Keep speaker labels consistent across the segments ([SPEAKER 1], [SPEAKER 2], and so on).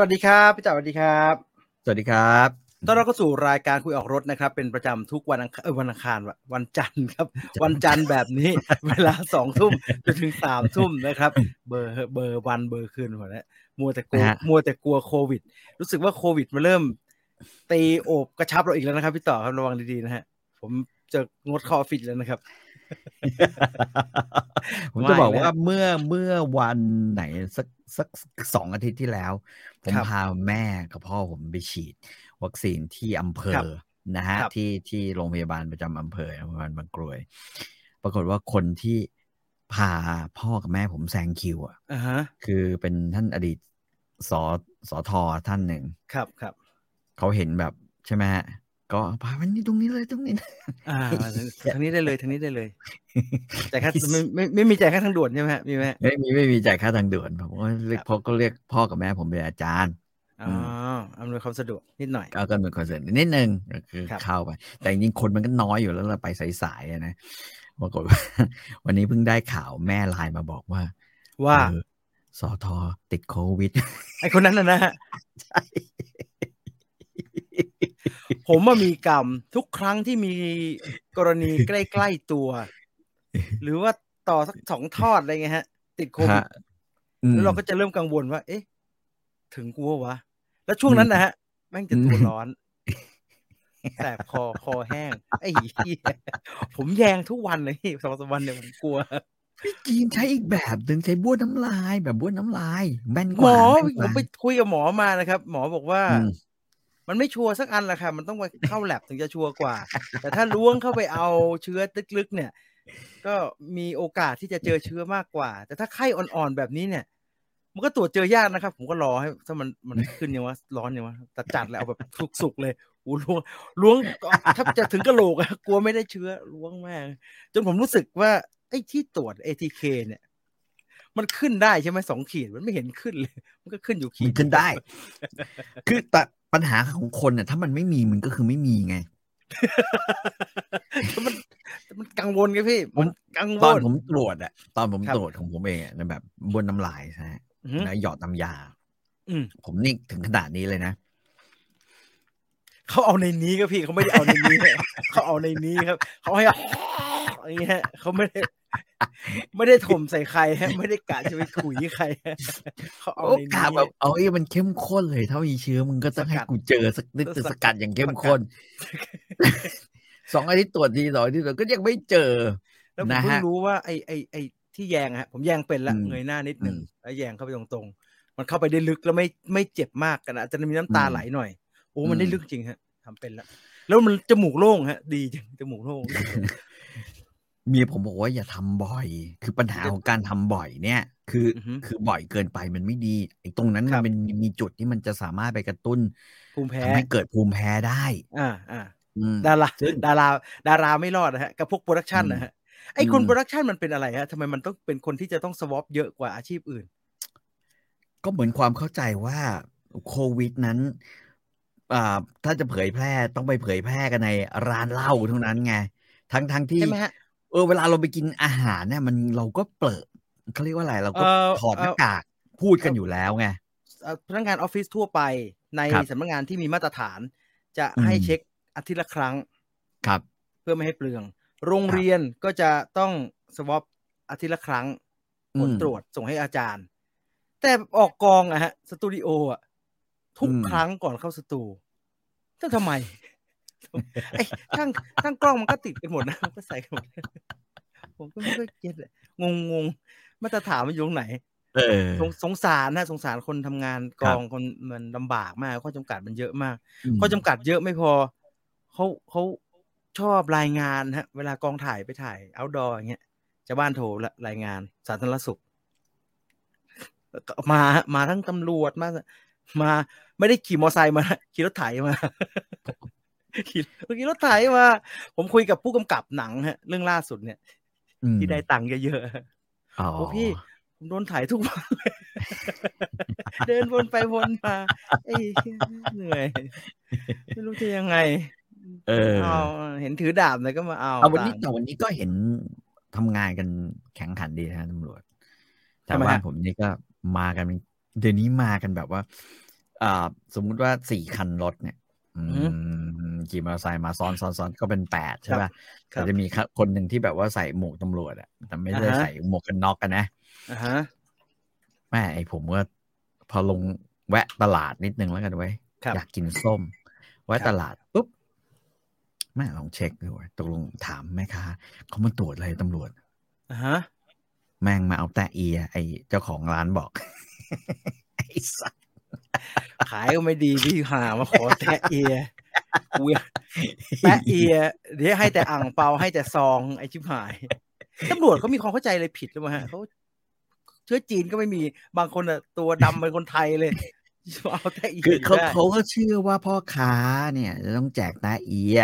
[SPEAKER 1] วัสดีครับพี่จ๋าสวัสดีครับ
[SPEAKER 2] สวัสดี ครับ
[SPEAKER 1] ต้อนรับเข้าสู่รายการคุยออกรถนะครับ เป็นประจำทุกวันอังคารเอ้ยวันอังคารวะวันจันทร์ ครับ วันจันทร์แบบนี้ เวลาสองทุ่ม จนถึงสามทุ่มนะครับ เบอร์เบอร์วันเบอร์คืนหมดแล้วมัวแต่กลัว
[SPEAKER 2] นะฮะ
[SPEAKER 1] มัวแต่กลัวโควิด รู้สึกว่าโควิดมาเริ่มตีโอบกระชับเราอีกแล้วนะครับพี่ต่อครับระวังดีๆนะฮะ ผมจะงดคอฟิตแล้วนะครับ
[SPEAKER 2] ผมจะบอก
[SPEAKER 1] ไม่นะ
[SPEAKER 2] ว่าเมื่อเมื่อวันไหนสักสักสองอาทิตย์ที่แล้ว ผม
[SPEAKER 1] ครับ
[SPEAKER 2] พาแม่กับพ่อผมไปฉีด วัคซีนที่อำเภ
[SPEAKER 1] ครับ
[SPEAKER 2] อนะฮะ
[SPEAKER 1] ครับ
[SPEAKER 2] ที่ที่โรงพยาบาลประจำอำเภอโรงพยาบาลบางกรวย ปรากฏว่าคนที่พาพ่อกับแม่ผมแซงคิวอ่ะ
[SPEAKER 1] อ่าฮะ
[SPEAKER 2] คือเป็นท่านอดีตสอสอทอท่านหนึ่ง
[SPEAKER 1] ครับครับ
[SPEAKER 2] เขาเห็นแบบใช่ไหมฮะก็พามันนี่ตรงนี้เลยตรงนี้นะ
[SPEAKER 1] อ่าทางนี้ได้เลยทางนี้ได้เลยแต่ายค่า
[SPEAKER 2] ไอ้เหี้ย
[SPEAKER 1] ไม่ไม่ไม่มีจ่ายค่าทางด่วนใช่ไหมฮะมีไหมฮะ
[SPEAKER 2] ไม่มีไม่มีจ่ายค่าทางด่วนผมก็เรียก
[SPEAKER 1] ครับ
[SPEAKER 2] พ่อก็เรียกพ่อกับแม่ผมเป็นอาจารย์
[SPEAKER 1] อ๋ออำนวยความสะดวกนิดหน่อย
[SPEAKER 2] ก็ก็เป็นคอนเสิร์ตนิดนึงก็คือ
[SPEAKER 1] ครับ
[SPEAKER 2] เข้าไป แต่จริงๆคนมันก็น้อยอยู่แล้วเราไปสายๆอะนะปรากฏ ว่า วันนี้เพิ่งได้ข่าวแม่ไลน์มาบอกว่า
[SPEAKER 1] ว่า
[SPEAKER 2] เออสอทอติดโควิด
[SPEAKER 1] ไอคนนั้นน่ะนะฮะ
[SPEAKER 2] ใช่
[SPEAKER 1] ผมว่ามีกรรมทุกครั้งที่มีกรณีใกล้ ๆตัว หรือว่าต่อสักสองทอดอะไรเงี้ยฮะ ติดโควิด
[SPEAKER 2] ฮะอืม
[SPEAKER 1] แล้วเราก็จะเริ่มกังวลว่า เอ๊ะ ถึงกูวะวะ แล้วช่วงนั้นนะฮะ แม่งจะตัว
[SPEAKER 2] อืม
[SPEAKER 1] ร้อนแสบคอคอแห้ง ไอ้เหี้ยผมแยงทุกวันเลยสองสามวันเนี่ยผมกลัว
[SPEAKER 2] พี่จีนใช้อีกแบบหนึ่งใช้บ้วนน้ำลายแบบบ้วนน้ำลายแม่นก
[SPEAKER 1] หม
[SPEAKER 2] ว่า
[SPEAKER 1] อ
[SPEAKER 2] แนก
[SPEAKER 1] ผ
[SPEAKER 2] ว่า
[SPEAKER 1] มไปคุยกับหมอมานะครับ หมอบอกว่า
[SPEAKER 2] อืม
[SPEAKER 1] มันไม่ชัวร์สักอันละค่ะ มันต้องไปเข้าแลบถึงจะชัวร์กว่า แต่ถ้าล้วงเข้าไปเอาเชื้อลึกๆเนี่ย ก็มีโอกาสที่จะเจอเชื้อมากกว่า แต่ถ้าไข้อ่อนๆแบบนี้เนี่ย มันก็ตรวจเจอยากนะครับ ผมก็รอให้ถ้ามันมันขึ้นยังวะร้อนยังวะแต่จัดแล้วเอาแบบสุกๆเลยอูล้วงล้วงถ้าจะถึงกระโหลกอะก ลัวไม่ได้เชื้อล้วงแม่งจนผมรู้สึกว่าไอ้ที่ตรวจ ATK เนี่ย มันขึ้นได้ใช่ไหมสองขีดมันไม่เห็นขึ้นเลย มันก็ขึ้นอยู่ขี
[SPEAKER 2] มั
[SPEAKER 1] ด
[SPEAKER 2] นขึ้นได้ คือแต่ปัญหาของคนน่ะถ้ามันไม่มีมันก็คือไม่มีไง
[SPEAKER 1] แต่มันแต่มันกังวลไงพี่
[SPEAKER 2] ผม
[SPEAKER 1] นกังว
[SPEAKER 2] ตอ
[SPEAKER 1] ล
[SPEAKER 2] นผมตรวจอะตอนผม
[SPEAKER 1] ครับ
[SPEAKER 2] ตรวจของผมเองอะนะแบบบวนน้ำลายนะฮะ
[SPEAKER 1] อือหือ
[SPEAKER 2] นะหยอดน้ำยา
[SPEAKER 1] อืม
[SPEAKER 2] ผมนี่ถึงขนาดนี้เลยนะ
[SPEAKER 1] เขาเอาในนี้ครับพี่เขาไม่ได้เอาในนี้ เขาเอาในนี้ครับเขาให้ อย่างเงี้ย เขาไม่ได้ไม่ได้ถมใส่ใครฮะไม่ได้กะจะไปขุยใครฮะ เขาเอา
[SPEAKER 2] โอ้
[SPEAKER 1] ใน
[SPEAKER 2] กา
[SPEAKER 1] นี้
[SPEAKER 2] แบบเอาไอ้มันเข้มข้นเลย ถ้ามีเชื้อมึงก็ต้องให้
[SPEAKER 1] สกัด
[SPEAKER 2] กูเจอสักนิด
[SPEAKER 1] สกัด
[SPEAKER 2] สกัดอย่างเข้
[SPEAKER 1] ส
[SPEAKER 2] ม
[SPEAKER 1] กัด
[SPEAKER 2] ข้น สองอาทิตย์ตรวจทีสองอาทิตย์ตรวจก็ยังไม่เจอ
[SPEAKER 1] แล้วผม
[SPEAKER 2] นะฮะ
[SPEAKER 1] เพิ่งรู้ว่าไอ้ไอ้ไอ้ที่แยงอะฮะผมแยงเป็นละ
[SPEAKER 2] อืม
[SPEAKER 1] เงยหน้านิดหนึ่ง
[SPEAKER 2] อืม
[SPEAKER 1] แล้วแยงเข้าไปตรงๆ มันเข้าไปได้ลึกแล้วไม่ไม่เจ็บมากกันอาจจะมีน้ำตา
[SPEAKER 2] อืม
[SPEAKER 1] ไหลหน่อยโอ้มันได้
[SPEAKER 2] อืม
[SPEAKER 1] ลึกจริงฮะทำเป็นละแล้วมันจมูกโล่งฮะ ดีจังจมูกโล่ง
[SPEAKER 2] เมียผมบอกว่าอย่าทำบ่อย คือปัญหาของการทำบ่อยเนี่ย คืออ
[SPEAKER 1] อฮึ
[SPEAKER 2] คือบ่อยเกินไปมันไม่ดีไอ้ตรงนั้น
[SPEAKER 1] ครับ
[SPEAKER 2] มันเป็นมีจุดที่มันจะสามารถไปกระตุ้น
[SPEAKER 1] ภูมิแพ้
[SPEAKER 2] ทำให้เกิดภูมิแพ้ได้
[SPEAKER 1] อ่าอ่า
[SPEAKER 2] อืม
[SPEAKER 1] ดารา
[SPEAKER 2] ซึ่ง
[SPEAKER 1] ดาราดาราไม่รอดนะฮะกับพวกโปรดักชัน
[SPEAKER 2] อืม
[SPEAKER 1] นะฮะไอ้คน
[SPEAKER 2] อืม
[SPEAKER 1] โปรดักชันมันเป็นอะไรฮะทำไมมันต้องเป็นคนที่จะต้องสวอปเยอะกว่าอาชีพอื่น
[SPEAKER 2] ก็เหมือนความเข้าใจว่าโควิดนั้นอ่าถ้าจะเผยแพร่ต้องไปเผยแพร่กันในร้านเหล้าเท่านั้นไง ทั้งทั้งที่
[SPEAKER 1] ใช่ไหมฮะ
[SPEAKER 2] เออเวลาเราไปกินอาหารเนี่ยมันเราก็เปิดเขาเรียกว่าอะไรเราก็
[SPEAKER 1] เอ่อ
[SPEAKER 2] ถอดหน้า
[SPEAKER 1] เอ่อ
[SPEAKER 2] กากพูดกันอยู่แล้วไง
[SPEAKER 1] เอ่อพนักงานออฟฟิศทั่วไปใน
[SPEAKER 2] ครับ
[SPEAKER 1] สำนักงานที่มีมาตรฐาน จะ
[SPEAKER 2] อืม
[SPEAKER 1] ให้เช็คอาทิตย์ละครั้ง
[SPEAKER 2] ครับ
[SPEAKER 1] เพื่อไม่ให้เปลือง โรงเรียนก็จะต้องสวอปอาทิตย์ละครั้งผล
[SPEAKER 2] อืม
[SPEAKER 1] ตรวจส่งให้อาจารย์ แต่ออกกองอะฮะสตูดิโออะทุก
[SPEAKER 2] อืม
[SPEAKER 1] ครั้งก่อนเข้าสตูจะทำไม ไอ้ช่างช่างกล้องมันก็ติดกันหมดนะ มันก็ใส่กันหมด ผมก็ไม่ค่อยเก็ตอะงงงงๆมาตรฐานมันอยู่ตรงไหน
[SPEAKER 2] เออ
[SPEAKER 1] สงสงสารนะสงสารคนทำงานก
[SPEAKER 2] ครั
[SPEAKER 1] อบ งคนมันลำบากมาก ข้อจำกัดมันเยอะมาก
[SPEAKER 2] ม
[SPEAKER 1] ข้อจำกัดเยอะไม่พอเขาเขาชอบรายงานฮะ เวลากองถ่ายไปถ่ายเอาดออย่างเงี้ยชาวบ้านโทรละรายงานสาธารณสุข แล้วก็มาฮะมาทั้งตำรวจมา มาไม่ได้ขี่มอไซค์มา นะขี่รถไถมา ขี่ขี่รถไถมา ผมคุยกับผู้กำกับหนังฮะ เรื่องล่าสุดเนี่ย
[SPEAKER 2] อืม
[SPEAKER 1] ที่ได้ตังค์เยอะๆ
[SPEAKER 2] อ๋อ
[SPEAKER 1] โอ้พี่ ผมโดนถ่ายทุกวันเลย เดินวนไปวนมาไอ้เหี้ยเหนื่อย ไม่รู้จะยังไง
[SPEAKER 2] เออ
[SPEAKER 1] เอาเห็นถือดาบเลยก็มาเอา
[SPEAKER 2] เอาวันนี้
[SPEAKER 1] ตาม
[SPEAKER 2] แต่วันนี้ก็เห็นทำงานกันแข็งขันดีนะฮะตำรวจแต่
[SPEAKER 1] ทำไม
[SPEAKER 2] ว่า
[SPEAKER 1] ฮะ
[SPEAKER 2] ผมนี่ก็มากันเป็นเดี๋ยวนี้มากันแบบว่า อ่าสมมุติว่าสี่คันรถเนี่ย อื
[SPEAKER 1] อื
[SPEAKER 2] มขี่มอเตอร์ไซค์มาซ้อนซ้อนซ้อนก็เป็นแปดใช่ป่ะ
[SPEAKER 1] ครับ
[SPEAKER 2] แต่จะมีคนหนึ่งที่แบบว่าใส่หมวกตำรวจอะแต่ไม่ได้ใส่หมวกกันน็อกกันนะ
[SPEAKER 1] อ่าฮะ
[SPEAKER 2] แม่ไอผมก็พอลงแวะตลาดนิดนึงแล้วกันไว้ย
[SPEAKER 1] ครับ
[SPEAKER 2] อยากกินส้ม
[SPEAKER 1] ค
[SPEAKER 2] แวะ
[SPEAKER 1] รับ
[SPEAKER 2] ตลาดปุ๊บแม่ลองเช็คดูเว้ยตกลงถามแม่ค้าเขามาตรวจอะไรตำรวจ
[SPEAKER 1] อ่าฮะ
[SPEAKER 2] แม่งมาเอาแต่เอียไอเจ้าของร้าน บอก ไอสัส
[SPEAKER 1] ขายก็ไม่ดีพี่หามาขอแตะเอีย เวียแตะเอียเดี๋ยวให้แต่อ่างเปาให้แต่ซองไอชิบหายตำรวจเขามีความเข้าใจอะไรผิดหรือเปล่าฮะเขาเชื้อจีนก็ไม่มีบางคนอ่ะตัวดำเป็นคนไทยเลย เอาแต่เอีย
[SPEAKER 2] คือเขา
[SPEAKER 1] ได้
[SPEAKER 2] เขาก็เชื่อว่าพ่อค้าเนี่ย จะต้องแจกแต่เอีย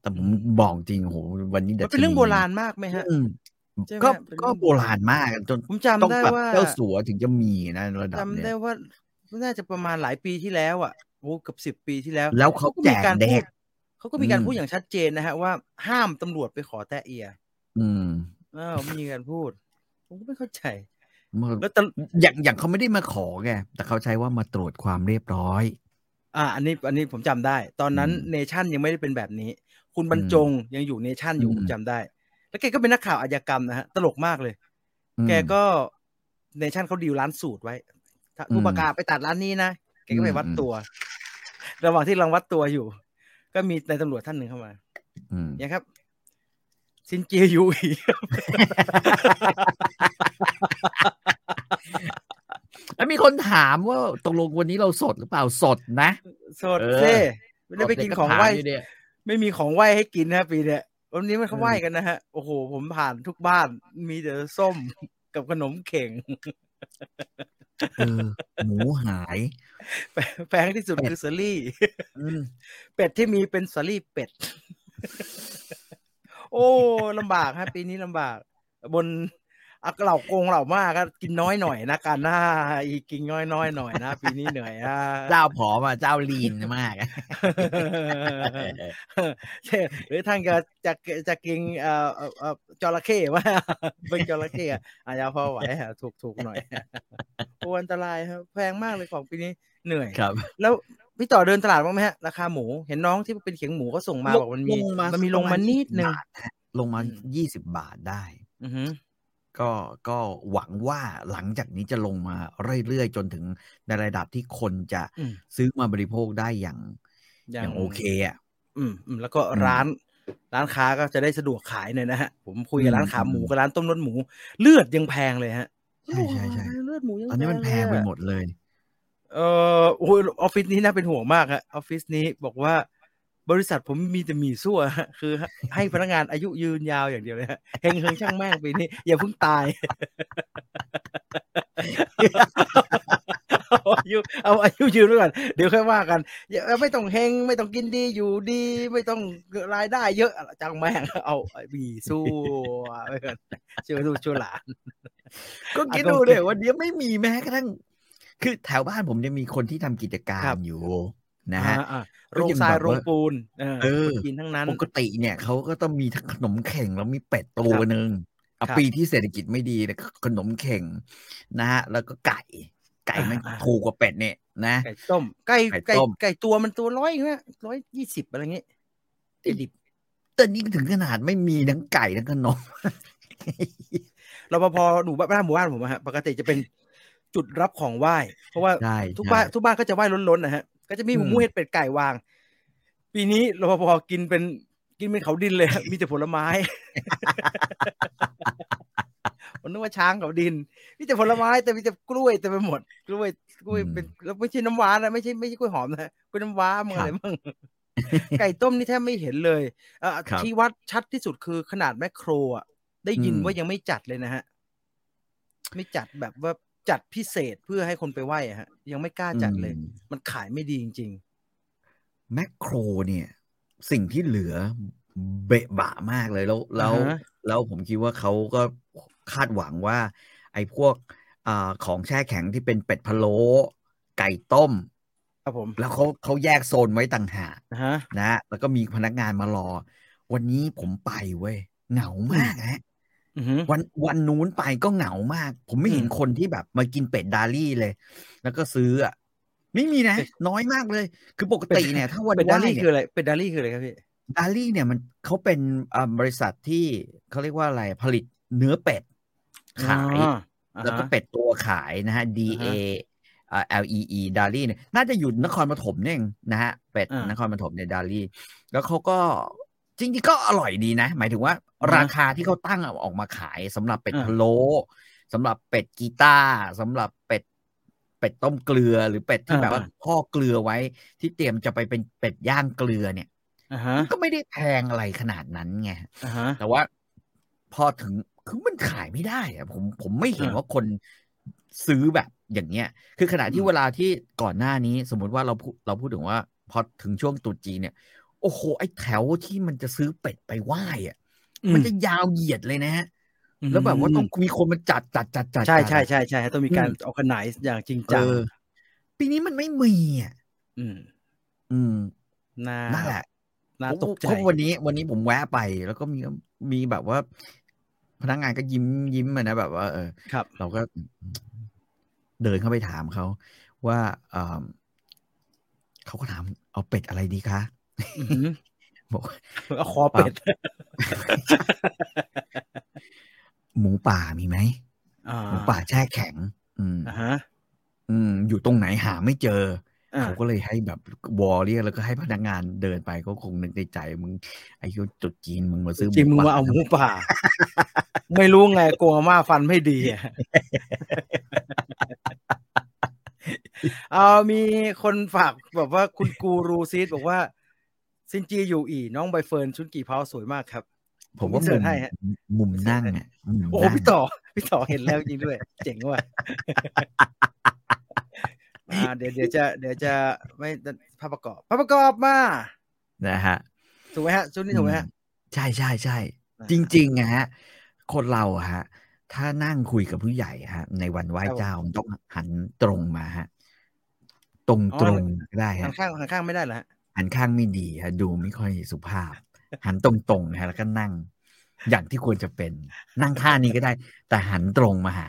[SPEAKER 2] แต่ผมบอกจริงโหวันนี้ดั
[SPEAKER 1] มัน
[SPEAKER 2] ช
[SPEAKER 1] เป็นเรื่องโบราณมากไหมฮะ
[SPEAKER 2] อืม
[SPEAKER 1] ใช่ไหม
[SPEAKER 2] ก็
[SPEAKER 1] เป็นเรื่อง
[SPEAKER 2] ก็โบราณมากจน
[SPEAKER 1] ผม
[SPEAKER 2] ต้อ
[SPEAKER 1] จำ
[SPEAKER 2] ง
[SPEAKER 1] ได้
[SPEAKER 2] แบบ
[SPEAKER 1] ว่า
[SPEAKER 2] เจ้าสัวถึงจะมีนะระดับ
[SPEAKER 1] จำ
[SPEAKER 2] เนี่ย
[SPEAKER 1] ได้ว่าน่าจะประมาณหลายปีที่แล้วอ่ะโอ้เกือบสิบ10 ปีที่แล้ว
[SPEAKER 2] แล้วเขาแจก
[SPEAKER 1] มีาร
[SPEAKER 2] เด็
[SPEAKER 1] พู
[SPEAKER 2] ก
[SPEAKER 1] เขาก็มีการ
[SPEAKER 2] อืม
[SPEAKER 1] พูดอย่างชัดเจนนะฮะว่าห้ามตำรวจไปขอแตะเอีย
[SPEAKER 2] อืม
[SPEAKER 1] อ้าวมีการพูด ผมก็ไม่เข้าใจ
[SPEAKER 2] มัน
[SPEAKER 1] แล้วตะ
[SPEAKER 2] อย่างอย่างเขาไม่ได้มาขอไงแต่เขาใช้ว่ามาตรวจความเรียบร้อย
[SPEAKER 1] อ่า อันนี้อันนี้ผมจำได้ ตอนนั้น
[SPEAKER 2] อืม
[SPEAKER 1] เนชั่นยังไม่ได้เป็นแบบนี้ คุณบรรจงยังอยู่เนชั่นอยู่
[SPEAKER 2] อืม
[SPEAKER 1] ผมจำได้ แล้วแกก็เป็นนักข่าวอาชญากรรมนะฮะตลกมากเลย
[SPEAKER 2] อืม
[SPEAKER 1] แกก็เนชั่นเขาดีลร้านสูตรไว้ถ้า
[SPEAKER 2] อืม
[SPEAKER 1] ผู้ประกาศไปตัดร้านนี้นะแกก็ไป
[SPEAKER 2] อืม
[SPEAKER 1] วัดตัว ระหว่างที่กำลังวัดตัวอยู่ ก็มีนายตำรวจท่านหนึ่งเข้ามา
[SPEAKER 2] อืม
[SPEAKER 1] เนี่ยครับ ซินเจียยูอี ครับ
[SPEAKER 2] แล้วมีคนถามว่าตกลงวันนี้เราสดหรือเปล่าสดนะ
[SPEAKER 1] สด
[SPEAKER 2] เออ
[SPEAKER 1] เซ่ไม่ได้ไปกินของไหว้
[SPEAKER 2] สดเลยก็ถามอยู่เนี่ย
[SPEAKER 1] ไม่มีของไหว้ให้กินนะปีเนี้ยวันนี้มันเขา
[SPEAKER 2] เออ
[SPEAKER 1] ไหว้กันนะฮะ โอ้โห ผมผ่านทุกบ้าน มีแต่ส้ม กับขนมเข่ง
[SPEAKER 2] เออหมูหาย
[SPEAKER 1] แปแพงที่สุดคือเซรี่
[SPEAKER 2] อืม
[SPEAKER 1] เป็ดที่มีเป็นสาลี่เป็ด โอ้ลำบากฮะปีนี้ลำบาก บนอ่ะเหล่ากงเหล่ามากก็กินน้อยหน่อยนะการหน้าอีกกินน้อยน้อยๆหน่อยนะปีนี้เหนื่อยอ่ะ
[SPEAKER 2] เจ้าผอมอ่ะเจ้าลีนมากอะ
[SPEAKER 1] หรือท่านก็จะจะกินเอ่อเอ่อเอ่อจระเข้ว่า เป็นจระเข้อะอาจจะพอไหวอะถูกถูกหน่อยโอ้อันตรายครับแพงมากเลยของปีนี้เหนื่อย
[SPEAKER 2] ครับ
[SPEAKER 1] แล้วพี่ต่อเดินตลาดบ้างไหมฮะ ราคาหมูเห็นน้องที่เป็นเขียงหมูก็ส่งมาบอกมันมี
[SPEAKER 2] ลงมา
[SPEAKER 1] มันมีลง
[SPEAKER 2] ป
[SPEAKER 1] มา
[SPEAKER 2] ระณ
[SPEAKER 1] นิดนึง
[SPEAKER 2] บาทะลงมา
[SPEAKER 1] อืม
[SPEAKER 2] ยี่สิบบาทได้
[SPEAKER 1] อือหือ
[SPEAKER 2] ก็ก็หวังว่าหลังจากนี้จะลงมาเรื่อยๆ จนถึงในระดับที่คนจะ
[SPEAKER 1] อืม
[SPEAKER 2] ซื้อมาบริโภคได้อย่างอย่างโอเคอ่ะ
[SPEAKER 1] อืมอืมแล้วก็
[SPEAKER 2] อืม
[SPEAKER 1] ร้าน ร้านค้าก็จะได้สะดวกขายหน่อยนะฮะ ผมคุยกับ
[SPEAKER 2] อืม
[SPEAKER 1] ร้านขาหมู
[SPEAKER 2] อืม
[SPEAKER 1] กับร้านต้มรสหมู เลือดยังแพงเลยฮะ
[SPEAKER 2] ใช่ใช่ใช่
[SPEAKER 1] เลือดหมูยัง
[SPEAKER 2] ตอนนี้มันแพงไป
[SPEAKER 1] เลยอะ
[SPEAKER 2] หมดเลย
[SPEAKER 1] เออโอ้ยออฟฟิศนี้น่าเป็นห่วงมากฮะออฟฟิศนี้บอกว่า บริษัทผมมีแต่หมีซั่วฮะคือให้พนักงานอายุยืนยาวอย่างเดียวเลยฮะเฮงเฮงช่างแม่งปีนี้อย่าเพิ่งตาย เอาอายุเอาอายุยืนไว้ก่อนเดี๋ยวค่อยว่ากันอย่าไม่ต้องเฮงไม่ต้องกินดีอยู่ดีไม่ต้องรายได้เยอะจังแม่งเอาบีสู้ไปก่อนช่วยดูช่วยหลาน
[SPEAKER 2] ก็คิดดูเลยวันนี้ไม่มีแม้กระทั่ง คือแถวบ้านผมจะมีคนที่ทำกิจกา
[SPEAKER 1] ครั
[SPEAKER 2] ร
[SPEAKER 1] บ
[SPEAKER 2] อยู่นะฮะ
[SPEAKER 1] อ่าอ่า
[SPEAKER 2] ก็
[SPEAKER 1] โรง
[SPEAKER 2] ยัง
[SPEAKER 1] ทราย
[SPEAKER 2] แบบว่า
[SPEAKER 1] โรงปูนเออ
[SPEAKER 2] เออ
[SPEAKER 1] คนจีนทั้งนั้น
[SPEAKER 2] ปกติเนี่ยเขาก็ต้องมีทั้งขนมเข่งแล้วมีเป็ดตัวหนึ่ง
[SPEAKER 1] ครั
[SPEAKER 2] อ่ะ
[SPEAKER 1] บ
[SPEAKER 2] ปีที่เศรษฐกิจไม่ดีเนี่ยก็ขนมเข่งนะฮะแล้วก็ไก่ ไก่มัน
[SPEAKER 1] อ่าอ่า
[SPEAKER 2] ถูกกว่าเป็ดเนี่ยนะ
[SPEAKER 1] ไก่ต้มไก่ไก่
[SPEAKER 2] ไก่ต้ม
[SPEAKER 1] ไก่ตัวมันตัวร้อยเองนะร้อยยี่สิบอะไรเงี้ยติดดิบ
[SPEAKER 2] แต่นี่ถึงขนาดไม่มีทั้งไก่ทั้งขนม
[SPEAKER 1] รปภหนูบ้านหมู่บ้านผมอะฮะปกติจะเป็นจุดรับของไหว้ เพราะว่า
[SPEAKER 2] ใช่
[SPEAKER 1] ทุก
[SPEAKER 2] ใช่
[SPEAKER 1] บ้านทุกบ้านก็จะไหว้ล้นๆนะฮะ ก็จะมีห
[SPEAKER 2] อืม
[SPEAKER 1] มูเห็ดเป็ดไก่วาง ปีนี้รปภกินเป็นกินเป็นเขาดินเลยฮะ มีแต่ผลไม้ ผมนึกว่าช้างเขาดิน มีแต่ผลไม้แต่มีแต่กล้วยแต่ไปหมด กล้วยกล้วยเป็นแล้วไม่ใช่น้ำว้านะไม่ใช่ไม่ใช่กล้วยหอมนะกล้วยน้ำว้ามึงอะไรมึง ไก่ต้มนี่แทบไม่เห็นเลยเอ่อ
[SPEAKER 2] ครับ
[SPEAKER 1] ที่วัดชัดที่สุดคือขนาดแมคโครอ่ะได้ยิน
[SPEAKER 2] อืม
[SPEAKER 1] ว่ายังไม่จัดเลยนะฮะ ไม่จัดแบบว่าจัดพิเศษเพื่อให้คนไปไหว้อะฮะ ยังไม่กล้าจัดเลย
[SPEAKER 2] อืม
[SPEAKER 1] มันขายไม่ดีจริง
[SPEAKER 2] แมคโครเนี่ย สิ่งที่เหลือเบะบะมากเลยแล้วแล้ว
[SPEAKER 1] อ่าฮะ
[SPEAKER 2] แล้วผมคิดว่าเขาก็คาดหวังว่า ไอ้พวกอาของแช่แข็งที่เป็นเป็ดพะโล้ไก่ต้ม
[SPEAKER 1] ๆครับผม
[SPEAKER 2] แล้วเขาเขาแยกโซนไว้ต่างหาก
[SPEAKER 1] นะฮะ
[SPEAKER 2] นะแล้วก็มีพนักงานมารอ วันนี้ผมไปเว้ยเหงามากฮะ
[SPEAKER 1] อือหือ
[SPEAKER 2] วันวันนู้นไปก็เหงามาก ผมไม่เห็น
[SPEAKER 1] อืม
[SPEAKER 2] คนที่แบบมากินเป็ดดาลี่เลย แล้วก็ซื้ออะ ไม่มีนะ น้อยมากเลย คือปกติเนี่ย ถ้าวัน
[SPEAKER 1] เป็ดดา
[SPEAKER 2] ว่าง
[SPEAKER 1] รี่
[SPEAKER 2] เนี่ย
[SPEAKER 1] คืออะไรเป็ดดารี่คืออะไรครับพี่
[SPEAKER 2] ดาลี่เนี่ยมันเขาเป็นอ่าบริษัทที่เขาเรียกว่าอะไรผลิตเนื้อเป็ด ขาย
[SPEAKER 1] อ๋ออ่าฮะ
[SPEAKER 2] แล้วก็เป็ดตัวขายนะฮะ D A อ่า L E E ดาลี่เนี่ยน่าจะอยู่นครปฐมเนี่ยเองนะฮะ เป็ด
[SPEAKER 1] อ่าน
[SPEAKER 2] นครปฐมเนี่ยดาลี่ แล้วเขาก็จริงๆก็อร่อยดีนะ หมายถึงว่าราคาที่เขาตั้งเอาออกมาขายสำหรับเป็ดพะโล้สำหรับเป็ดกีตาร์สำหรับเป็ดเป็ดต้มเกลือหรือเป็ดที่แบบว่าพ่อกเกลือไว้ที่เตรียมจะไปเป็นเป็ดย่างเกลือเนี่ย
[SPEAKER 1] อ่าฮะ
[SPEAKER 2] ก็ไม่ได้แพงอะไรขนาดนั้นไง
[SPEAKER 1] อ่าฮะ
[SPEAKER 2] แต่ว่าพอถึงคือมันขายไม่ได้อะผมผมไม่เห็น
[SPEAKER 1] อ่า
[SPEAKER 2] ว่าคนซื้อแบบอย่างเงี้ย คือขณะที่
[SPEAKER 1] อืม
[SPEAKER 2] เวลาที่ก่อนหน้านี้ สมมติว่าเราพูดเราพูดถึงว่า พอถึงช่วงตรุษจีนเนี่ย โอ้โห ไอ้แถวที่มันจะซื้อเป็ดไปไหว้อะมันจะยาวเหยียดเลยนะฮะ แล้วแบบว่าต้องมีคนมาจัดจัดจัดจัด
[SPEAKER 1] ใช่ใช่
[SPEAKER 2] จัดอะ
[SPEAKER 1] ใช่ใช่ต้องมีการ
[SPEAKER 2] อืม
[SPEAKER 1] ออกนายอย่างจริง
[SPEAKER 2] เอ
[SPEAKER 1] จัง
[SPEAKER 2] อปีนี้มันไม่มีอ่ะ
[SPEAKER 1] อืม
[SPEAKER 2] อืม
[SPEAKER 1] น่า
[SPEAKER 2] นั่นแหละ
[SPEAKER 1] น่าตกใจ
[SPEAKER 2] เพราะวันนี้วันนี้ผมแวะไปแล้วก็มีมีแบบว่า พนักงานก็ยิ้มยิ้มอะนะแบบว่า เออ
[SPEAKER 1] ครับ
[SPEAKER 2] เราก็เดินเข้าไปถามเขาว่าเอิ่มเขาก็ถามเอาเป็ดอะไรดีคะ
[SPEAKER 1] อื้อหือ
[SPEAKER 2] บอกว่า
[SPEAKER 1] เอาคอเป็ด
[SPEAKER 2] หมูป่ามีไหม
[SPEAKER 1] อ่า
[SPEAKER 2] หมูป่าแช่แข็ง อืม
[SPEAKER 1] อ่าฮะ
[SPEAKER 2] อืมอยู่ตรงไหนหาไม่เจออ
[SPEAKER 1] อ่า
[SPEAKER 2] เขาก็เลยให้แบบวอเรียกแล้วก็ให้พนักงานเดินไปก็คงนึกในใจมึงไอ้คนจุดจีนมึงมาซื้อห
[SPEAKER 1] จริงมึงมาเอาหมูป่า ไม่รู้ไงกลัวมาฟันไม่ดีอะ เอามีคนฝากแบบว่าคุณกูรูซีดบอกว่า ซินจีอยู่อีน้องใบเฟิร์นชุดกี่เพาสวยมากครับ
[SPEAKER 2] ผมว่า
[SPEAKER 1] ผมเสิ
[SPEAKER 2] มุ
[SPEAKER 1] ร์ช
[SPEAKER 2] ม
[SPEAKER 1] ให้ฮะ
[SPEAKER 2] มุมนั่งอะมุม
[SPEAKER 1] โอ้โห
[SPEAKER 2] นั่ง
[SPEAKER 1] พี่ต่อ พี่ต่อเห็นแล้วจริงด้วย เจ๋งว่ะ อ่าเดี๋ยวเดี๋ยวจะ เดี๋ยวจะไม่ภาพประกอบภาพประกอบมา
[SPEAKER 2] นะฮะ
[SPEAKER 1] ถูกไหมฮะชุดนี้ถูกไหมฮะ
[SPEAKER 2] ใช่ใช่ใช่จริงๆนะฮะ คนเราอะฮะ ถ้านั่งคุยกับผู้ใหญ่อะฮะ ในวันไหว้เจ้ามันต้องหันตรงมาฮะ ตรงตรงๆก็ได้
[SPEAKER 1] หั
[SPEAKER 2] ฮะ
[SPEAKER 1] นข้างหันข้างไม่ได้เหรอฮะ
[SPEAKER 2] หันข้างไม่ดีฮะ ดูไม่ค่อยสุภาพ หันตรงตรงๆนะฮะ แล้วก็นั่ง อย่างที่ควรจะเป็น นั่งท่านี้ก็ได้ แต่หันตรงมาหา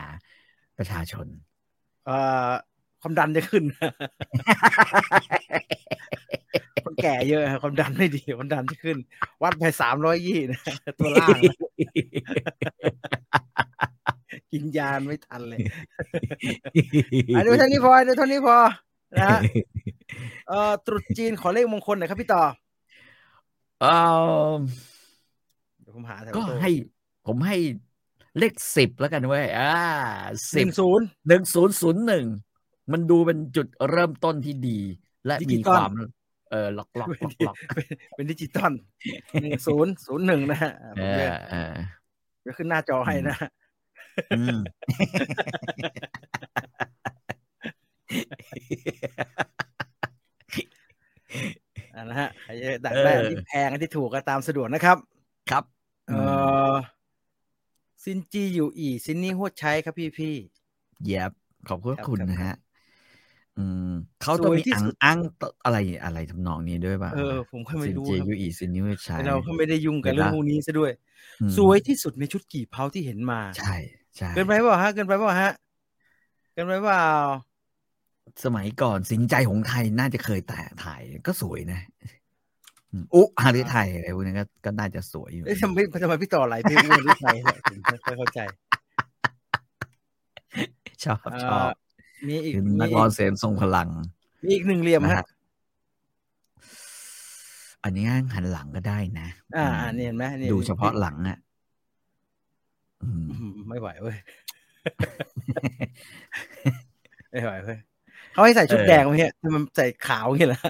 [SPEAKER 2] ประชาชน
[SPEAKER 1] เอ่อความดันจะขึ้น คนแก่เยอะฮะความดันไม่ดีความดันจะขึ้น วัดไปสามร้อยยี่นะตัวล่างนะกินยาไม่ทันเลยอันนี้เท่านี้พออันนี้เท่านี้พอนะฮะเอ่อตรุษจีนขอเลขมงคลหน่อยครับพี่ต่อ
[SPEAKER 2] เอ่อ
[SPEAKER 1] เดี๋ยวผมหาแถว
[SPEAKER 2] ก็
[SPEAKER 1] โต๊ะ
[SPEAKER 2] ให้ผมให้เลขสิบแล้วกันเว้ยอ่า
[SPEAKER 1] ห
[SPEAKER 2] สิ
[SPEAKER 1] นึ่
[SPEAKER 2] บ
[SPEAKER 1] งศูนย์
[SPEAKER 2] หนึ่งศูนย์ศูนย์หนึ่งมันดูเป็นจุดเริ่มต้นที่ดี และ
[SPEAKER 1] ดิจิ
[SPEAKER 2] มี
[SPEAKER 1] ตอล
[SPEAKER 2] ความ เออล็อกล็อกล็อกล็อก
[SPEAKER 1] เป็นดิจิตอลหนึ่งศูนย์ศูนย์หนึ่งนะฮะ
[SPEAKER 2] เอ
[SPEAKER 1] เดี๋ยว
[SPEAKER 2] อเออ
[SPEAKER 1] เดี๋ยวขึ้นหน้าจอให้นะ
[SPEAKER 2] อืม
[SPEAKER 1] อ่านะฮะใครจะดักได้อันที่แพงอันที่ถูกก็ตามสะดวกนะครับ
[SPEAKER 2] ครับ
[SPEAKER 1] เออซินจีอยู่อีซินนี่หัวใช้ครับพี่พี่
[SPEAKER 2] เย็บขอบคุณ
[SPEAKER 1] ครับ
[SPEAKER 2] คุณ
[SPEAKER 1] ครับ
[SPEAKER 2] นะฮะ อืมเขาต้อง
[SPEAKER 1] สวย
[SPEAKER 2] มี
[SPEAKER 1] ที่
[SPEAKER 2] อั
[SPEAKER 1] สุ
[SPEAKER 2] ง
[SPEAKER 1] ด
[SPEAKER 2] อังตอะไรอะไรทำนองนี้ด้วยป่ะ
[SPEAKER 1] เออ ผมก็ไม่
[SPEAKER 2] ซิน
[SPEAKER 1] รู้
[SPEAKER 2] เจ
[SPEAKER 1] ครับ
[SPEAKER 2] ยูอีซินนิวใช้
[SPEAKER 1] แต่เราก็ไม่ได้ยุ่งกับ
[SPEAKER 2] เดี๋
[SPEAKER 1] เรื่
[SPEAKER 2] ยว
[SPEAKER 1] อง
[SPEAKER 2] นะ
[SPEAKER 1] พวกนี้ซะด้วย
[SPEAKER 2] อืม
[SPEAKER 1] สวยที่สุดในชุดกี่เพาที่เห็นมา
[SPEAKER 2] ใช่ใช่
[SPEAKER 1] เกินไปเปล่าฮะ เกินไปเปล่าฮะ เกินไปเปล่า
[SPEAKER 2] สมัยก่อนสินใจของไทยน่าจะเคยแต่ถ่ายก็สวยนะอืมอุฮาริไทยอะไรพวกนี้ก็ก็น่าจะสวยอยู่
[SPEAKER 1] เอ้ยทำไมทำไมพี่ต่อไหลไปอ้วนหรือไงเนี่ยผมไม่ค่อยเข้าใจ
[SPEAKER 2] ชอบ
[SPEAKER 1] เอ่
[SPEAKER 2] ชอบ
[SPEAKER 1] อมีอีก
[SPEAKER 2] เป็น
[SPEAKER 1] มี
[SPEAKER 2] นักร้องเสียงทรงพลัง
[SPEAKER 1] มีอีกหนึ่งเหลี่ยม
[SPEAKER 2] นะ
[SPEAKER 1] ฮะ
[SPEAKER 2] ฮะอันนี้หันหลังก็ได้นะ
[SPEAKER 1] อ่าอันนี้เห็นไหมนี่
[SPEAKER 2] ดูเฉพาะหลังอ่ะอืม
[SPEAKER 1] อืมไม่ไหวเว้ย ไม่ไหวเว้ยเขาให้ใส่ชุดแดงไหมเนี่ยทำไมมันใส่ขาวอย่างเงี้ยเหรอ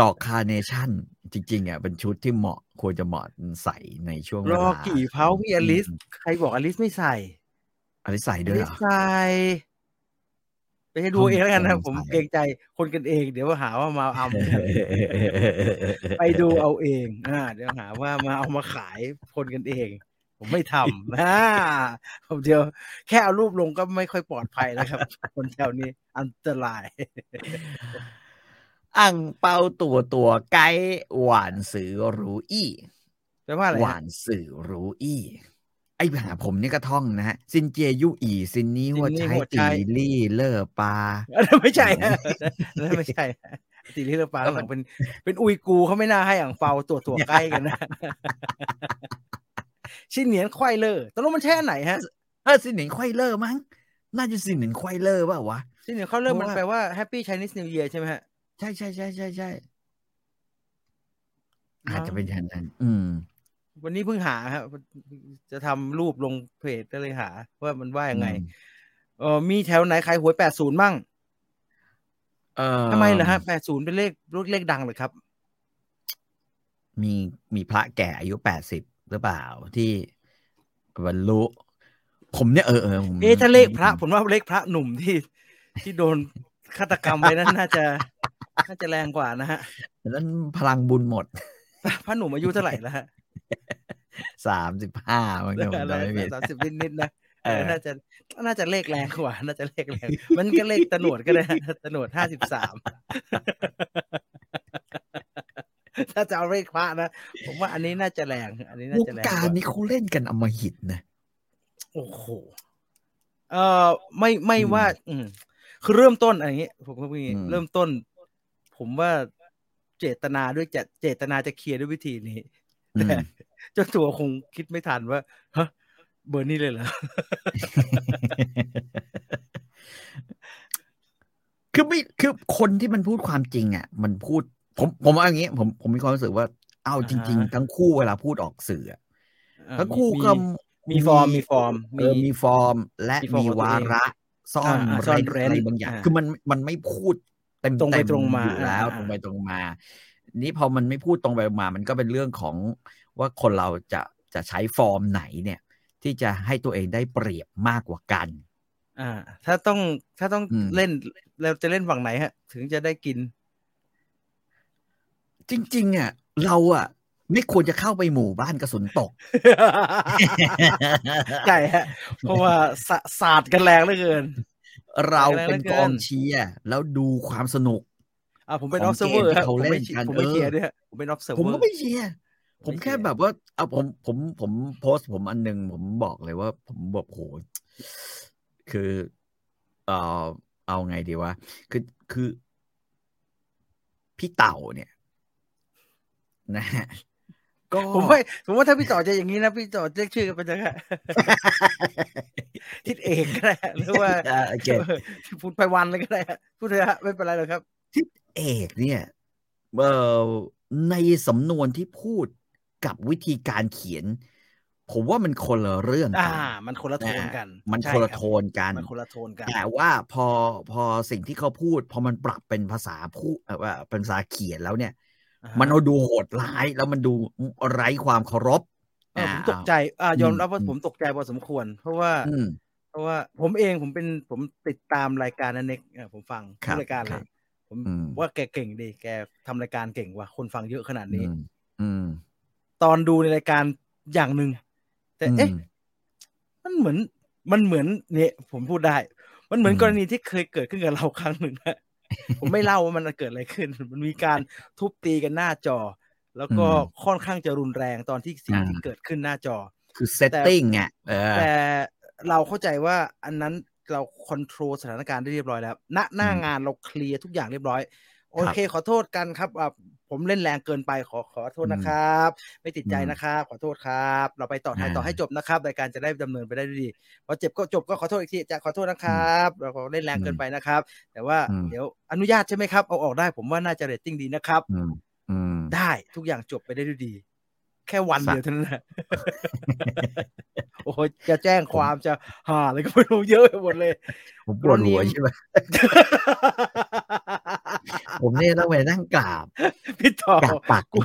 [SPEAKER 2] ดอกคาร์เนชั่น จริงๆอ่ะเป็นชุดที่เหมาะควรจะเหมาะใส่ในช่วงเว
[SPEAKER 1] รอ
[SPEAKER 2] ลา
[SPEAKER 1] กี่เผาพี่อลิส ใครบอกอลิสไม่ใส่
[SPEAKER 2] อลิสใส่
[SPEAKER 1] อ
[SPEAKER 2] ด้วย
[SPEAKER 1] ลิ
[SPEAKER 2] เห
[SPEAKER 1] ส
[SPEAKER 2] รอ
[SPEAKER 1] ใส่ไปให้ดูเองแล้วกันนะ
[SPEAKER 2] ผม
[SPEAKER 1] ผม
[SPEAKER 2] ใส่
[SPEAKER 1] เกรงใจคนกันเอง เดี๋ยวหาว่ามาเอา ไปดูเอาเอง อ่า เดี๋ยวหาว่ามาเอามาขายคนกันเอง ผมไม่ทำนะผมเดียว แค่เอารูปลงก็ไม่ค่อยปลอดภัยนะครับ คนแถวนี้อันตราย
[SPEAKER 2] อ่างเปาตัวตัวไกด์หวานสือรู้อี้
[SPEAKER 1] แปลว่าอะไร
[SPEAKER 2] ห
[SPEAKER 1] ฮะ
[SPEAKER 2] วานสือรู้อี้ ไอ้หาผมนี่ก็ท่องนะฮะซินเจียยู่อีซินนี้หัว
[SPEAKER 1] ซิน
[SPEAKER 2] ใจ
[SPEAKER 1] นี้หัวใจ
[SPEAKER 2] ตีลี่เลอปลา
[SPEAKER 1] อันนั้นไม่ใช่ฮะอันนั้นไม่ใช่ฮะติลิเราปา
[SPEAKER 2] แล้วมัน
[SPEAKER 1] เป็นเป็นอุยกูเขาไม่น่าให้อ่างเปาตัวตัวใกล้กันนะ ชินเหนียนควายเลอตกลงมันแช่ไหนฮะ
[SPEAKER 2] เออซินหนิงไขว้เลอมั้ง น่าจะซินหนิงไขว้เลอเปล่าวะ
[SPEAKER 1] ชินเหนียนควายเลอ
[SPEAKER 2] เพ
[SPEAKER 1] มัน
[SPEAKER 2] ราะว่า
[SPEAKER 1] แปลว่าแฮปปี้ i ชน e s นิวเยียใช่ไหมฮะ
[SPEAKER 2] ใช่ใช่ใช่ใช่ใช่
[SPEAKER 1] มั้ง
[SPEAKER 2] อาจจะเป็นอย่างนั้น อืม
[SPEAKER 1] วันนี้เพิ่งหาฮะจะทำรูปลงเพจก็เลยหา ว่ามันว่ายังไง
[SPEAKER 2] อืม
[SPEAKER 1] เออมีแถวไหนขายหวยแปดศูนย์มั่ง
[SPEAKER 2] เออ
[SPEAKER 1] ทำไมเหรอฮะแปดศูนย์เป็นเลขเลขดังเหรอครับ
[SPEAKER 2] มีมีพระแก่อายุแปดสิบหรือเปล่าที่บรรลุผมเนี่ยเออเออผม
[SPEAKER 1] เอ๊ะถ้าเลขพระ ผมว่าเลขพระหนุ่มที่ที่โดนฆาตกรรมไปนั้นน่าจะ น่าจะแรงกว่านะฮะ
[SPEAKER 2] นั้นพลังบุญหมด
[SPEAKER 1] พระหนุ่มอายุเท่าไหร่แล้วฮะ
[SPEAKER 2] สามสิบห้าบางทีผมจำไม่ผิด
[SPEAKER 1] สามสิบนิดๆนะ
[SPEAKER 2] เออ
[SPEAKER 1] น่าจะน่าจะเลขแรงกว่า น่าจะเลขแรง มันก็เลขตะหนวดก็ได้ฮ ะตะหนวดห้าสิบสาม ถ้าจะเอาเลขพระนะผมว่าอันนี้น่าจะแรง อันนี้น่าว
[SPEAKER 2] ง
[SPEAKER 1] จะแรงก
[SPEAKER 2] การ
[SPEAKER 1] ว่า
[SPEAKER 2] นี้เขาเล่นกันอำมหิตนะ
[SPEAKER 1] โอ้โหเออไม่ไม่ว่า อืมคือเริ่มต้นอะไรอย่างเงี้ยผมก็พูดอย่างงี้
[SPEAKER 2] อืม
[SPEAKER 1] เริ่มต้น ผมว่าเจตนาด้วยจะเจตนาจะเคลียร์ด้วยวิธีนี้
[SPEAKER 2] อืม
[SPEAKER 1] เจ้าตัวคงคิดไม่ทันว่าฮะเบอร์นี่เลยเหรอ
[SPEAKER 2] คือไม่คือคนที่มันพูดความจริงอ่ะ มันพูด ผมผมว่าอย่างนี้ ผมผมมีความรู้สึกว่าเอาจริง
[SPEAKER 1] อ่าฮะ
[SPEAKER 2] ๆ ทั้งคู่เวลาพูดออกสื่ออะ
[SPEAKER 1] เอ่อ
[SPEAKER 2] ทั้งคู่
[SPEAKER 1] มี
[SPEAKER 2] ก็
[SPEAKER 1] มีฟอร์มมีฟอร์ม
[SPEAKER 2] เออมีฟอร์ม และ
[SPEAKER 1] มี
[SPEAKER 2] มี
[SPEAKER 1] ฟอร์มของตัว
[SPEAKER 2] วาระซ่อน
[SPEAKER 1] อ่าซ่อน
[SPEAKER 2] เร้น
[SPEAKER 1] เร้น
[SPEAKER 2] อะไรบางอย่าง
[SPEAKER 1] อ่า
[SPEAKER 2] คือมันมันไม่พูดเต็ม
[SPEAKER 1] ตรงไป
[SPEAKER 2] เม
[SPEAKER 1] ตรงมา
[SPEAKER 2] อยู่แล้ว
[SPEAKER 1] อ่า
[SPEAKER 2] ตรงไปตรงมา นี่พอมันไม่พูดตรงไปตรงมา มันก็เป็นเรื่องของว่าคนเราจะจะใช้ฟอร์มไหนเนี่ย ที่จะให้ตัวเองได้เปรียบมากกว่ากัน
[SPEAKER 1] อ่า ถ้าต้องถ้าต้อง
[SPEAKER 2] อืม
[SPEAKER 1] เล่นเราจะเล่นฝั่งไหนฮะ ถึงจะได้ กิน
[SPEAKER 2] จริง ๆ อ่ะ เราอ่ะ ไม่ควรจะเข้าไปหมู่บ้านกระสุนต ก
[SPEAKER 1] ใช่ฮะ เพราะว่าสะศาสตร์กันแรงเหลือเกิน
[SPEAKER 2] เราเป็นกองเชียร์แล้วดูความสนุก
[SPEAKER 1] อ่าผมเป็น
[SPEAKER 2] ของ
[SPEAKER 1] observer
[SPEAKER 2] เกมที่
[SPEAKER 1] ฮะผ
[SPEAKER 2] เขา
[SPEAKER 1] ม
[SPEAKER 2] เล่น
[SPEAKER 1] ไม่เชีย
[SPEAKER 2] กั
[SPEAKER 1] ร์
[SPEAKER 2] น
[SPEAKER 1] ผมไม่
[SPEAKER 2] เออ
[SPEAKER 1] เชียร์ด้วยฮะผมเป็น
[SPEAKER 2] ผม
[SPEAKER 1] observer
[SPEAKER 2] ก็ไม่เชียร์ผมแค่แบบว่าเอาผมผมผมโพสต์ผมอันหนึง ผมบอกเลยว่า ผมบอกโหคือเออเอาไงดีวะคือคือ พี่เต่าเนี่ย นะฮะก็
[SPEAKER 1] ผมว่าผมว่าถ้าพี่ต่อจะอย่างนี้นะ พี่ต่อเรียกชื่อกันไปเลยฮะ ทิศเอกก็ได้ฮะหรือว่า
[SPEAKER 2] เอ่อโอเค
[SPEAKER 1] พูดไปวันเลยก็ได้ฮะพูดเถอะฮะไม่เป็นไรหรอกครับ
[SPEAKER 2] เอกเนี่ยเอ่อในสำนวนที่พูดกับวิธีการเขียน ผมว่ามันคนละเรื่อง
[SPEAKER 1] อ่า
[SPEAKER 2] กัน
[SPEAKER 1] มันคนละโทนกัน
[SPEAKER 2] มัน
[SPEAKER 1] ใช่
[SPEAKER 2] คนละ
[SPEAKER 1] รับ
[SPEAKER 2] โทนกัน
[SPEAKER 1] มันคนละโทนกัน
[SPEAKER 2] แต่ว่าพอพอสิ่งที่เขาพูด พอมันปรับเป็นภาษาพูดเอ่อว่าเป็นภาษาเขียนแล้วเนี่ย
[SPEAKER 1] อ่า
[SPEAKER 2] มันเอาดูโหดร้ายแล้วมันดูไร้ความเคารพ
[SPEAKER 1] เออผมตกใจ
[SPEAKER 2] อ่า
[SPEAKER 1] อ่ายอมรับว่า
[SPEAKER 2] อืม
[SPEAKER 1] ผมตกใจพอสมควร เพราะว่า
[SPEAKER 2] อืม
[SPEAKER 1] เพราะว่าผมเองผมเป็นผมติดตามรายการนันเน็กเอ่อผมฟัง
[SPEAKER 2] ครับ
[SPEAKER 1] ทุกรายการ
[SPEAKER 2] ค
[SPEAKER 1] เล
[SPEAKER 2] รับ
[SPEAKER 1] ย ผม
[SPEAKER 2] อืม
[SPEAKER 1] ว่าแกเก่งดี แกทำรายการเก่งว่ะคนฟังเยอะขนาดนี้
[SPEAKER 2] อืมอืม
[SPEAKER 1] ตอนดูในรายการอย่างหนึ่งแต่เอ๊ะ
[SPEAKER 2] อืม
[SPEAKER 1] มันเหมือนมันเหมือนเนี่ยผมพูดได้ มันเหมือนกรณีที่เคยเกิดขึ้นกับเราครั้งหนึ่ง อะ ผมไม่เล่าว่ามันเกิดอะไรขึ้น มันมีการทุบตีกันหน้าจอ แล้วก็
[SPEAKER 2] อืม
[SPEAKER 1] ค่อนข้างจะรุนแรงตอนที่สิ่ง
[SPEAKER 2] อ่า
[SPEAKER 1] ที่เกิดขึ้นหน้าจอ
[SPEAKER 2] คือเซตติ้งอ่ะเออ
[SPEAKER 1] แต่เราเข้าใจว่าอันนั้นเราคอนโทรลสถานการณ์ได้เรียบร้อยแล้วณหน้า
[SPEAKER 2] อืม
[SPEAKER 1] งานเราเคลียร์ทุกอย่างเรียบร้อย โอ
[SPEAKER 2] ครับ
[SPEAKER 1] เค ขอโทษกันครับอ่ะผมเล่นแรงเกินไปขอขอโทษ
[SPEAKER 2] อืม
[SPEAKER 1] นะครับ ไม่ติดใจ
[SPEAKER 2] อืม
[SPEAKER 1] นะครับ ขอโทษครับ เราไปต่อทาย
[SPEAKER 2] อ่า
[SPEAKER 1] ต่อให้จบนะครับรายการจะได้ดำเนินไปได้ด้วยดีพอเจ็บก็จบก็ขอโทษอีกทีจะขอโทษนะครับเราก็เล่นแรงเกินไปนะครับ แต่ว่า
[SPEAKER 2] อืม
[SPEAKER 1] เดี๋ยวอนุญาตใช่ไหมครับเอาออกได้ผมว่าน่าจะเรตติ้งดีนะครับ
[SPEAKER 2] อืมอืม
[SPEAKER 1] ได้ทุกอย่างจบไปได้ด้วยดี แค่วันเดียวเท่านั้นแห ละ โอ้โหจะแจ้งความจะหาอะไรก็ไม่รู้เยอะไปหมด เลย
[SPEAKER 2] ผมปวดหัวใช่ไหมผมเนี่ยต้องไปนั่งกราบ
[SPEAKER 1] พี่ต่อก
[SPEAKER 2] ราบปัก
[SPEAKER 1] กู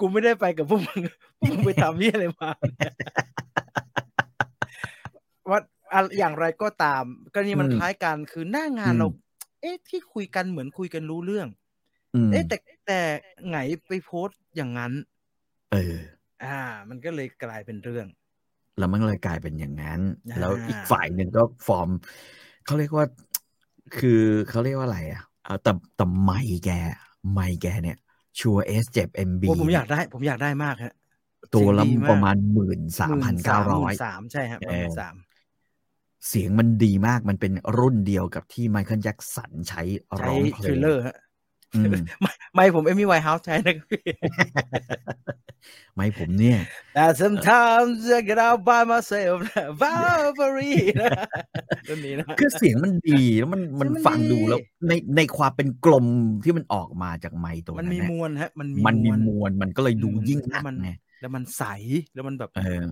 [SPEAKER 1] กูไม่ได้ไปกับพวกมึง พวกมึงไปทำนี่อะไร มาเนี่ยว่าอะอย่างไรก็ตามกรณีมัน
[SPEAKER 2] อืม
[SPEAKER 1] คล้ายกันคือหน้างาน
[SPEAKER 2] อืม
[SPEAKER 1] เรา เอ๊ะที่คุยกันเหมือนคุยกันรู้เรื่อง
[SPEAKER 2] อืม
[SPEAKER 1] เอ๊ะแต่แต่ไงไปโพสต์อย่างนั้น
[SPEAKER 2] เออ
[SPEAKER 1] อ่า มันก็เลยกลายเป็นเรื่อง
[SPEAKER 2] แล้วมันเลยกลายเป็นอย่างนั้น
[SPEAKER 1] อ่า
[SPEAKER 2] แล้วอีกฝ่ายหนึ่งก็ฟอร์มเขาเรียกว่า คือเขาเรียกว่าอะไรอ่ะเอาแต่แต่ไม่แก ไม่แกเนี่ยชัวเอสเจ็บเอ็มบี
[SPEAKER 1] โอ้ผมอยากได้ ผมอยากได้มากฮะ
[SPEAKER 2] ตัวละ
[SPEAKER 1] เสียงดีมาก
[SPEAKER 2] ประมาณหมื่นสามพันเก้าร้อย
[SPEAKER 1] สามใช่ฮะป
[SPEAKER 2] เอ
[SPEAKER 1] ระ
[SPEAKER 2] อ
[SPEAKER 1] มาณสาม
[SPEAKER 2] เสียงมันดีมากมันเป็นรุ่นเดียวกับที่ไมเคิลแจ็กสันใช้
[SPEAKER 1] ใช้
[SPEAKER 2] ร้องเพล
[SPEAKER 1] ทริ
[SPEAKER 2] ง
[SPEAKER 1] ลเลอร์ฮะ
[SPEAKER 2] อืม
[SPEAKER 1] ไม่ผมเอมี่ไวท์เฮาส์ใช้นะครับพี่
[SPEAKER 2] ไม่ผมเนี่ย
[SPEAKER 1] And sometimes I get out by myself นะ Valkyrie นะต้นนี้นะ
[SPEAKER 2] คือเสียงมันดีแล้วมันมัน
[SPEAKER 1] เสียงมัน
[SPEAKER 2] ฟังดู
[SPEAKER 1] ดี
[SPEAKER 2] แล้วในในความเป็นกลมที่มันออกมาจากไมค์ตัว
[SPEAKER 1] มั
[SPEAKER 2] นั้น น
[SPEAKER 1] มี
[SPEAKER 2] เนี่ย
[SPEAKER 1] มวลฮะ มัน
[SPEAKER 2] มันมี
[SPEAKER 1] มี
[SPEAKER 2] มวลมันก็เลยดูยิ่งห
[SPEAKER 1] แล้ว
[SPEAKER 2] นัก
[SPEAKER 1] มัน
[SPEAKER 2] ไง
[SPEAKER 1] แล้วมันใสแล้วมันแบบ
[SPEAKER 2] เออ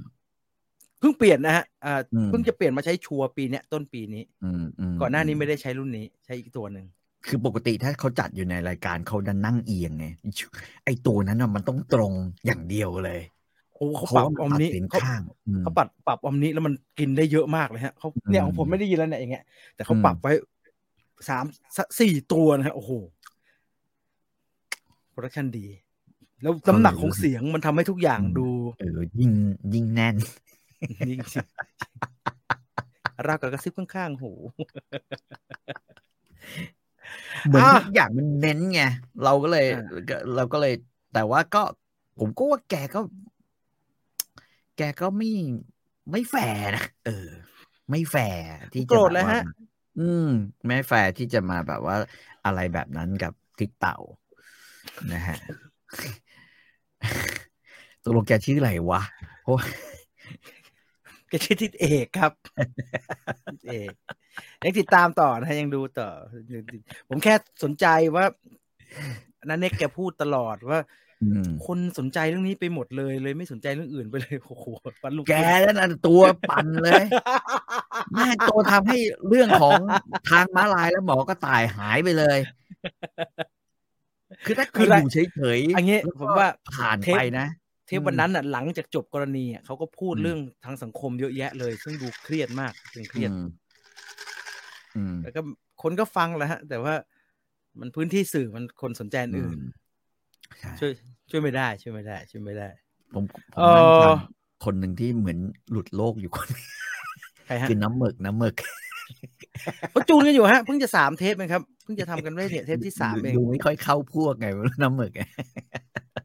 [SPEAKER 1] เพิ่งเปลี่ยนนะฮะอ่า
[SPEAKER 2] อืม
[SPEAKER 1] เพิ่งจะเปลี่ยนมาใช้ชัวร์ปีเนี้ยต้นปีนี้
[SPEAKER 2] อืมม
[SPEAKER 1] ก่อนหน้านี้ไม่ได้ใช้รุ่นนี้ใช้อีกตัวหนึ่ง
[SPEAKER 2] คือปกติถ้าเขาจัดอยู่ในรายการเขาดันนั่งเอียงไงไอตัวนั้นน่ะมันต้องตรงอย่างเดียวเลย
[SPEAKER 1] โอ้เขาปรับอ
[SPEAKER 2] พระ
[SPEAKER 1] อ
[SPEAKER 2] ว่
[SPEAKER 1] ม
[SPEAKER 2] น
[SPEAKER 1] นี้
[SPEAKER 2] ตัดสิน
[SPEAKER 1] เขา
[SPEAKER 2] ข้างอืม
[SPEAKER 1] เขาปรับปรับออมนี้แล้วมันกินได้เยอะมากเลยฮะเขาเนี่ยของผมไม่ได้ยินแล้วเนี่ยอย่างเงี้ยแต่เขา
[SPEAKER 2] อืม
[SPEAKER 1] ปรับไว้สามสะสี่ตัวนะฮะโอ้โหโปรดักชันดี แล้วน้ำหนักของเสียงมันทำให้ทุกอย่างดู
[SPEAKER 2] เออยิ่งยิ่งแน่น
[SPEAKER 1] ยิ่งราวกับกระซิบข้างๆหู
[SPEAKER 2] เหมือน
[SPEAKER 1] อ่ะ
[SPEAKER 2] ทุกอย่างมันเน้นไงเราก็เลย
[SPEAKER 1] อ่
[SPEAKER 2] เราก็เลย แต่ว่าก็ ผมก็ว่าแกก็ แกก็ไม่ไม่แฟร์นะเออ ไม่แฟร์ที่จะ
[SPEAKER 1] โกรธ
[SPEAKER 2] แบ
[SPEAKER 1] แล้
[SPEAKER 2] บ
[SPEAKER 1] ว
[SPEAKER 2] ว่า
[SPEAKER 1] ฮะ
[SPEAKER 2] อืม ไม่แฟร์ที่จะมาแบบว่า อะไรแบบนั้นกับทิกเต่านะฮะ ตกลงแกชื่ออะไรวะเพราะว่า
[SPEAKER 1] แกชื่อทิศเอกครับ ทิศเอกยังติดตามต่อนะฮะยังดูต่อ ผมแค่สนใจว่านันเน็กแกพูดตลอดว่า
[SPEAKER 2] อืม
[SPEAKER 1] คนสนใจเรื่องนี้ไปหมดเลยเลยไม่สนใจเรื่องอื่นไปเลย โอ้โหวันลุง
[SPEAKER 2] แกนั่นน่ะตัวปั่นเลย แม่งตัวทำให้เรื่องของ ทางม้าลายและหมอกระต่ายหายไปเลย คือถ้าคืออยู่เฉยๆ
[SPEAKER 1] อันนี้
[SPEAKER 2] แล้วก็
[SPEAKER 1] ผมว่า
[SPEAKER 2] ผ่านไปนะ
[SPEAKER 1] เทปวันนั้นน่ะหลังจากจบกรณีอ่ะเขาก็พูด
[SPEAKER 2] อืม
[SPEAKER 1] เรื่องทางสังคมเยอะแยะเลย ซึ่งดูเครียดมากถึงเครียด
[SPEAKER 2] อืมอืม
[SPEAKER 1] แล้วก็คนก็ฟังแหล้วฮะ แต่ว่ามันพื้นที่สื่อมันคนสนใจอัน
[SPEAKER 2] อื
[SPEAKER 1] อื่
[SPEAKER 2] ม
[SPEAKER 1] น
[SPEAKER 2] ใช่
[SPEAKER 1] ช่วย ช่วยไม่ได้ช่วยไม่ได้ ช่วยไม่ได้
[SPEAKER 2] ผมผม
[SPEAKER 1] เอ่อ
[SPEAKER 2] นั่งฟังคนหนึ่งที่เหมือนหลุดโลกอยู่ คนหนึ่ง
[SPEAKER 1] ใครฮะ
[SPEAKER 2] คือน้ำหมึกน้ำหมึก
[SPEAKER 1] เขาจูนกันอยู่ฮะเพิ่งจะสามเทปเองครับเพิ่งจะทำกันได้เนี่ยเทปที่สามเอง
[SPEAKER 2] ดูไม่ค่อยเข้าพวกไง น้ำหมึกไง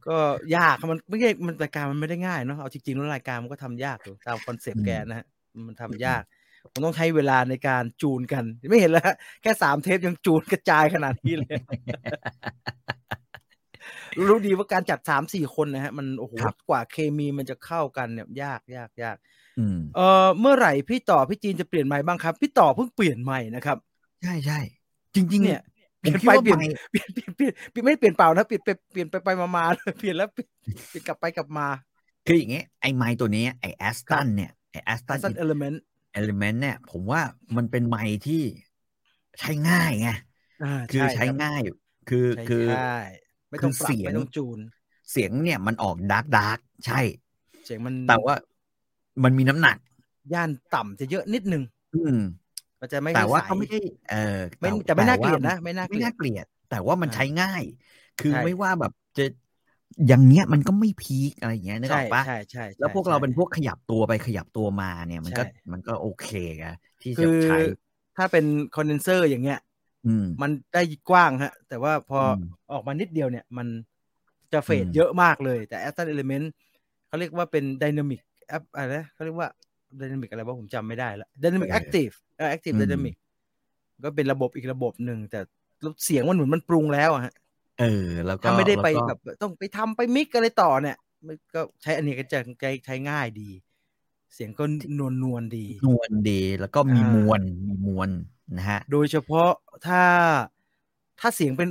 [SPEAKER 1] ก็ยากครับมันไม่ใช่มันรายการมันไม่ได้ง่ายเนาะเอาจริงๆแล้วรายการมันก็ทำยากอยู่ตามคอนเซปต์แกนะฮะมันทำยาก ผมต้องใช้เวลาในการจูนกัน ไม่เห็นแล้วฮะแค่สามเทปยังจูนกระจายขนาดนี้เลย รู้ดีว่าการจัดสามสี่คนนะฮะ มันโอ้โหกว่าเคมีมันจะเข้ากันเนี่ยยากยากยาก
[SPEAKER 2] อืม
[SPEAKER 1] เออเมื่อไหร่พี่ต่อพี่จีนจะเปลี่ยนใหม่บ้างครับ พี่ต่อเพิ่งเปลี่ยนใหม่นะครับ
[SPEAKER 2] ใช่ใช่จริงๆ
[SPEAKER 1] เนี่ย เปลี่ยน
[SPEAKER 2] ผมคิด
[SPEAKER 1] ไป
[SPEAKER 2] ว่า
[SPEAKER 1] เปลี่ยน
[SPEAKER 2] ไมค์
[SPEAKER 1] เปลี่ยนเปลี่ยนเปลี่ยนเปลี่ยนไม่ได้เปลี่ยนเปล่านะเปลี่ยนไปเปลี่ยนไปไปมามาเลยเปลี่ยนแล้วเปลี่ยนเปลี่ยนกลับไปกลับมา
[SPEAKER 2] คืออย่างเงี้ยไอไม้ตัวเนี้ยไอแอสตันเนี่ยไอแอสตัน
[SPEAKER 1] สั้นเอลเมนต์
[SPEAKER 2] เอลิเมนต์เนี่ยผมว่ามันเป็นไม้ที่ใช้ง่ายไงคือใช้ง่าย คือ
[SPEAKER 1] คื
[SPEAKER 2] คือ อ
[SPEAKER 1] ใช่ไม่ต้องปรับ
[SPEAKER 2] คือเสียง
[SPEAKER 1] ไม่ต้องจูน
[SPEAKER 2] เสียงเนี่ยมันออกดาร์กดาร์กใช่
[SPEAKER 1] เสียงมัน
[SPEAKER 2] แต่ว่ามันมีน้ำหนัก
[SPEAKER 1] ย่านต่ำจะเยอะนิดนึง
[SPEAKER 2] อืม
[SPEAKER 1] มันจะไม่
[SPEAKER 2] แต่ว่า
[SPEAKER 1] ใส
[SPEAKER 2] ก็ไม่ได้เออ
[SPEAKER 1] ไม่แต่ไม่น่าเกลียด
[SPEAKER 2] แต่ว่
[SPEAKER 1] นะ ไม่น่าเก
[SPEAKER 2] ไม่
[SPEAKER 1] ลียด
[SPEAKER 2] น่าเกลียด แต่ว่ามัน
[SPEAKER 1] อ่า
[SPEAKER 2] ใช้ง่าย คือ
[SPEAKER 1] ใช่
[SPEAKER 2] ไม่ว่าแบบจะอย่างเงี้ยมันก็ไม่พีคอะไรอย่างเงี้ยนึกอ
[SPEAKER 1] ใช่
[SPEAKER 2] อกปะ
[SPEAKER 1] ใช่ใช่
[SPEAKER 2] แล้วพวกเราเป็น
[SPEAKER 1] ใช่
[SPEAKER 2] พวกขยับตัวไปขยับตัวมาเนี่ยมันก็
[SPEAKER 1] ใช่
[SPEAKER 2] มันก็โอเคไงที่
[SPEAKER 1] คื
[SPEAKER 2] จะ
[SPEAKER 1] อ
[SPEAKER 2] ใช้
[SPEAKER 1] ถ้าเป็นคอนเดนเซอร์อย่างเงี้ย
[SPEAKER 2] อืม
[SPEAKER 1] มันได้กว้างฮะ แต่ว่าพออ
[SPEAKER 2] ม
[SPEAKER 1] ออกมานิดเดียวเนี่ย มันจะเฟด
[SPEAKER 2] อืม
[SPEAKER 1] เยอะมากเลย แต่ a s t a n Element เขาเรียกว่าเป็นดินามิกแอปอะไรนะเขาเรียกว่าดินามิกอะไรวะผมจำไม่ได้ละดินามิกแอคทีฟเออแอคทีฟดินามิกก็เป็นระบบอีกระบบหนึ่งแต่เสียงมันเหมือนมันปรุงแล้วอะฮะ
[SPEAKER 2] เออ แล้วก็
[SPEAKER 1] ถ้าไม่ได้ไป
[SPEAKER 2] แล้วก็
[SPEAKER 1] แบบต้องไปทำไปมิกอะไรต่อเนี่ยมันก็ใช้อันนี้ก็จะใช้ใช้ง่ายดี เสียงก็นวลนวลๆดี
[SPEAKER 2] นวลดีแล้วก็มี
[SPEAKER 1] อ่าม
[SPEAKER 2] มวลมีมวลนะฮะ
[SPEAKER 1] โดยเฉพาะถ้าถ้าเสียงเป็น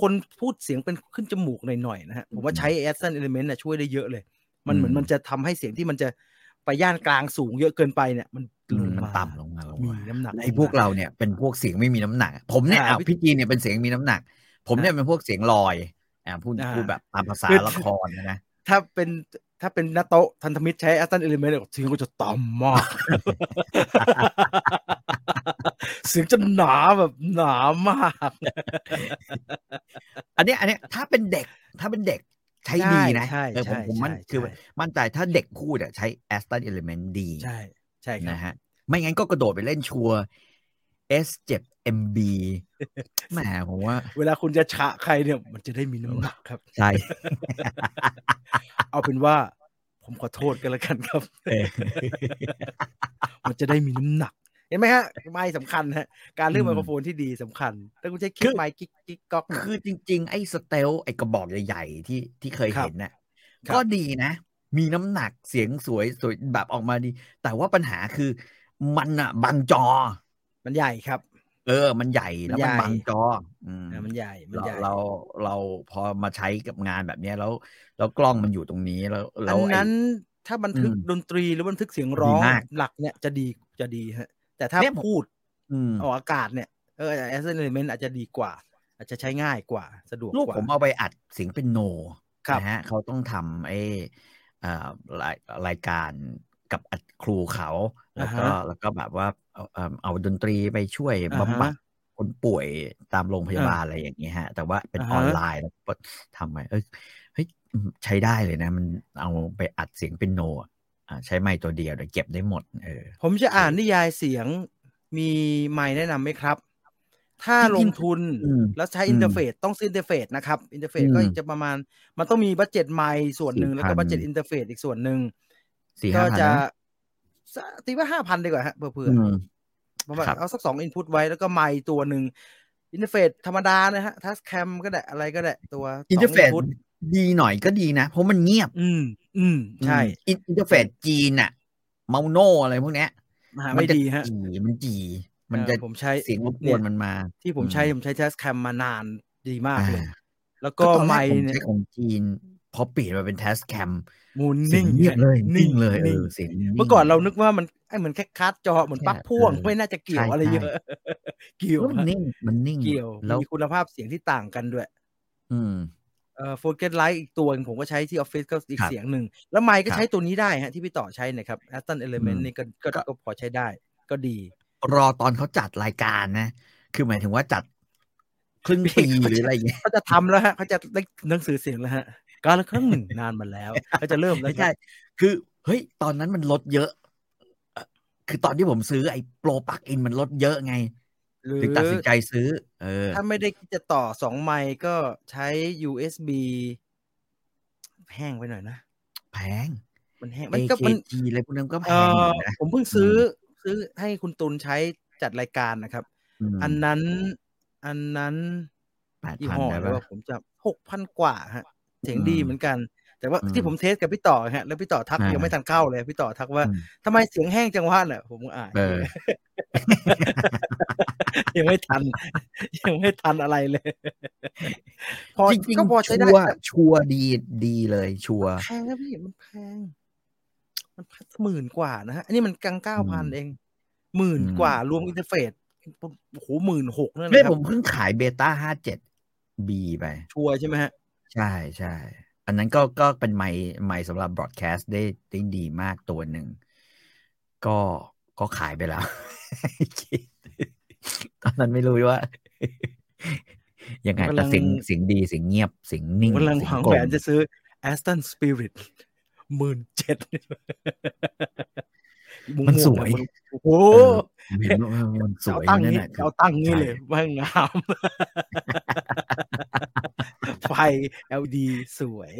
[SPEAKER 1] คนพูดเสียงเป็นขึ้นจมูกหน่อยๆนะฮะ ผมว่าใช้ a s s e n Element น่ะช่วยได้เยอะเลย มันเหมือน
[SPEAKER 2] อืม
[SPEAKER 1] มันจะทำให้เสียงที่มันจะไปย่านกลางสูงเยอะเกินไปเนี่ย มันลง
[SPEAKER 2] มัน
[SPEAKER 1] มา
[SPEAKER 2] ต่ำลงมาลง
[SPEAKER 1] มี
[SPEAKER 2] มา
[SPEAKER 1] น้ำหนัก
[SPEAKER 2] ไอ้พวก
[SPEAKER 1] ลงม
[SPEAKER 2] เราเนี่ยเป็นพวกเสียงไม่มีน้ำหนัก ผมเนี่ย
[SPEAKER 1] อ่า
[SPEAKER 2] อ่ะ
[SPEAKER 1] พี่
[SPEAKER 2] พี่จีนเนี่ยเป็นเสียงมีน้ำหนัก ผมเนี่ยเป็นพวกเสียงลอยอ่าพูด
[SPEAKER 1] อ่า
[SPEAKER 2] พูดแบบตามภาษา
[SPEAKER 1] คือ
[SPEAKER 2] ละครนะนะ
[SPEAKER 1] ถ้าเป็นถ้าเป็นนาโตะทันธมิตรใช้ a s s e n Element เนี่ยเสียงก็จะต่ำมาก เสียงจะหนาแบบหนามาก
[SPEAKER 2] อันเนี้ยอันเนี้ยถ้าเป็นเด็กถ้าเป็นเด็กใช้ดีนะ
[SPEAKER 1] ใช่
[SPEAKER 2] เออผม
[SPEAKER 1] ใช่
[SPEAKER 2] ผมมัน
[SPEAKER 1] ใช่
[SPEAKER 2] คือ
[SPEAKER 1] ใช่
[SPEAKER 2] มั่นใจถ้าเด็กพูดอ่ะใช้ Aston Element ดี
[SPEAKER 1] ใช่ใช่ครับ
[SPEAKER 2] นะฮะไม่งั้นก็กระโดดไปเล่นชัวร์ S7 MB แหมผมว่า
[SPEAKER 1] เวลาคุณจะ ฉะใครเนี่ย มันจะได้มีน้ำหนักครับ
[SPEAKER 2] ใช่
[SPEAKER 1] เอาเป็นว่า ผมขอโทษกันละกันครับ มันจะได้มีน้ำหนัก เห็นไหมฮะไม้สำคัญฮะการเลือก
[SPEAKER 2] อืม
[SPEAKER 1] ไมโครโฟนที่ดีสำคัญถ้าคุณใช้คลิ
[SPEAKER 2] คื
[SPEAKER 1] ก
[SPEAKER 2] อ
[SPEAKER 1] ไม้กิ๊กกิ๊กก๊อกเนี่ย
[SPEAKER 2] คือจริง ๆ ไอ้สเตลไอ้กระบอกใหญ่ๆที่ที่เคย
[SPEAKER 1] ครับ
[SPEAKER 2] เห็นน่ะ
[SPEAKER 1] ครับ
[SPEAKER 2] ก็ดีนะ มีน้ำหนักเสียงสวยสวยแบบออกมาดี แต่ว่าปัญหาคือมันอะบังจอ
[SPEAKER 1] มันใหญ่ครับ
[SPEAKER 2] เออ มันใหญ่แล้วมัน
[SPEAKER 1] มันใหญ่
[SPEAKER 2] บังจอ อืม
[SPEAKER 1] อ่ะมันใหญ่มัน
[SPEAKER 2] เรา
[SPEAKER 1] ใหญ่
[SPEAKER 2] เราเราพอมาใช้กับงานแบบเนี้ยแล้ว แล้วกล้องมันอยู่ตรงนี้แล้ว
[SPEAKER 1] อั
[SPEAKER 2] แล้
[SPEAKER 1] น
[SPEAKER 2] วไอ้
[SPEAKER 1] นั้นถ้าบันทึก
[SPEAKER 2] อืม
[SPEAKER 1] ดนตรีหรือบันทึกเสียงร้อง
[SPEAKER 2] ดีมาก
[SPEAKER 1] หลักเนี่ยจะดีจะดีฮะ แต่ถ้า
[SPEAKER 2] เนี่ยผม
[SPEAKER 1] พูด
[SPEAKER 2] อืม
[SPEAKER 1] ออกอากาศเนี่ยเออแอสเซนเมนต์อาจจะดีกว่า อาจจะใช้ง่ายกว่าสะดวก
[SPEAKER 2] ลูก
[SPEAKER 1] กว่า
[SPEAKER 2] ผมเอาไปอัดเสียงเป็นโน
[SPEAKER 1] ครับ
[SPEAKER 2] นะฮะเขาต้องทำไอ้เอ่อรายรายการกับอัดครูเขาแล้วก็
[SPEAKER 1] อ่าฮะ
[SPEAKER 2] แล้วก็แบบว่าเอาเอาเอาดนตรีไปช่วย
[SPEAKER 1] อ่าฮะ
[SPEAKER 2] บำบัดคนป่วยตามโรงพยาบาลอะไรอย่างเงี้ยฮะ แต่ว่าเป็นออน
[SPEAKER 1] อ่าฮะ
[SPEAKER 2] ไลน์แล้วก็ทำไปเอ้ยเฮ้ยใช้ได้เลยนะ มันเอาไปอัดเสียงเป็นโนอ่ะอ่าใช้ไมค์ตัวเดียวเดี๋ยวเก็บได้หมดเออ
[SPEAKER 1] ผมจะอ่านนิยายเสียงมีไม้แนะนำไหมครับ ถ้าลงทุน
[SPEAKER 2] อืม
[SPEAKER 1] แล้วใช้
[SPEAKER 2] อืม
[SPEAKER 1] อินเทอร์เฟซต้องซื้ออินเทอร์เฟซนะครับอินเทอร์เฟซ
[SPEAKER 2] อืม
[SPEAKER 1] ก็จะประมาณ มันต้องมีบัตเจ็ตไม้ส่วนหนึ่ง
[SPEAKER 2] 4,000
[SPEAKER 1] แล้วก็บัตเจ็ตอินเทอร์เฟซอีกส่วนหนึ่ง
[SPEAKER 2] สี่
[SPEAKER 1] ก็
[SPEAKER 2] ห้าพัน
[SPEAKER 1] จะ
[SPEAKER 2] นะ
[SPEAKER 1] สักตีว่าห้าพันดีกว่าฮะเผื่อ
[SPEAKER 2] อื
[SPEAKER 1] ๆ
[SPEAKER 2] ม
[SPEAKER 1] ประมาณ
[SPEAKER 2] ครับ
[SPEAKER 1] เอาสักสองอินพุตไว้แล้วก็ไมค์ตัวหนึ่งอินเทอร์เฟซธรรมดานะฮะทัสแคมก็ได้อะไรก็ได้ตัว
[SPEAKER 2] อินเทอร์เฟซ
[SPEAKER 1] สง input
[SPEAKER 2] ดีหน่อยก็ดีนะ เพราะมันเงียบ
[SPEAKER 1] อืม อืม ใช่
[SPEAKER 2] อืมอินเทอร์เฟซจีนอะเมาโนอะไรพวกเนี้ย
[SPEAKER 1] หาไม่
[SPEAKER 2] จะ
[SPEAKER 1] ดีฮะ
[SPEAKER 2] จีมันจี มันจะ
[SPEAKER 1] เออผมใช้
[SPEAKER 2] เสียงรบกวนมันมา
[SPEAKER 1] ที่ผมใช้
[SPEAKER 2] อืม
[SPEAKER 1] ผมใช้ทัสแคมมานานดีมากเลย
[SPEAKER 2] อ่า
[SPEAKER 1] แล้วก็
[SPEAKER 2] ตอน
[SPEAKER 1] ไมค์
[SPEAKER 2] แรกผม
[SPEAKER 1] เนี่
[SPEAKER 2] ใช้
[SPEAKER 1] ย
[SPEAKER 2] ของจีน พอเปลี่ยนมาเป็นแทสแคม
[SPEAKER 1] มูน
[SPEAKER 2] เสีย
[SPEAKER 1] นิ่
[SPEAKER 2] งเงียบเลยนิ่งเลยเอ
[SPEAKER 1] นิ่ง
[SPEAKER 2] อเสียงง
[SPEAKER 1] เมื่อก่อนเรานึกว่ามันไอ้เหมือนแค่คัดจอเหมือน
[SPEAKER 2] แค่
[SPEAKER 1] ปลั๊กพ่วง
[SPEAKER 2] เออ
[SPEAKER 1] ไม่น่าจะเกี่ยว
[SPEAKER 2] ใช่
[SPEAKER 1] อะไร
[SPEAKER 2] ใช่
[SPEAKER 1] เยอะ เกี่ยว
[SPEAKER 2] แล้วมัน
[SPEAKER 1] ฮะ
[SPEAKER 2] นิ่งมันนิ่ง
[SPEAKER 1] เกี่ยว
[SPEAKER 2] แล้ว
[SPEAKER 1] มีคุณภาพเสียงที่ต่างกันด้วย
[SPEAKER 2] อืม
[SPEAKER 1] เอ่อโฟกัสไลท์อีกตัวหนึ่งผมก็ใช้ที่ออฟฟิศก็อีก
[SPEAKER 2] ครับ
[SPEAKER 1] เสียงหนึ่ง แล้วไมค์ก็
[SPEAKER 2] ครับ
[SPEAKER 1] ใช้ตัวนี้ได้ฮะที่พี่ต่อใช้เนะครับ a s t o n Element
[SPEAKER 2] อืม
[SPEAKER 1] นี่ก็ก็
[SPEAKER 2] ก็
[SPEAKER 1] ก็พอใช้ได้ ก็ดี
[SPEAKER 2] รอตอนเขาจัดรายการนะ คือหมายถึงว่าจัดครึ่งปีหรืออะไรอย่างเงี้ย
[SPEAKER 1] เขาจะทำแล้วฮะเขาจะได้หนังสือเสียงแล้วฮะการละครั้งห นึ่ง นานมาแล้วเขาจะเริ่มแล้ว
[SPEAKER 2] ไม่ใช่ คือเฮ้ยตอนนั้นมันลดเยอะเอ่อคือตอนที่ผมซื้อไอ้โปรปักอินมันลดเยอะไง
[SPEAKER 1] หรือ
[SPEAKER 2] ถึงตัดสินใจซื้อ เออ
[SPEAKER 1] ถ้าไม่ได้คิดจะต่อสองไมค์ก็ใช้ USB แห้งไปหน่อยนะ
[SPEAKER 2] แพง
[SPEAKER 1] มันแห้ง มันก็มัน
[SPEAKER 2] AKG อะไรพวกนั้นก็แพ
[SPEAKER 1] เอ่
[SPEAKER 2] งอยู่
[SPEAKER 1] อ
[SPEAKER 2] นะ
[SPEAKER 1] ผมเพิ่งซื้อซื้อให้คุณตุลใช้จัดรายการนะครับ
[SPEAKER 2] ม
[SPEAKER 1] อันนั้นอันนั้น
[SPEAKER 2] แปด
[SPEAKER 1] ยี่
[SPEAKER 2] พัน
[SPEAKER 1] ห้อ
[SPEAKER 2] ได้
[SPEAKER 1] หรือ
[SPEAKER 2] ปะ
[SPEAKER 1] ว่าผมจะหกพันกว่าฮะเสียงดี
[SPEAKER 2] อืม
[SPEAKER 1] เหมือนกัน แต่ว่า
[SPEAKER 2] อืม
[SPEAKER 1] ที่ผมเทสกับพี่ต่อฮะแล้วพี่ต่อทัก
[SPEAKER 2] อ่ายั
[SPEAKER 1] ยังไม่ทันเข้าเลย พี่ต่อทักว่า
[SPEAKER 2] อืม
[SPEAKER 1] ทำไมเสียงแห้งจังวะเนี่ยผมอ่าน
[SPEAKER 2] เออ
[SPEAKER 1] ยังไม่ทัน ยังไม่ทันอะไรเลย พอ
[SPEAKER 2] จริง
[SPEAKER 1] ก็
[SPEAKER 2] ๆ
[SPEAKER 1] พอใช้ได้
[SPEAKER 2] ชัวร์
[SPEAKER 1] แต่
[SPEAKER 2] ชัวร์ดีดีเลยชัวร์
[SPEAKER 1] แพงนะพี่มันแพง มันหมื่นกว่านะฮะอันนี้มันกลางเก้าพันเองหมื่น
[SPEAKER 2] อืม
[SPEAKER 1] กว่ารวมอินเทอร์เฟซโอ้โหหมื่นหกนั่นแห
[SPEAKER 2] ไม่
[SPEAKER 1] ละครั
[SPEAKER 2] ผ
[SPEAKER 1] บ
[SPEAKER 2] มเพิ่งขายเบต้าห้าเจ็ดบีไป
[SPEAKER 1] ชัวร์ใช่ไหมฮะ
[SPEAKER 2] ใช่ใช่ อันนั้นก็ก็เป็นไมค์ไมค์สำหรับบ r อ a แคสต์ได้ได้ดีมากตัวหนึ่ง ก็ก็ขายไปแล้ว ตอนนั้นไม่รู้ว่า ยังไง
[SPEAKER 1] กำลั
[SPEAKER 2] แต่
[SPEAKER 1] ง
[SPEAKER 2] เสียงเสียงดีเสียงเงียบเสียงนิ่ง
[SPEAKER 1] กำลั
[SPEAKER 2] เสียว
[SPEAKER 1] งาง
[SPEAKER 2] กล
[SPEAKER 1] แผม นจะซื้อ Aston Spirit หมื่นเจ็ด
[SPEAKER 2] มันสวย
[SPEAKER 1] โอ้โห
[SPEAKER 2] เออผมเห็นว่ามันส
[SPEAKER 1] เอา
[SPEAKER 2] วย
[SPEAKER 1] ตั้ง
[SPEAKER 2] นั่น
[SPEAKER 1] นี้
[SPEAKER 2] น่ะคือ
[SPEAKER 1] เอาตั้งนี้
[SPEAKER 2] ใช่
[SPEAKER 1] เลยว่างงาม ไฟ LED สวย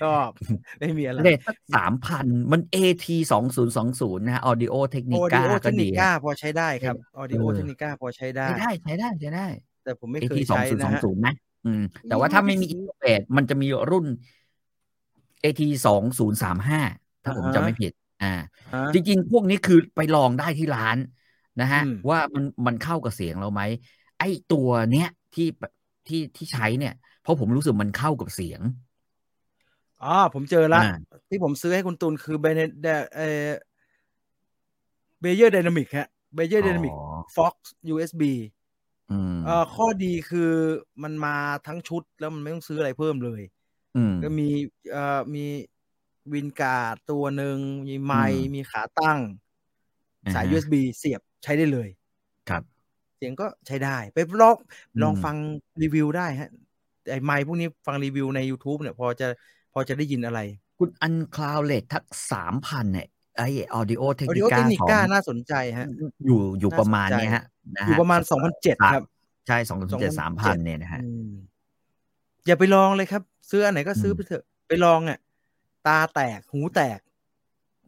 [SPEAKER 1] ช อบ ไม่มีอะไร
[SPEAKER 2] เรทสักสามพันมัน AT สองศูนย์สองศูนย์นะ Audio
[SPEAKER 1] อ
[SPEAKER 2] Technica
[SPEAKER 1] ดิโอเท
[SPEAKER 2] ก็
[SPEAKER 1] คนิ
[SPEAKER 2] ดี
[SPEAKER 1] ก้า
[SPEAKER 2] อะ
[SPEAKER 1] พอใช้ได้ครับออดิโอ
[SPEAKER 2] เออ
[SPEAKER 1] เทคนิก้าพอใช้ได้
[SPEAKER 2] ใช้ได้ใช้ได้ใช้ได้
[SPEAKER 1] แต่ผมไม่
[SPEAKER 2] a
[SPEAKER 1] เค
[SPEAKER 2] ที
[SPEAKER 1] ย
[SPEAKER 2] สอง
[SPEAKER 1] ใช้
[SPEAKER 2] ศูนย์ส
[SPEAKER 1] นะ
[SPEAKER 2] อง
[SPEAKER 1] ฮะ
[SPEAKER 2] ศูนย์นะอืม
[SPEAKER 1] อี
[SPEAKER 2] แต่ว่าถ้าไม่มี
[SPEAKER 1] อี
[SPEAKER 2] อินเทอร์เฟมันจะมีรุ่น a t สองศูนย์สามห้าถ้าผม
[SPEAKER 1] อ่าฮะ
[SPEAKER 2] จำไม่ผิด อ่า
[SPEAKER 1] ฮะ
[SPEAKER 2] จริงๆ พวกนี้คือไปลองได้ที่ร้านนะฮะ
[SPEAKER 1] อืม
[SPEAKER 2] ว่ามันมันเข้ากับเสียงเราไหม ไอ้ตัวเนี้ยที่ที่ที่ใช้เนี่ย เพราะผมรู้สึกมันเข้ากับเสียง
[SPEAKER 1] อ๋อผมเจอละ
[SPEAKER 2] อ่า
[SPEAKER 1] ที่ผมซื้อให้คุณตูนคือเบเนเดเอเบเยอร์ไดนามิกฮะเบเยอร์ไดนามิก
[SPEAKER 2] อ๋อ
[SPEAKER 1] Fox USB
[SPEAKER 2] อืม
[SPEAKER 1] เอ่อข้อดีคือมันมาทั้งชุดแล้วมันไม่ต้องซื้ออะไรเพิ่มเลย
[SPEAKER 2] อืม
[SPEAKER 1] ก็มีเอ่อมีวินการ์ดตัวหนึ่งมีไม
[SPEAKER 2] อื
[SPEAKER 1] ค์
[SPEAKER 2] ม
[SPEAKER 1] มีขาตั้ง สาย
[SPEAKER 2] อ่าฮะ
[SPEAKER 1] USB เสียบใช้ได้เลย
[SPEAKER 2] ครับ
[SPEAKER 1] เสียงก็ใช้ได้ ไปลอง
[SPEAKER 2] อืม
[SPEAKER 1] ลองฟังรีวิวได้ฮะไอไมค์พวกนี้ฟังรีวิวใน YouTube เนี่ย พอจะพอจะได้ยินอะไร
[SPEAKER 2] คุณอันคลาวเลททักสามพันเนี่ยไอ้ Audio
[SPEAKER 1] ออดิโอเท
[SPEAKER 2] Technica
[SPEAKER 1] คนิ
[SPEAKER 2] สอง
[SPEAKER 1] ก้าน่าสนใจฮะ
[SPEAKER 2] อยู่อยู่
[SPEAKER 1] น่า
[SPEAKER 2] ประมาณ
[SPEAKER 1] สนใจ
[SPEAKER 2] เนี้ยฮะนะ
[SPEAKER 1] อ
[SPEAKER 2] ฮ
[SPEAKER 1] ยู่ประมาณ
[SPEAKER 2] สัก
[SPEAKER 1] 2,007 ครับ
[SPEAKER 2] ใช่สองพันเจ็ดสามพัน
[SPEAKER 1] 2007
[SPEAKER 2] เนี่ยนะฮะ
[SPEAKER 1] อืมอย่าไปลองเลยครับ ซื้ออันไหนก็ซื้อ
[SPEAKER 2] อืม
[SPEAKER 1] ไปเถอะ ไปลองอ่ะ ตาแตกหูแตก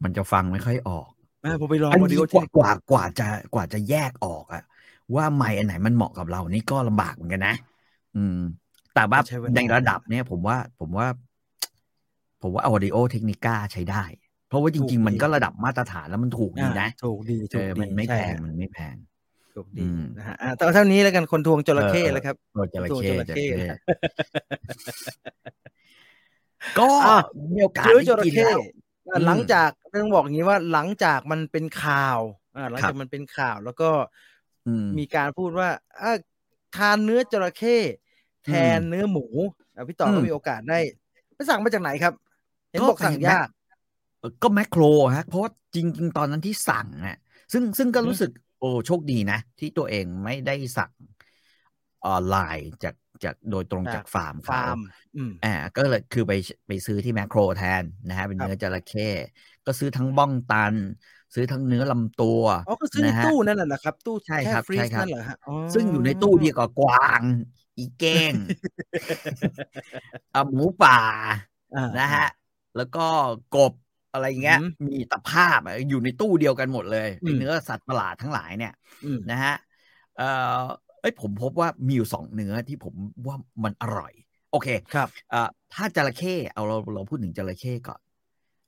[SPEAKER 2] มันจะฟังไม่ค่อยออก
[SPEAKER 1] อ่าผมไปลอง
[SPEAKER 2] อัน
[SPEAKER 1] บอดี้
[SPEAKER 2] นี้
[SPEAKER 1] โอก
[SPEAKER 2] ว่า
[SPEAKER 1] เทค
[SPEAKER 2] กว่ากว่าจะกว่าจะแยกออกอะว่าไมค์อันไหนมันเหมาะกับเรานี่ก็ลำบากเหมือนกันนะ อืม แต่ว่าในระดับเนี้ยผมว่าผมว่า ผมว่า audio technica ใช้ได้ เพราะว่าจริง ๆ มันก็ระดับมาตรฐานแล้วมันถูกดีนะ
[SPEAKER 1] ถูกดี
[SPEAKER 2] เอ
[SPEAKER 1] ถูก
[SPEAKER 2] อ
[SPEAKER 1] ดี
[SPEAKER 2] มันไม่
[SPEAKER 1] ใช่
[SPEAKER 2] แพง
[SPEAKER 1] ฮะ
[SPEAKER 2] มันไม่แพง
[SPEAKER 1] ถูกดี
[SPEAKER 2] อืม
[SPEAKER 1] นะฮะอ่ะแต่เท่านี้แล้วกันคนทวงจระเข้
[SPEAKER 2] เออ
[SPEAKER 1] แล้วครับ
[SPEAKER 2] โอ้จระเข้
[SPEAKER 1] ตัวจ
[SPEAKER 2] จระ
[SPEAKER 1] ระเข้
[SPEAKER 2] เข้ก็
[SPEAKER 1] อ่ะ
[SPEAKER 2] มีโอกาส
[SPEAKER 1] เชื้อจ
[SPEAKER 2] ได้
[SPEAKER 1] ระ
[SPEAKER 2] กิน
[SPEAKER 1] เข้
[SPEAKER 2] แล้ว
[SPEAKER 1] อ่ะหลังจากเรื่องบอกอย่างนี้ว่าหลังจากมันเป็นข่าวอ่าหลัง
[SPEAKER 2] ครั
[SPEAKER 1] จาก
[SPEAKER 2] บ
[SPEAKER 1] มันเป็นข่าวแล้วก็
[SPEAKER 2] อืม
[SPEAKER 1] มีการพูดว่าอ่ะทานเนื้อจระเข้แทนเนื้อหมูอ่ะพี่ต่ออ
[SPEAKER 2] ม
[SPEAKER 1] ก็มีโอกาสได้ไปสั่งมาจากไหนครับ เห็น
[SPEAKER 2] ก็
[SPEAKER 1] บอก
[SPEAKER 2] ไป
[SPEAKER 1] สั่ง
[SPEAKER 2] เห็นไหม
[SPEAKER 1] ยาก
[SPEAKER 2] เออก็แมคโครฮะเพราะว่าจริง ๆ ตอนนั้นที่สั่งน่ะซึ่งซึ่งก็
[SPEAKER 1] อือฮึ
[SPEAKER 2] รู้สึกโอ้โชคดีนะ ที่ตัวเองไม่ได้สั่งออนไลน์จากจากโดยตรงจากฟาร์มเข
[SPEAKER 1] ฟาร์ม อืม
[SPEAKER 2] อ่าก็เลยคือไปไปซื้อที่แมคโครแทนนะฮะเป็น
[SPEAKER 1] ครับ
[SPEAKER 2] เนื้อจระเข้ก็ซื้อทั้งบ้องตัน ซื้อทั้งเนื้อลำตัว
[SPEAKER 1] อ๋อก็ซื้อใน
[SPEAKER 2] นะฮะ
[SPEAKER 1] ตู้นั่นแหละนะครับ ตู้
[SPEAKER 2] ใช่
[SPEAKER 1] แช่
[SPEAKER 2] ครับ
[SPEAKER 1] ฟรี
[SPEAKER 2] ใช่
[SPEAKER 1] ซ
[SPEAKER 2] ครับ
[SPEAKER 1] นั่นเหรอฮะ
[SPEAKER 2] ซึ่งอยู่ในตู้เดียวกับกวาง อีเก้งอ่ะหมูป่า
[SPEAKER 1] อ่า
[SPEAKER 2] นะฮะ แล้วก็กบอะไรเงี้ย
[SPEAKER 1] อือหือ
[SPEAKER 2] มีตะภาพอะอยู่ในตู้เดียวกันหมดเลย
[SPEAKER 1] อืม
[SPEAKER 2] ไอ้เนื้อสัตว์ประหลาดทั้งหลายเนี่ย
[SPEAKER 1] อืม
[SPEAKER 2] นะฮะ เอ่อเอ้ยผมพบว่ามีอยู่สองเนื้อที่ผมว่ามันอร่อย โอเค
[SPEAKER 1] ครับ
[SPEAKER 2] เอ่อถ้าจระเข้เอาเราเราพูดถึงจระเข้ก่อน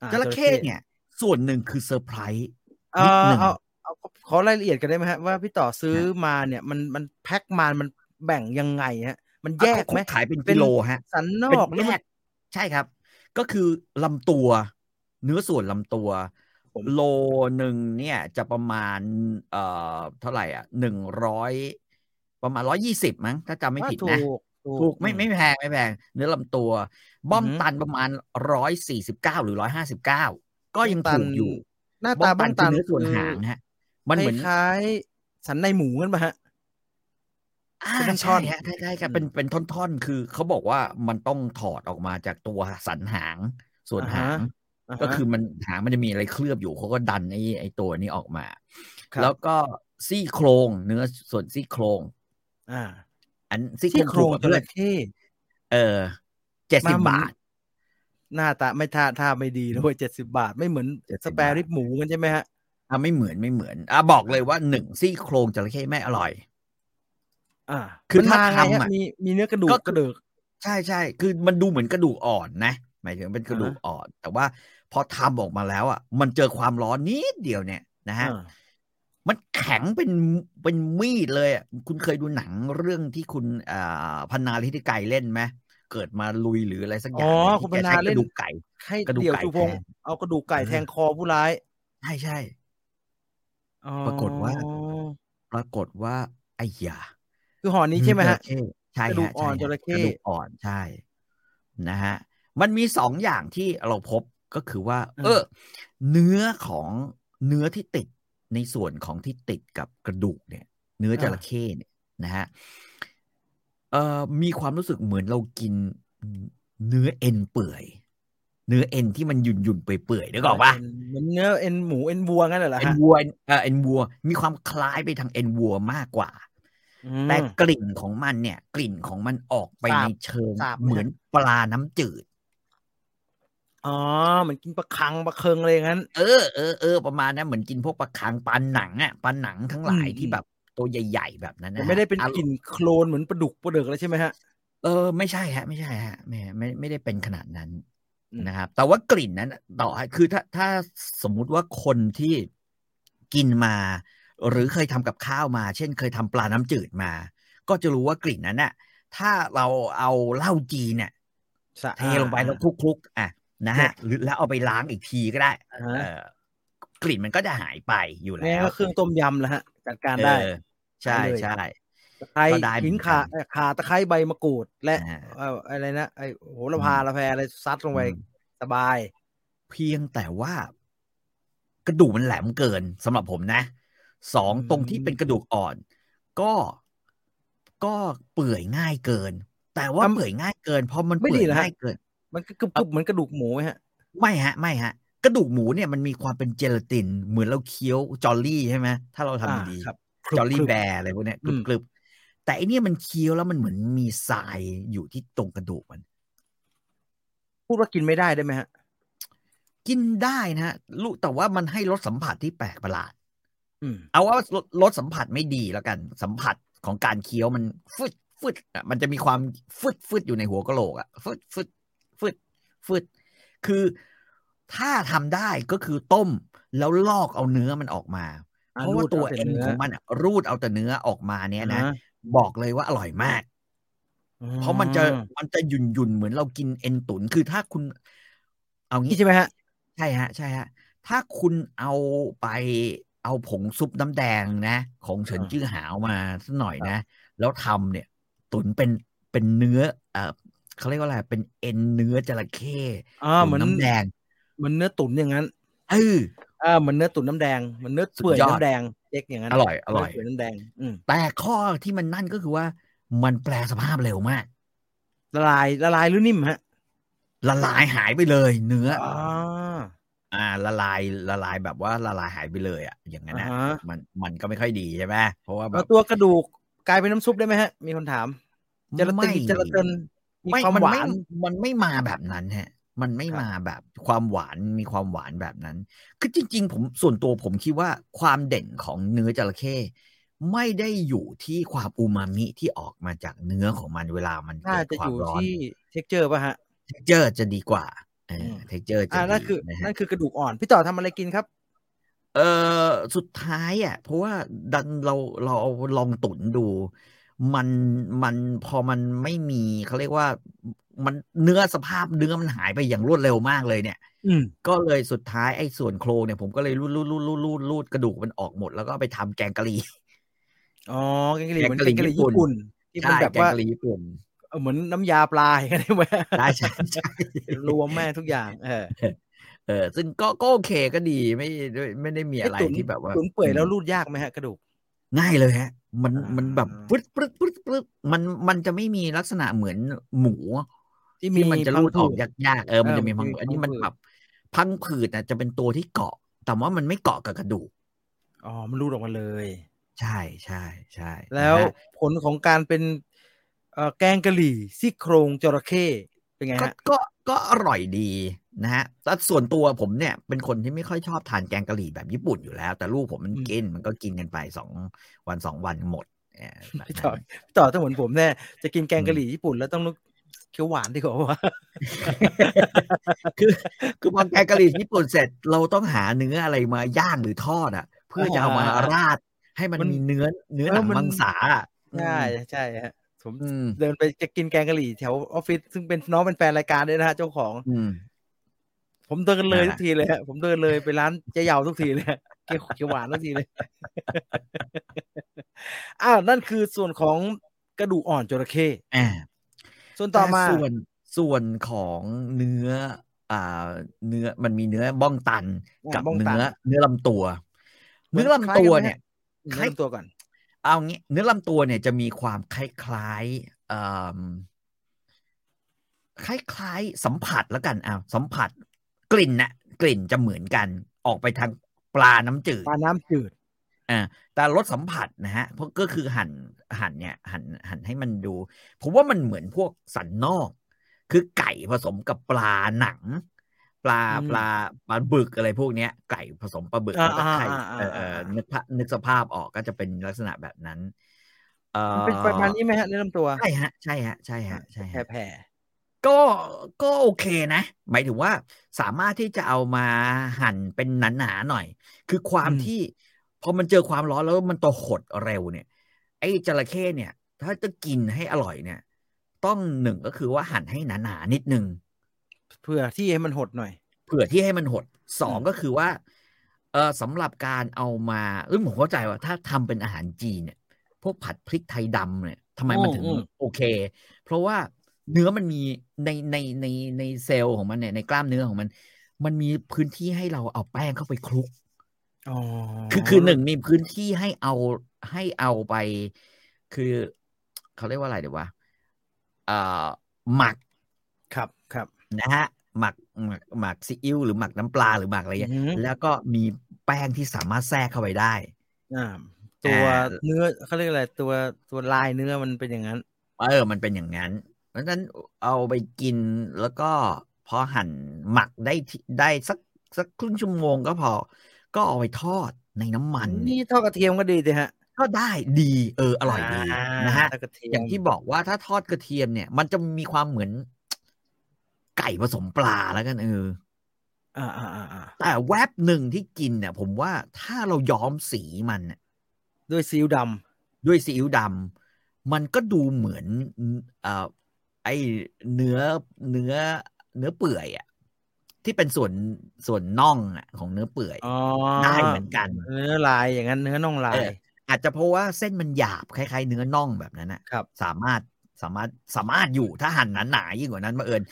[SPEAKER 1] อ่า
[SPEAKER 2] จระเข้เนี่ย ส่วนหนึ่งคือเซอร์ไพรส์
[SPEAKER 1] เอ่อ
[SPEAKER 2] นิดหนึ่ง
[SPEAKER 1] เอาเอาขอรายละเอียดกันได้ไหมฮะว่าพี่ต่อซื้อมาเนี่ยมันมันแพ็คมามันแบ่งยังไงฮะ มันแยกไหม
[SPEAKER 2] เขาขายเป็น
[SPEAKER 1] เป็
[SPEAKER 2] กิ
[SPEAKER 1] น
[SPEAKER 2] โลฮะ
[SPEAKER 1] สันน
[SPEAKER 2] เป็น
[SPEAKER 1] อก
[SPEAKER 2] แยกใช่ครับ ก็คือลำตัว เนื้อส่วนลำตัว โลหนึ่งเนี่ย จะประมาณ เอ่อเท่าไหร่อ่ะหนึ่งร้อยประมาณร้อยี่สิบมั้งถ้าจำไม่
[SPEAKER 1] ว่า
[SPEAKER 2] ผิด
[SPEAKER 1] ถู
[SPEAKER 2] นะ
[SPEAKER 1] ก
[SPEAKER 2] ถูกไม่ไม่แพงไม่แพงเนื้อลำตัว บ้อมตันประมาณร้อยสี่สิบเก้าหรือร้อยห้าสิบเก้าก็ยังถูกอยู่
[SPEAKER 1] หน้าตาบ้องตัน
[SPEAKER 2] คือเนื้อส่วนหางฮะ มันเหมือน
[SPEAKER 1] คล้ายๆสันในหมูกันปะฮะ
[SPEAKER 2] อ่า
[SPEAKER 1] เป็นท่
[SPEAKER 2] ใช่
[SPEAKER 1] อนๆ
[SPEAKER 2] ฮะใช่ๆครับ
[SPEAKER 1] อืม
[SPEAKER 2] เป็นเป็นท่อนๆ คือเขาบอกว่ามันต้องถอดออกมาจากตัวสันหางส่วนหาง
[SPEAKER 1] อ่าฮะ
[SPEAKER 2] ก็คือมันหางมันจะมีอะไรเคลือบอยู่เขาก็ดันไอ้ไอ้ตัวนี้ออกมา
[SPEAKER 1] ครับ
[SPEAKER 2] แล้วก็ซี่โครงเนื้อส่วนซี่โครง
[SPEAKER 1] อ่า
[SPEAKER 2] อันซี่
[SPEAKER 1] ที่โครงจ
[SPEAKER 2] ถูกกว่าเพื่อ
[SPEAKER 1] ระ
[SPEAKER 2] น
[SPEAKER 1] เข้
[SPEAKER 2] เออเจ็ดสิบ
[SPEAKER 1] มาเหมือน
[SPEAKER 2] บาท
[SPEAKER 1] หน้าตาไม่ท่าท่าไม่ดีเลยเจ็ดสิบาทไม่เหมือน
[SPEAKER 2] 70
[SPEAKER 1] สแปริบหมูกันใช่ไหมฮะ
[SPEAKER 2] อ่ะไม่เหมือนไม่เหมือนอ่ะบอกเลยว่าหนึ่งซี่โครงจระเข้ไม่อร่อย
[SPEAKER 1] อ่า
[SPEAKER 2] คือ
[SPEAKER 1] มัน
[SPEAKER 2] ถ้า
[SPEAKER 1] ไงฮะ
[SPEAKER 2] ทำอะ
[SPEAKER 1] มีมีเนื้อกระดูก
[SPEAKER 2] ก็คือ
[SPEAKER 1] กระเดิก
[SPEAKER 2] ใช่ใช่ คือมันดูเหมือนกระดูกอ่อนนะ หมายถึงเป็นกระดูกอ่อน แต่ว่าพอทำออกมาแล้วอ่ะ มันเจอความร้อนนิดเดียวเนี่ยนะฮะ
[SPEAKER 1] อ่า
[SPEAKER 2] มันแข็งเป็นเป็นมีดเลยอ่ะ คุณเคยดูหนังเรื่องที่คุณอ่าพันนาลิธิไกรเล่นไหม เกิดมาลุยหรืออะไรสักอย่าง
[SPEAKER 1] อ๋อ
[SPEAKER 2] หนึ่ง
[SPEAKER 1] คุณ
[SPEAKER 2] ที่
[SPEAKER 1] พ
[SPEAKER 2] แก
[SPEAKER 1] นา
[SPEAKER 2] ใช้ก
[SPEAKER 1] เล่
[SPEAKER 2] ระ
[SPEAKER 1] น
[SPEAKER 2] ดูกไก่
[SPEAKER 1] ให้
[SPEAKER 2] กระดูก
[SPEAKER 1] เดี่ยว
[SPEAKER 2] ไก่
[SPEAKER 1] ชูพง
[SPEAKER 2] แท
[SPEAKER 1] ษ์
[SPEAKER 2] น
[SPEAKER 1] เอากระดูกไก่
[SPEAKER 2] เออ
[SPEAKER 1] แทงคอผู้ร้าย
[SPEAKER 2] ใช่ใช่
[SPEAKER 1] อ๋อ
[SPEAKER 2] ปรากฏว่า ปรากฏว่าไอ้ยา
[SPEAKER 1] คือห่อนี้ใช่ไหมฮะ
[SPEAKER 2] เนื้อจรเข้ใช่
[SPEAKER 1] กระดูก
[SPEAKER 2] ฮะ
[SPEAKER 1] อ่อน
[SPEAKER 2] ใช่
[SPEAKER 1] จ
[SPEAKER 2] ฮะ
[SPEAKER 1] ระเข้
[SPEAKER 2] กระดูกอ่อนใช่ นะฮะ มันมีสองอย่างที่เราพบก็คือว่า เออ เนื้อของเนื้อที่ติดในส่วนของที่ติดกับกระดูกเนี่ย เนื้อจระเข้เนี่ยนะฮะเอ่อมีความรู้สึกเหมือนเรากินเนื้อเอ็นเปื่อย เนื้อเอ็นที่มันหยุ่นหยุ่นๆเปื่อยเปื่อยๆนึกออกปะ
[SPEAKER 1] เนเหมือนเนื้อเอ็นหมูเอ็นวัวงั้นเหรอ
[SPEAKER 2] เอ็น
[SPEAKER 1] ฮะ
[SPEAKER 2] วัวเอ็นเอ่อเอ็นวัว มีความคล้ายไปทางเอ็นวัวมากกว่า
[SPEAKER 1] อืม
[SPEAKER 2] แต่กลิ่นของมันเนี่ย กลิ่นของมันออกไป
[SPEAKER 1] สาบ
[SPEAKER 2] ในเชิง
[SPEAKER 1] สาบไหมฮะ
[SPEAKER 2] เหมือนปลาน้ำจืด
[SPEAKER 1] อ๋อเหมือนกินปลาคังปลาเคิงอะไรอย่างนั้น
[SPEAKER 2] เออเออเออประมาณนั้นเหมือนกินพวกปลาคางปลาหนังอ่ะปลาหนังทั้งหลาย
[SPEAKER 1] อืม
[SPEAKER 2] ที่แบบตัวใหญ่ ๆ แบบนั้นนะ
[SPEAKER 1] แต่
[SPEAKER 2] ฮะ
[SPEAKER 1] ไม่ได้เป็น
[SPEAKER 2] อาร
[SPEAKER 1] กลิ่นโคลนเหมือนปลาดุกปลาเดิกแล้วใช่ไหมฮะ
[SPEAKER 2] เออไม่ใช่ฮะ ไม่ใช่ฮะไม่ไม่ไม่ได้เป็นขนาดนั้น
[SPEAKER 1] อืม
[SPEAKER 2] นะครับ แต่ว่ากลิ่นนั้นต่อให้คือถ้าถ้าสมมุติว่าคนที่กินมา หรือเคยทำกับข้าวมา เช่น เคยทำปลาน้ำจืดมา ก็จะรู้ว่ากลิ่นนั้นน่ะ ถ้าเราเอาเหล้าจีนเนี่ย
[SPEAKER 1] สะ
[SPEAKER 2] เทลงไปแล้วคลุกๆอ่ะนะฮะ หรือแล้วเอาไปล้างอีกทีก็ได้
[SPEAKER 1] อ่า
[SPEAKER 2] เอ
[SPEAKER 1] ฮะ
[SPEAKER 2] อกลิ่นมันก็จะหายไปอยู่
[SPEAKER 1] นี่
[SPEAKER 2] แล้ว
[SPEAKER 1] ก็เครื่องต้มยำแล้วฮะจัดการได้
[SPEAKER 2] เออใช่
[SPEAKER 1] ได้เลย
[SPEAKER 2] ใช่
[SPEAKER 1] ตะไคร้
[SPEAKER 2] ก็ได้เหมือน
[SPEAKER 1] หินขาเอ่อขาตะไคร้ใบมะกรูด และ
[SPEAKER 2] อ่า
[SPEAKER 1] เอ่ออะไรนะไอโหระพา
[SPEAKER 2] อืม
[SPEAKER 1] ละแพรอะไรซัดลงไป
[SPEAKER 2] อืม
[SPEAKER 1] สบาย
[SPEAKER 2] เพียงแต่ว่า กระดูกมันแหลมเกินสำหรับผมนะสอง
[SPEAKER 1] อืม
[SPEAKER 2] ตรงที่เป็นกระดูกอ่อน ก็ก็เปื่อยง่ายเกิน แต่ว่าเปื่อยง่ายเกินเพราะมัน
[SPEAKER 1] ไม่
[SPEAKER 2] เปื่
[SPEAKER 1] ดี
[SPEAKER 2] อย
[SPEAKER 1] เหรอฮะ
[SPEAKER 2] ง่ายเกิน
[SPEAKER 1] มันก็กรุบกรุบเหมือนกระดูกหมูไหมฮะ
[SPEAKER 2] ไม่ฮะ ไม่ฮะ กระดูกหมูเนี่ยมันมีความเป็นเจลาติน เหมือนเราเคี้ยวจอลลี่ใช่ไหมถ้าเราทำ
[SPEAKER 1] อ่า
[SPEAKER 2] ดี
[SPEAKER 1] ครับค
[SPEAKER 2] ๆจอลลี่
[SPEAKER 1] ค
[SPEAKER 2] แบร์อะไรพวกเนี้ยก
[SPEAKER 1] อื
[SPEAKER 2] รึบ
[SPEAKER 1] ม
[SPEAKER 2] กรึบแต่อันนี้มันเคี้ยวแล้วมันเหมือนมีทรายอยู่ที่ตรงกระดูกมัน
[SPEAKER 1] พูดว่ากินไม่ได้ได้ไหมฮะ
[SPEAKER 2] กินได้นะฮะลูกแต่ว่ามันให้รสสัมผัสที่แปลกประหลาด
[SPEAKER 1] อืม
[SPEAKER 2] เอาว่ารสรสสัมผัสไม่ดีแล้วกัน สัมผัสของการเคี้ยวมันฟึดฟึดอ่ะมันจะมีความฟึดฟึดอยู่ในหัวกะโหลกอ่ะฟึดฟึดฟึดฟึดคือถ้าทำได้ก็คือต้มแล้วลอกเอาเนื้อมันออกมา
[SPEAKER 1] อ่ะ
[SPEAKER 2] เพราะว่า
[SPEAKER 1] รูดเอาแต่
[SPEAKER 2] ตัวเอ็น
[SPEAKER 1] เนื้อ
[SPEAKER 2] ของมันอ่ะรูดเอาแต่เนื้อออกมาเนี่ยนะ บอกเลยว่าอร่อยมาก
[SPEAKER 1] อ่
[SPEAKER 2] เพราะมันจะมันจะหยุ่นหยุ่นๆเหมือนเรากินเอ็นตุนคือถ้าคุณ เอางี้
[SPEAKER 1] นี่ใช่ไหมฮะ
[SPEAKER 2] ใช่ฮะ ใช่ฮะ ถ้าคุณเอาไปเอาผงซุปน้ำแดงนะ ของเฉินจื้อหาวมาสักหน่อยนะ แล้วทำเนี่ย ตุ๋นเป็นเป็นเนื้อเออเขาเรียกว่าอะไรเป็นเอ็นเนื้อจระเข้
[SPEAKER 1] อ่าเห
[SPEAKER 2] ตุ๋
[SPEAKER 1] มือน
[SPEAKER 2] น้ำแดง
[SPEAKER 1] เหมือนเนื้อตุ๋นอย่างนั้น
[SPEAKER 2] เออ
[SPEAKER 1] อ่าเหมือนเนื้อตุ๋นน้ำแดงเหมือนเนื้อเปื่อย
[SPEAKER 2] สุดยอด
[SPEAKER 1] น้ำแดงเจ๊กอย่างนั้น
[SPEAKER 2] อร่อย อร่อย
[SPEAKER 1] เนื้เปื่อยน้ำแดง อืม
[SPEAKER 2] แต่ข้อที่มันนั่นก็คือว่า มันแปลสภาพเร็วมาก
[SPEAKER 1] ละลายละลายหรือนิ่มฮะ
[SPEAKER 2] ละลายหายไปเลย เนื้อ
[SPEAKER 1] อ่า
[SPEAKER 2] อ่า ละลายละลายแบบว่าละลายหายไปเลยอ่ะอย่างนั้น
[SPEAKER 1] อ่า
[SPEAKER 2] นะ
[SPEAKER 1] ฮะ
[SPEAKER 2] มันมันก็ไม่ค่อยดีใช่ไหมเพราะว่าแบ
[SPEAKER 1] แล้ว
[SPEAKER 2] บ
[SPEAKER 1] ตัวกระดูกกลายเป็นน้ำซุปได้ไหมฮะ มีคนถามเจลาติน
[SPEAKER 2] ไม่
[SPEAKER 1] เจลาตินมี
[SPEAKER 2] ไม่
[SPEAKER 1] ความ
[SPEAKER 2] มัน
[SPEAKER 1] หวา
[SPEAKER 2] ไม่
[SPEAKER 1] น
[SPEAKER 2] มันไม่มาแบบนั้นฮะ มันไม่
[SPEAKER 1] ครับ
[SPEAKER 2] มาแบบความหวานมีความหวานแบบนั้น คือจริง ๆ ผมส่วนตัวผมคิดว่าความเด่นของเนื้อจระเข้ไม่ได้อยู่ที่ความอูมามิที่ออกมาจากเนื้อของมันเวลามัน
[SPEAKER 1] น่า
[SPEAKER 2] เกิด
[SPEAKER 1] จะ
[SPEAKER 2] ควา
[SPEAKER 1] อ
[SPEAKER 2] ม
[SPEAKER 1] ยู่
[SPEAKER 2] ร้อน
[SPEAKER 1] ที่เท็กเจอร์ป่ะฮะ
[SPEAKER 2] เทคเจอร์จะดีกว่าเออ
[SPEAKER 1] ม
[SPEAKER 2] เทคเจอร์จะ
[SPEAKER 1] อ่านั่น
[SPEAKER 2] ดี
[SPEAKER 1] คือ
[SPEAKER 2] นะฮะ
[SPEAKER 1] นั่นคือกระดูกอ่อน พี่ต่อทำอะไรกินครับ
[SPEAKER 2] เออสุดท้ายอ่ะ เพราะว่าดันเราเราเอาลองตุนดู มันมันพอมันไม่มีเขาเรียกว่ามันเนื้อสภาพเนื้อมันหายไปอย่างรวดเร็วมากเลยเนี่ย
[SPEAKER 1] อืม
[SPEAKER 2] ก็เลยสุดท้ายไอ้ส่วนโครงเนี่ยผมก็เลยรูดรูดรูดรูดรูดรูดกระดูกมันออกหมด แล้วก็เอาไปทำแกงกะหรี่
[SPEAKER 1] อ๋อแกงกะหรี่เหมือน
[SPEAKER 2] แก
[SPEAKER 1] แก
[SPEAKER 2] ง
[SPEAKER 1] ง
[SPEAKER 2] กะ
[SPEAKER 1] กะห
[SPEAKER 2] หรี่
[SPEAKER 1] รี่
[SPEAKER 2] ญี่
[SPEAKER 1] ญี่
[SPEAKER 2] ปุ่
[SPEAKER 1] ปุ่
[SPEAKER 2] น
[SPEAKER 1] นที่มัน
[SPEAKER 2] ใช่
[SPEAKER 1] แบบ
[SPEAKER 2] แก
[SPEAKER 1] ว่าก
[SPEAKER 2] งะหรี่ญี่ปุ่น
[SPEAKER 1] เออเหมือนน้ำยาปลาอย่าง นี้นไหม
[SPEAKER 2] ใช่ใช่ ใช่
[SPEAKER 1] รวมแม่งทุกอย่างเออ
[SPEAKER 2] เออซึ่งก็ก็โอเคก็ดีไม่ไม่ได้มีอะไร
[SPEAKER 1] อ้ตุ๋น
[SPEAKER 2] ที่แบบว่า
[SPEAKER 1] ตุ๋นเปื่อยแล้วรูดยากไหมฮะกระดูก
[SPEAKER 2] ง่ายเลยฮะ มัน
[SPEAKER 1] อ่ามั
[SPEAKER 2] มันแบบปึ๊ดปึ๊ดปึ๊ดปึ๊ดมันมันจะไม่มีลักษณะเหมือนหมู
[SPEAKER 1] ที่
[SPEAKER 2] ที่มันจะรูดออ
[SPEAKER 1] พัง
[SPEAKER 2] ก
[SPEAKER 1] ผืด
[SPEAKER 2] ยากๆเออมัน
[SPEAKER 1] เออ
[SPEAKER 2] จะมีพัง
[SPEAKER 1] มันจะมี
[SPEAKER 2] อันนี้
[SPEAKER 1] พัง
[SPEAKER 2] มัน
[SPEAKER 1] ผืด
[SPEAKER 2] แบบพังผืดนะจะเป็นตัวที่เกาะ แต่ว่ามันไม่เกาะกับกระดูก
[SPEAKER 1] อ๋อมันรูดออกมาเลย
[SPEAKER 2] ใช่ใช่ใช่
[SPEAKER 1] แล้ว
[SPEAKER 2] นะฮะ
[SPEAKER 1] ผลของการเป็นเอ่อแกงกะหรี่ซี่โครงจระเข้เป็นไง
[SPEAKER 2] ก็
[SPEAKER 1] ฮะ
[SPEAKER 2] ก็ก็อร่อยดีนะฮะแต่ส่วนตัวผมเนี่ย เป็นคนที่ไม่ค่อยชอบทานแกงกะหรี่แบบญี่ปุ่นอยู่แล้ว แต่ลูกผมมันกินมันก็กินกันไปสองวันสองวันหมดเออแบบ
[SPEAKER 1] พี่ต่อ
[SPEAKER 2] นั้น
[SPEAKER 1] พี่ต่อถ้าเหมือนผมแน่จะกินแกงกะหรี่ญี่ปุ่นแล้วต้องนึกเคี้ยวหวานดีกว่าว่า
[SPEAKER 2] คือคือพอแกงกะหรี่ญี่ปุ่นเสร็จเราต้องหาเนื้ออะไรมาย่างหรือทอดอ่ะ เพื่อจะเอามาราด ให้มัน
[SPEAKER 1] มัน
[SPEAKER 2] มีเนื้อเนื้อห
[SPEAKER 1] เอ
[SPEAKER 2] นั
[SPEAKER 1] องมัน
[SPEAKER 2] มังสาอะ
[SPEAKER 1] ใช่ใช่ฮะผม
[SPEAKER 2] อืม
[SPEAKER 1] เดินไปจะกินแกงกะหรี่แถวออฟฟิศซึ่งเป็นน้องเป็นแฟนรายการด้วยนะฮะเจ้าของ
[SPEAKER 2] อืม
[SPEAKER 1] ผมเดินเลย
[SPEAKER 2] อ่า
[SPEAKER 1] ทุกทีเลยฮะผมเดินเลยไปร้านเจ๊ยาวทุกทีเลยฮะเกี่ยวเขียวหวานทุกที เลย อ้าวนั่นคือส่วนของกระดูกอ่อนจระเข้
[SPEAKER 2] อ่า
[SPEAKER 1] ส่วนต่อมา
[SPEAKER 2] ส่วนส่วนของเนื้อ อ่า เนื้อมันมีเนื้อบ้องตัน
[SPEAKER 1] อ่า
[SPEAKER 2] กับ
[SPEAKER 1] บ้องตัน
[SPEAKER 2] เนื้อ เนื้อลำตัว
[SPEAKER 1] เหมือน
[SPEAKER 2] เนื้อลำตัวเนี่ย
[SPEAKER 1] คล้ายกันไหมฮะเริ่มตัวก่อน
[SPEAKER 2] เอางี้เนื้อลำตัวเนี่ยจะมีความคล้ายๆเอ่มคล้ายๆสัมผัสแล้วกันอ่ะสัมผัสกลิ่นนะกลิ่นจะเหมือนกันออกไปทางปลาน้ำจืด
[SPEAKER 1] ปลาน้ำจืด
[SPEAKER 2] อ่าแต่รสสัมผัสนะฮะเพราะก็คือหั่นหั่นเนี่ยหั่นหั่นให้มันดูผมว่ามันเหมือนพวกสันนอก คือไก่ผสมกับปลาหนัง ปลา
[SPEAKER 1] อืม
[SPEAKER 2] ปลาปลาบึกอะไรพวกเนี้ย ไก่ผสมปลาบึก
[SPEAKER 1] อ่า
[SPEAKER 2] แล้วก็ไข่
[SPEAKER 1] อ่าอ่า
[SPEAKER 2] เออเออ
[SPEAKER 1] อ่า
[SPEAKER 2] นึกภาพนึกสภาพออกก็จะเป็นลักษณะแบบนั้นเอ
[SPEAKER 1] มัน
[SPEAKER 2] อ
[SPEAKER 1] เป็นประมาณนี้ไหมฮะเนื้อลำตัว
[SPEAKER 2] ใช่ฮะ ใช่ฮะ ใช่ฮะ ใช่
[SPEAKER 1] แผ่
[SPEAKER 2] ฮะ
[SPEAKER 1] แผ่
[SPEAKER 2] ก็ก็โอเคนะ หมายถึงว่าสามารถที่จะเอามาหั่นเป็นหนาๆหน่อย คือความที่พอมันเจอความร้อนแล้วมันตัวหดเร็วเนี่ย ไอ้จระเข้เนี่ย ถ้าจะกินให้อร่อยเนี่ย ต้องหนึ่งก็คือว่าหั่นให้หนาๆนิดนึง
[SPEAKER 1] ๆเผื่อที่ให้มันหดหน่อย
[SPEAKER 2] เผื่อที่ให้มันหดสอง
[SPEAKER 1] อืม
[SPEAKER 2] ก็คือว่าเออสำหรับการเอามาเอ้ยผมเข้าใจว่าถ้าทำเป็นอาหารจีนเนี่ยพวกผัดพริกไทยดำเนี่ยทำไมมันถึง
[SPEAKER 1] อืมอืม
[SPEAKER 2] โอเค เพราะว่าเนื้อมันมีในในในในเซลล์ของมันเนี่ยในกล้ามเนื้อของมัน มันมีพื้นที่ให้เราเอาแป้งเข้าไปคลุก
[SPEAKER 1] อ๋อ
[SPEAKER 2] คือคือหนึ่งมีพื้นที่ให้เอาให้เอาไป คือเขาเรียกว่าอะไรเดี๋ยววะเอ่อหมัก
[SPEAKER 1] ครับครับ
[SPEAKER 2] นะฮะหมักหมักหมักซีอิ๊วหรือหมักน้ำปลาหรือหมักอะไรอย่าง
[SPEAKER 1] อื
[SPEAKER 2] เงี้ย
[SPEAKER 1] อหือ
[SPEAKER 2] แล้วก็มีแป้งที่สามารถแทรกเข้าไปได้
[SPEAKER 1] อ่าตัว
[SPEAKER 2] อ่า
[SPEAKER 1] เนื้อเขาเรียกอะไรตัวตัวลายเนื้อมันเป็นอย่างนั้น
[SPEAKER 2] เออ มันเป็นอย่างนั้น เพราะฉะนั้นเอาไปกินแล้วก็พอหั่นหมักได้ที่ได้สัก สักครึ่งชั่วโมงก็พอ ก็เอาไปทอดในน้ำมัน
[SPEAKER 1] นี่ทอดกระเทียมก็ดีสิฮะ
[SPEAKER 2] ก็ได้ดีเอออร่อยดีนะฮะ
[SPEAKER 1] ทอดกรเทีม
[SPEAKER 2] อย่างที่บอกว่าถ้าทอดกระเทียมเนี่ย มันจะมีความเหมือน ไก่ผสมปลาแล้วกันเออ
[SPEAKER 1] อ่าอ่าอ่าอ่า
[SPEAKER 2] แต่แวบหนึ่งที่กินเนี่ย ผมว่าถ้าเราย้อมสีมันน่ะ
[SPEAKER 1] ด้วยซีอิ๊วด
[SPEAKER 2] ด้วยซีอิ๊วดำมันก็ดูเหมือนเอ่อไอเนื้อเนื้อเนื้อเปื่อยอะที่เป็นส่วนส่วนน่องอะของเนื้อเปื่อย
[SPEAKER 1] ำอ๋อ
[SPEAKER 2] ได้เหมือนกัน
[SPEAKER 1] เนื้อลายอย่างนั้นเนื้อน่องลา
[SPEAKER 2] เอย อ อาจจะเพราะว่าเส้นมันหยาบคล้ายๆเนื้อน่องแบบนั้นนะครับสามารถสามารถสามารถอยู่ถ้าหั่นหนาๆยิ่งกว่านั้นมาเอิญ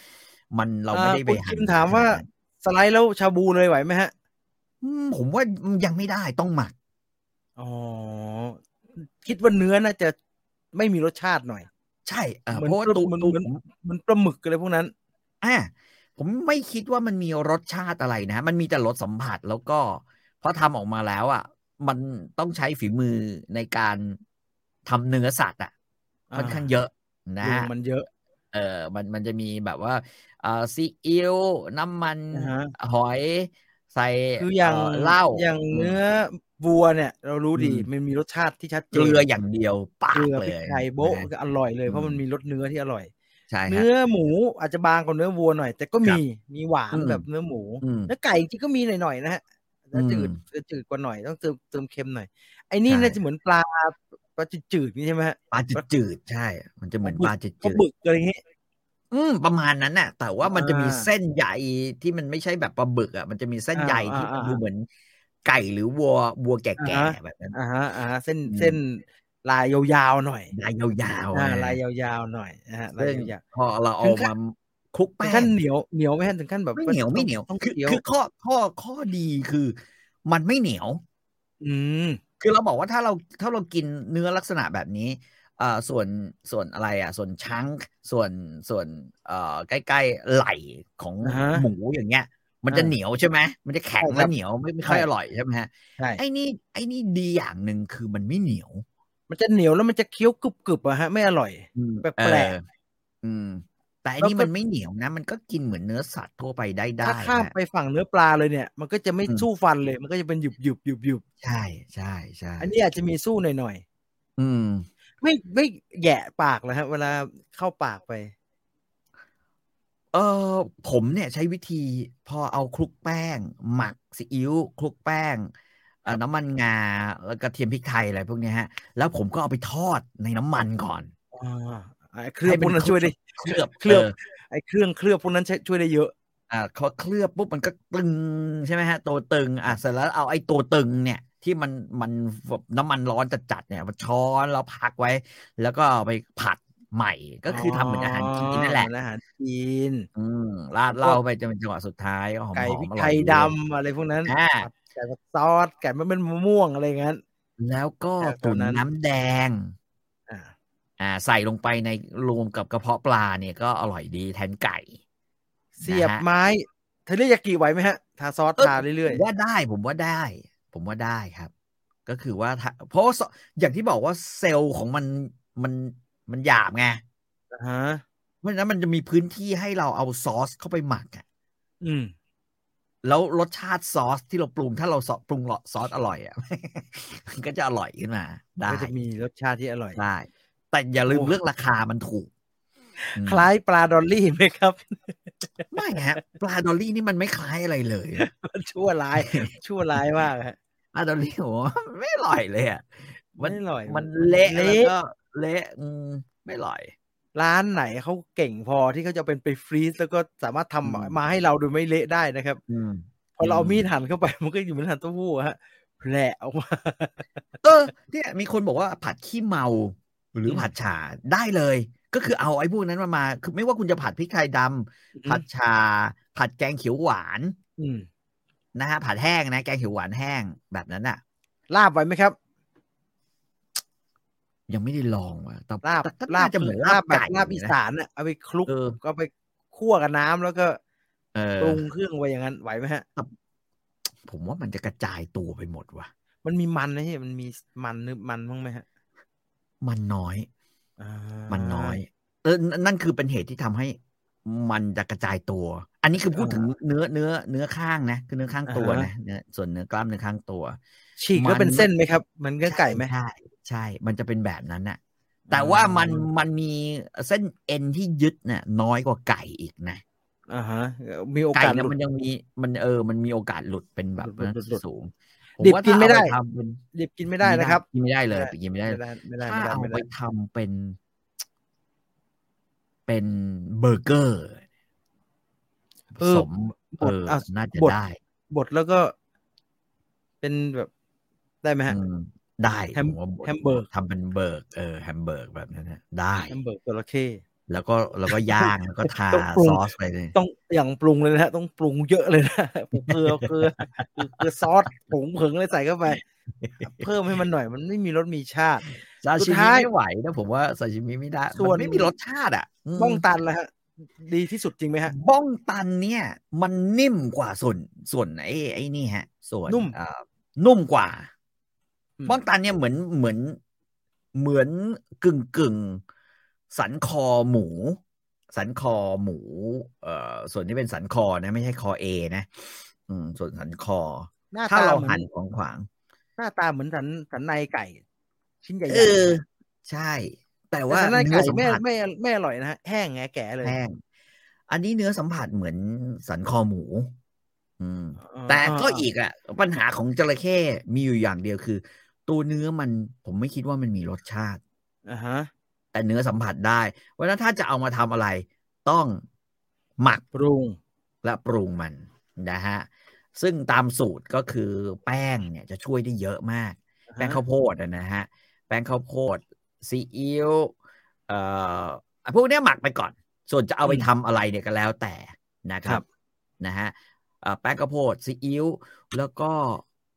[SPEAKER 2] มันเราไม่
[SPEAKER 1] อ่า
[SPEAKER 2] ได้ไป
[SPEAKER 1] คุณ
[SPEAKER 2] หั่
[SPEAKER 1] คิ
[SPEAKER 2] น
[SPEAKER 1] มถามว่า สไลด์แล้วชาบูเลยไหวไหมฮะ
[SPEAKER 2] อืมผมว่ายังไม่ได้ต้องหมัก
[SPEAKER 1] อ๋อ คิดว่าเนื้อน่าจะไม่มีรสชาติหน่อย
[SPEAKER 2] ใช่เออ
[SPEAKER 1] เหมือน
[SPEAKER 2] เพราะว่า
[SPEAKER 1] ตัว
[SPEAKER 2] ตัว
[SPEAKER 1] มัน
[SPEAKER 2] ตัว
[SPEAKER 1] มัน
[SPEAKER 2] ผม
[SPEAKER 1] เหมันปลาหมึกอะไรพวกนั้น
[SPEAKER 2] อ่าผมไม่คิดว่ามันมีรสชาติอะไรนะ มันมีแต่รสสัมผัสแล้วก็พอทำออกมาแล้วอ่ะ มันต้องใช้ฝีมือในการทำเนื้อสัตว์อ่ะค่อนข้างเยอะนะ
[SPEAKER 1] ยุง
[SPEAKER 2] ฮะ
[SPEAKER 1] มันเยอะ
[SPEAKER 2] เออมันมันจะมีแบบว่าเอ่อซีอิ๊วน้ำมัน
[SPEAKER 1] อ่าฮะ
[SPEAKER 2] หอยใส่
[SPEAKER 1] คืออย่าง
[SPEAKER 2] เอ่อเหล้า
[SPEAKER 1] อย่างเนื้อวัวเนี่ย เรารู้ดี
[SPEAKER 2] อืม
[SPEAKER 1] มันมีรสชาติที่ชัดเจ
[SPEAKER 2] เก
[SPEAKER 1] น
[SPEAKER 2] ลืออย่างเดียวปาก
[SPEAKER 1] เกลือพ
[SPEAKER 2] เล
[SPEAKER 1] ริก
[SPEAKER 2] ย
[SPEAKER 1] ไทยโบ๊ะ
[SPEAKER 2] นะ
[SPEAKER 1] ก็อร่อยเลย
[SPEAKER 2] อืม
[SPEAKER 1] เพราะมันมีรสเนื้อที่อร่อย
[SPEAKER 2] ใช่ฮะ
[SPEAKER 1] เนื้อหมูอาจจะบางกว่าเนื้อวัวหน่อย แต่ก็มีมีหวาน
[SPEAKER 2] อืม
[SPEAKER 1] แบบเนื้อหมู
[SPEAKER 2] อืม
[SPEAKER 1] เนื้อไก่จริงๆก็มีหน่อยๆนะฮะจะจืด
[SPEAKER 2] อืม
[SPEAKER 1] จะจืดกว่าหน่อยต้องเติมเติมเค็มหน่อยไอ้นี่
[SPEAKER 2] ใช่
[SPEAKER 1] น่าจะเหมือนปลาปลาจืดๆนี่ใช่ไหมฮะ
[SPEAKER 2] ปลาจืดจืดใช่ มันจะเหมือน
[SPEAKER 1] ป
[SPEAKER 2] ป
[SPEAKER 1] ลา
[SPEAKER 2] ลาจืด
[SPEAKER 1] ปลา
[SPEAKER 2] จืด
[SPEAKER 1] บึกอะไรอย่างเงี้ย
[SPEAKER 2] อืมประมาณนั้นน่ะ แต่ว่ามันจะมี
[SPEAKER 1] อ่า
[SPEAKER 2] เส้นใยที่มันไม่ใช่แบบปลาบึกอ่ะมันจะมีเส้น
[SPEAKER 1] อ่า
[SPEAKER 2] ใยที่
[SPEAKER 1] อ่าอ่า
[SPEAKER 2] ดูเหมือนไก่หรือวัววัวแก่ๆแบบนั้น
[SPEAKER 1] อ่าฮะอ่าฮะเส้น
[SPEAKER 2] อืม
[SPEAKER 1] เส้นลายยาวๆหน่อย
[SPEAKER 2] ลายยาว
[SPEAKER 1] อ่า
[SPEAKER 2] ๆะ
[SPEAKER 1] ลายยาวๆหน่อยนะฮะลาย
[SPEAKER 2] ซึ่ง
[SPEAKER 1] ยาว
[SPEAKER 2] พอเรา
[SPEAKER 1] ถึ
[SPEAKER 2] เอา
[SPEAKER 1] งขั้
[SPEAKER 2] มาน คลุก
[SPEAKER 1] ๆถึ
[SPEAKER 2] แป้
[SPEAKER 1] งขั้
[SPEAKER 2] ง
[SPEAKER 1] นเหนียวเหนียวไหมฮะถึงขั้นแบบ
[SPEAKER 2] ไม่เหนียว
[SPEAKER 1] า
[SPEAKER 2] ไม่เหนียว
[SPEAKER 1] ต้อง
[SPEAKER 2] คือ
[SPEAKER 1] เคี้ยว
[SPEAKER 2] คือข้อข้อข้อดีคือ มันไม่เหนียว
[SPEAKER 1] อืม
[SPEAKER 2] คือเราบอกว่าถ้าเราถ้าเรากินเนื้อลักษณะแบบนี้เอ่อส่วนส่วนอะไรอ่ะ ส่วนชังส่วนส่วนเอ่อใกล้ๆไหล่ของ
[SPEAKER 1] อ่าฮะ
[SPEAKER 2] หมูอย่างเงี้ย มัน
[SPEAKER 1] อ่า
[SPEAKER 2] จะเหนียวใช่ไหมมันจะแข็ง
[SPEAKER 1] ใช่ครับ
[SPEAKER 2] และเหนียวไม่ไม่ค่อย
[SPEAKER 1] ใช่
[SPEAKER 2] อร่อยใช่ไหมฮะ
[SPEAKER 1] ใช่
[SPEAKER 2] ไอ้นี่ไอ้นี่ดีอย่างหนึ่งคือมันไม่เหนียว
[SPEAKER 1] มันจะเหนียวแล้วมันจะเคี้ยวกรึบๆอะฮะไม่อร่อย
[SPEAKER 2] อืม
[SPEAKER 1] แปลกๆ
[SPEAKER 2] เอออืม แต่อันนี้
[SPEAKER 1] แล้วก็
[SPEAKER 2] มันไม่เหนียวนะ มันก็กินเหมือนเนื้อสัตว์ทั่วไปได้ได้
[SPEAKER 1] ถ้าข้าม
[SPEAKER 2] นะ
[SPEAKER 1] ไปฝั่งเนื้อปลาเลยเนี่ย มันก็จะไม่
[SPEAKER 2] อืม
[SPEAKER 1] สู้ฟันเลย มันก็จะเป็นหยุบหยุบหยุบหยุบ
[SPEAKER 2] ใช่ใช่ใช่
[SPEAKER 1] อันนี้อาจจะมีสู้หน่อย
[SPEAKER 2] อืม
[SPEAKER 1] ๆไม่ไม่แหยะปากเลยฮะ เวลาเข้าปากไป
[SPEAKER 2] เออผมเนี่ยใช้วิธีพอเอาคลุกแป้ง หมักซีอิ๊วคลุกแป้งเอ่อน้ำมันงาแล้วกระเทียมพริกไทยอะไรพวกเนี้ยฮะ แล้วผมก็เอาไปทอดในน้ำมันก่อน
[SPEAKER 1] อ่าไอ้เครื่องพวกนั้นช่วยได้
[SPEAKER 2] เคลือบ
[SPEAKER 1] เคลือบ
[SPEAKER 2] เออ
[SPEAKER 1] ไอ้เครื่องเคลือบพวกนั้นใช้ช่วยได้เยอะ
[SPEAKER 2] อ่าเขาเคลือบปุ๊บมันก็ตึงใช่ไหมฮะ ตัวตึงอ่ะเสร็จแล้วเอาไอ้ตัวตึงเนี่ย ที่มันมันน้ำมันร้อนจัดๆเนี่ยมาช้อนแล้วพักไว้ แล้วก็เอาไปผัดใหม่ก็คือทำเหมือนอาหารจีนนั่นแหละ
[SPEAKER 1] เหมือนอาหารจีน
[SPEAKER 2] อืมราด
[SPEAKER 1] แล้วก็
[SPEAKER 2] เหล้าไปจนเป็นจังหวะสุดท้ายก็หอม
[SPEAKER 1] ไก่
[SPEAKER 2] หอม
[SPEAKER 1] พริก
[SPEAKER 2] อ
[SPEAKER 1] ไท
[SPEAKER 2] ร่อย
[SPEAKER 1] ย
[SPEAKER 2] ดี
[SPEAKER 1] ดำอะไรพวกนั้น
[SPEAKER 2] อ่า
[SPEAKER 1] ผัดไก่ผัดซอสไก่มันเป็นมะม่วงอะไรงั้น
[SPEAKER 2] แล้วก็
[SPEAKER 1] แบบ
[SPEAKER 2] ตุ๋น
[SPEAKER 1] นั้น
[SPEAKER 2] น้ำแดง
[SPEAKER 1] อ่า
[SPEAKER 2] อ่า ใส่ลงไปในรวมกับกระเพาะปลาเนี่ยก็อร่อยดีแทนไก่
[SPEAKER 1] เสียบไม้เทริยากิไหวไหมฮะ ทาซอสทาเรื่อย
[SPEAKER 2] ผมว่าได้ ผมว่าได้ ผมว่าได้ครับ ก็คือว่าถ้าเพราะว่าซออย่างที่บอกว่าเซลล์ของมันมันมันหยาบไง
[SPEAKER 1] ๆอ่าฮะ
[SPEAKER 2] เพราะฉะนั้นมันจะมีพื้นที่ให้เราเอาซอสเข้าไปหมักอะ
[SPEAKER 1] อืม
[SPEAKER 2] แล้วรสชาติซอสที่เราปรุง ถ้าเราซอสปรุงซอสอร่อยอ่ะ มันก็จะอร่อยขึ้นมาได้
[SPEAKER 1] ก็จะมีรสชาติที่อร่อย
[SPEAKER 2] ได้ แต่อย่าลืม
[SPEAKER 1] โอ้
[SPEAKER 2] เรื่องราคามันถูกอืม
[SPEAKER 1] คล้ายปลาดอลลี่ไหมครับ
[SPEAKER 2] ไม่ฮะปลาดอลลี่นี่มันไม่คล้ายอะไรเลยอะ
[SPEAKER 1] ชั่วร้าย ชั่วร้ายมากฮะ
[SPEAKER 2] ปลาดอลลี่ผมว่าไม่อร่อยเลยอ่ะมัน
[SPEAKER 1] ไม่อร่อย
[SPEAKER 2] มันเละ
[SPEAKER 1] เละ
[SPEAKER 2] แล้วก็เละอืมไม่อร่อย
[SPEAKER 1] ร้านไหนเขาเก่งพอที่เขาจะเป็นไปฟรีซแล้วก็สามารถทำ
[SPEAKER 2] อืม
[SPEAKER 1] มาให้เราโดยไม่เละได้นะครับ
[SPEAKER 2] อืม
[SPEAKER 1] พอเราเอา
[SPEAKER 2] อืม
[SPEAKER 1] มีดหั่นเข้าไปมันก็อยู่เหมือนหั่นเต้าหู้อะฮะแผลออกมา
[SPEAKER 2] เออเนี่ยมีคนบอกว่าผัดขี้เมา หรืออ
[SPEAKER 1] ม
[SPEAKER 2] ผัดฉ่าได้เลย ก็คือเอาไอ้พวกนั้นมามา คือไม่ว่าคุณจะผัดพริกไทยดำผัดฉ่าผัดแกงเขียวหวาน
[SPEAKER 1] อืม
[SPEAKER 2] นะฮะผัดแห้งนะแกงเขียวหวานแห้งแบบนั้นอ่ะ
[SPEAKER 1] ลาบไว้ไหมครับ
[SPEAKER 2] ยังไม่ได้ลองว่ะแต่
[SPEAKER 1] ลาบ
[SPEAKER 2] แต่ก็น่าจะเหมือนลาบ
[SPEAKER 1] แบบ
[SPEAKER 2] ไก่
[SPEAKER 1] ลาบอี
[SPEAKER 2] นะ
[SPEAKER 1] สานน่ะเอาไปคลุก
[SPEAKER 2] เออ
[SPEAKER 1] ก็ไปคั่วกับน้ำแล้วก็
[SPEAKER 2] เอ
[SPEAKER 1] ปรุ
[SPEAKER 2] อ
[SPEAKER 1] งเครื่องไว้อย่างนั้นไหวไหมฮะ
[SPEAKER 2] ผมว่ามันจะกระจายตัวไปหมดว่ะ
[SPEAKER 1] มันมีมันนะเฮ้ยมันมีมันนึบมันบ้างไหมฮะ
[SPEAKER 2] มันน้อย
[SPEAKER 1] อ่า
[SPEAKER 2] มันน้อย เออนั่นนั่นคือเป็นเหตุที่ทำให้มันจะกระจายตัว อันนี้คือพูดถึงเนื้อเนื้อเนื้อข้างนะคือเนื้อข้างตัวนะเนื้อส่วนเนื้อกล้ามเนื้อข้างตัว
[SPEAKER 1] ฉีกแล้วเป็นเส้นไหมครับ มันก็ไก่ไหม
[SPEAKER 2] ใช่ใช่ มันจะเป็นแบบนั้นน่ะ แต่ว่ามันมันมีเส้นเอ็นที่ยึดน่ะน้อยกว่าไก่อีกนะ
[SPEAKER 1] อ่าฮะ มีโอ
[SPEAKER 2] ไก่
[SPEAKER 1] กาสห
[SPEAKER 2] นะ
[SPEAKER 1] ลุด
[SPEAKER 2] มันยังมีมันเออ มันมีโอกาสหลุดเป็นแบบ
[SPEAKER 1] หลุดหลุดหลุด
[SPEAKER 2] สูง
[SPEAKER 1] ดิบกินไม่ได้
[SPEAKER 2] ผว่าถ้าเอาปทำเป็น
[SPEAKER 1] ดิบกินไม่ได้นะครับ
[SPEAKER 2] กินไม่ได้เลย
[SPEAKER 1] ไม่ได้
[SPEAKER 2] กินไม่ได้
[SPEAKER 1] ไม่
[SPEAKER 2] เลย
[SPEAKER 1] ได้ไม่ได้
[SPEAKER 2] ถ้าเอา
[SPEAKER 1] ไม่
[SPEAKER 2] ไป
[SPEAKER 1] ได้
[SPEAKER 2] ทำเป็น เป็นเบอร์เกอร์ผ
[SPEAKER 1] เออ
[SPEAKER 2] สม
[SPEAKER 1] บ
[SPEAKER 2] เอ
[SPEAKER 1] ด
[SPEAKER 2] อ
[SPEAKER 1] เอา
[SPEAKER 2] น่าจะ
[SPEAKER 1] บด
[SPEAKER 2] ได้
[SPEAKER 1] บดแล้วก็ เป็นแบบได้ไหมฮะ
[SPEAKER 2] อืมได้
[SPEAKER 1] แฮม
[SPEAKER 2] ผว่า
[SPEAKER 1] แฮมเบอร์ก
[SPEAKER 2] ทำเป็นเบิร์กเออแฮมเบิร์กแบบนั้นนะได้
[SPEAKER 1] แฮมเบอร์เกอร์จระเข้
[SPEAKER 2] แล้วก็แล้วก็ย่างแล้วก็ทา
[SPEAKER 1] ต้องปรุง
[SPEAKER 2] ซอสไปเลย
[SPEAKER 1] ต้องอย่างปรุงเลยนะฮะต้องปรุงเยอะเลยนะเกลือเกลือเกลือซอสผงเผงอะไรใส่เข้าไป เพิ่มให้มันหน่อยมันไม่มีรสมีชาติ
[SPEAKER 2] ซา
[SPEAKER 1] สุด
[SPEAKER 2] ชิมิ
[SPEAKER 1] ท้าย
[SPEAKER 2] ไม่ไหวนะผมว่าซาชิมิไม่ได้
[SPEAKER 1] ส่วน
[SPEAKER 2] มันไม่มีรสชาติอ่ะม
[SPEAKER 1] บ้องตันแล้วฮะ ดีที่สุดจริงไหมฮะ
[SPEAKER 2] บ้องตันเนี่ย มันนิ่มกว่าส่วนส่วนไอ้ไอ้นี่ฮะ ส่วน
[SPEAKER 1] นุ่ม
[SPEAKER 2] เอ่อนุ่มกว่า
[SPEAKER 1] อืม
[SPEAKER 2] บ้องตันเนี่ยเหมือนเหมือนเหมือนกึ่งกึ่งสันคอหมู สันคอหมู เอ่อส่วนที่เป็นสันคอนะ ไม่ใช่คอเอนะอืม ส่วนสันคอ
[SPEAKER 1] หน้า
[SPEAKER 2] ถ้า
[SPEAKER 1] ตา
[SPEAKER 2] เรา
[SPEAKER 1] เหมือ
[SPEAKER 2] หั่
[SPEAKER 1] น
[SPEAKER 2] นของขวาง
[SPEAKER 1] หน้าตาเหมือนสันสันในไก่ ชิ้นใหญ่
[SPEAKER 2] เออ ใช่ แต่
[SPEAKER 1] ๆแต่
[SPEAKER 2] ว่า
[SPEAKER 1] สันใน
[SPEAKER 2] เนื้
[SPEAKER 1] ไก่
[SPEAKER 2] อสัม
[SPEAKER 1] ไม่
[SPEAKER 2] ผัส
[SPEAKER 1] ไม่ไม่อร่อยนะฮะแห้งแงะแก่เลย
[SPEAKER 2] แห้งอันนี้เนื้อสัมผัสเหมือนสันคอหมู อืม
[SPEAKER 1] อ๋อ
[SPEAKER 2] แต่ก็อีกอะปัญหาของจระเข้มีอยู่อย่างเดียวคือ ตัวเนื้อมันผมไม่คิดว่ามันมีรสชาติ
[SPEAKER 1] อ่าฮะ
[SPEAKER 2] แต่เนื้อสัมผัสได้เพราะฉะนั้นถ้าจะเอามาทำอะไร ต้องหมัก
[SPEAKER 1] ปรุง
[SPEAKER 2] และปรุงมันนะฮะ ซึ่งตามสูตรก็คือแป้งเนี่ยจะช่วยได้เยอะมาก แป้งข้าวโพดอะนะฮะ แป้งข้าวโพดซีอิ๊วเอ่อพวกเนี้ยหมักไปก่อน ส่วนจะเอาไป
[SPEAKER 1] อืม
[SPEAKER 2] ทำอะไรเนี่ยก็แล้วแต่นะค
[SPEAKER 1] ครั
[SPEAKER 2] รับบ นะฮะเอ่อแป้งข้าวโพดซีอิ๊วแล้วก็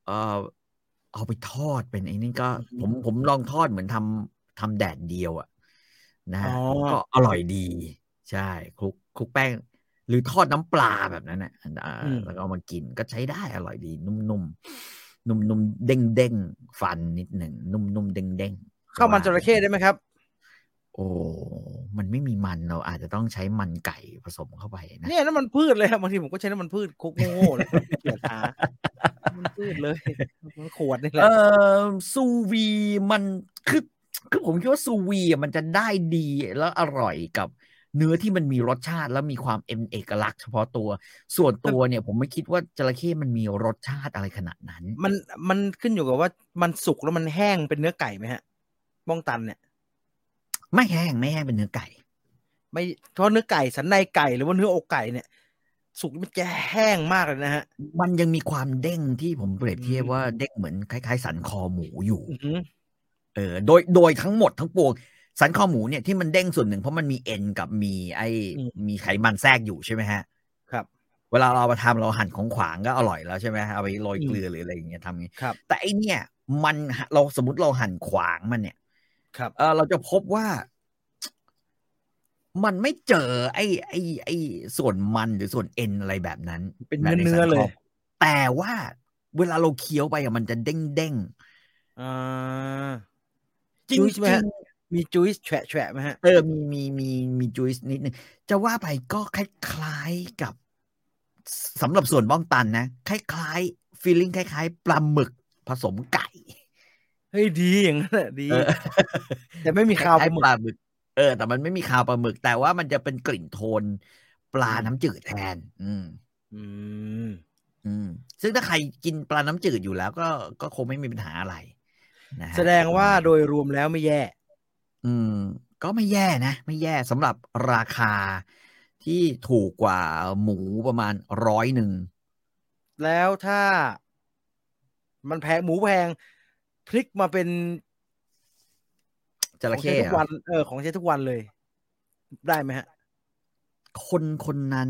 [SPEAKER 2] เอ่อเอาไปทอดเป็นไอ้นี่ก็ผมผมลองทอดเหมือนทำทำแดดเดียวอะนะฮะ
[SPEAKER 1] อ๋อ
[SPEAKER 2] ก็อร่อยดี ใช่คลุกคลุกแป้ง หรือทอดน้ำปลาแบบนั้นน่ะอ่า
[SPEAKER 1] อืม
[SPEAKER 2] แล้วก็เอามากินก็ใช้ได้อร่อยดี นุ่มๆ นุ่มๆ เด้งๆ ฟันนิดหนึ่ง นุ่มๆ เด้งๆ
[SPEAKER 1] ข้าวมันจระเข้ได้ไหมครับ
[SPEAKER 2] โอ้ มันไม่มีมันเราอาจจะต้องใช้มันไก่ผสมเข้าไปนะ
[SPEAKER 1] เนี่ยน้ำมันพืชเลยครับบางทีผมก็ใช้น้ำมันพืชคุกโง่ๆเลยเกลียดหาน้ำมันพืชเลยมันขวดนี่แหละ
[SPEAKER 2] เออซูวีมันคือคือผมคิดว่าซูวีอะมันจะได้ดีแล้วอร่อยกับเนื้อที่มันมีรสชาติแล้วมีความเอ็มเอกลักษณ์เฉพาะตัว ส่วนตัวเนี่ย ผมไม่คิดว่าจระเข้มันมีรสชาติอะไรขนาดนั้น
[SPEAKER 1] มันมันขึ้นอยู่กับว่ามันสุกแล้วมันแห้งเป็นเนื้อไก่ไหมฮะบ้องตันเนี่ย
[SPEAKER 2] ไม่แห้งไม่แห้งเป็นเนื้อไก่
[SPEAKER 1] ไม่เพราะเนื้อไก่สันในไก่หรือว่าเนื้ออกไก่เนี่ย สุกมันจะแห้งมากเลยนะฮะ
[SPEAKER 2] มันยังมีความเด้งที่ผมเปรียบเทียบ
[SPEAKER 1] อืม
[SPEAKER 2] ว่าเด้งเหมือนคล้ายๆ สันคอหมูอยู่
[SPEAKER 1] อื้อหือ
[SPEAKER 2] เออโดยโดยทั้งหมดทั้งปวงสันคอหมูเนี่ยที่มันเด้งส่วนหนึ่งเพราะมันมีเอ็นกับมีไอ
[SPEAKER 1] อืม
[SPEAKER 2] มีไขมันแทรกอยู่ใช่ไหมฮะ
[SPEAKER 1] ครับ
[SPEAKER 2] เวลาเราเอามาทำเราหั่นของขวางก็อร่อยแล้วใช่ไหมฮะเอาไปโรย
[SPEAKER 1] อืม
[SPEAKER 2] เกลือหรืออะไรอย่างเงี้ยทำงี้
[SPEAKER 1] ครับ
[SPEAKER 2] แต่ไอเนี่ยมันเราสมมติเราหั่นขวางมันเนี่ย
[SPEAKER 1] ครับ
[SPEAKER 2] เออเราจะพบว่า มันไม่เจอ ไอ้ไอ้ไอ้ส่วนมันหรือส่วนเอ็นอะไรแบบนั้น
[SPEAKER 1] เป็นเนื้อเนื้อๆเลย
[SPEAKER 2] แต่ว่าเวลาเราเคี้ยวไปอะมันจะเด้งเด้ง
[SPEAKER 1] อ่า
[SPEAKER 2] ๆจริง
[SPEAKER 1] จุ๊ยใช่ไหม
[SPEAKER 2] จริง
[SPEAKER 1] ฮะ มีจุ้ยแฉะแฉะไหมฮะ
[SPEAKER 2] เออมีมีมีมีจุยนิดนึงจะว่าไปก็คล้ายๆกับสำหรับส่วนบ้องตันนะ คล้ายๆฟีลลิ่งคล้ายๆปลาหมึกผสมไก่
[SPEAKER 1] เฮ้ยดีอย่างนั้นอะดี
[SPEAKER 2] เออ
[SPEAKER 1] แต่ไม่มีคาว
[SPEAKER 2] ล้
[SPEAKER 1] ป
[SPEAKER 2] ย
[SPEAKER 1] ลาห
[SPEAKER 2] ๆ
[SPEAKER 1] มึก
[SPEAKER 2] ปลาหมึก เออ แต่มันไม่มีคาวปลาหมึก แต่ว่ามันจะเป็นกลิ่นโทน ปลาน้ำจืดแทน อืม
[SPEAKER 1] อืม
[SPEAKER 2] อืม ซึ่งถ้าใครกินปลาน้ำจืดอยู่แล้วก็ก็คงไม่มีปัญหาอะไรนะฮะ
[SPEAKER 1] แสดงว่าโดยรวมแล้วไม่แย่
[SPEAKER 2] อืม ก็ไม่แย่นะ ไม่แย่สำหรับราคาที่ถูกกว่าหมูประมาณร้อยหนึ่ง
[SPEAKER 1] แล้วถ้า มันแพงหมูแพงพลิกมาเป็น
[SPEAKER 2] จ
[SPEAKER 1] ขอ
[SPEAKER 2] ระ
[SPEAKER 1] งใช้
[SPEAKER 2] เข้
[SPEAKER 1] ทุกวั
[SPEAKER 2] อะ
[SPEAKER 1] นเออของใช้ทุกวันเลย ได้ไหมฮะ
[SPEAKER 2] คนคนนั้น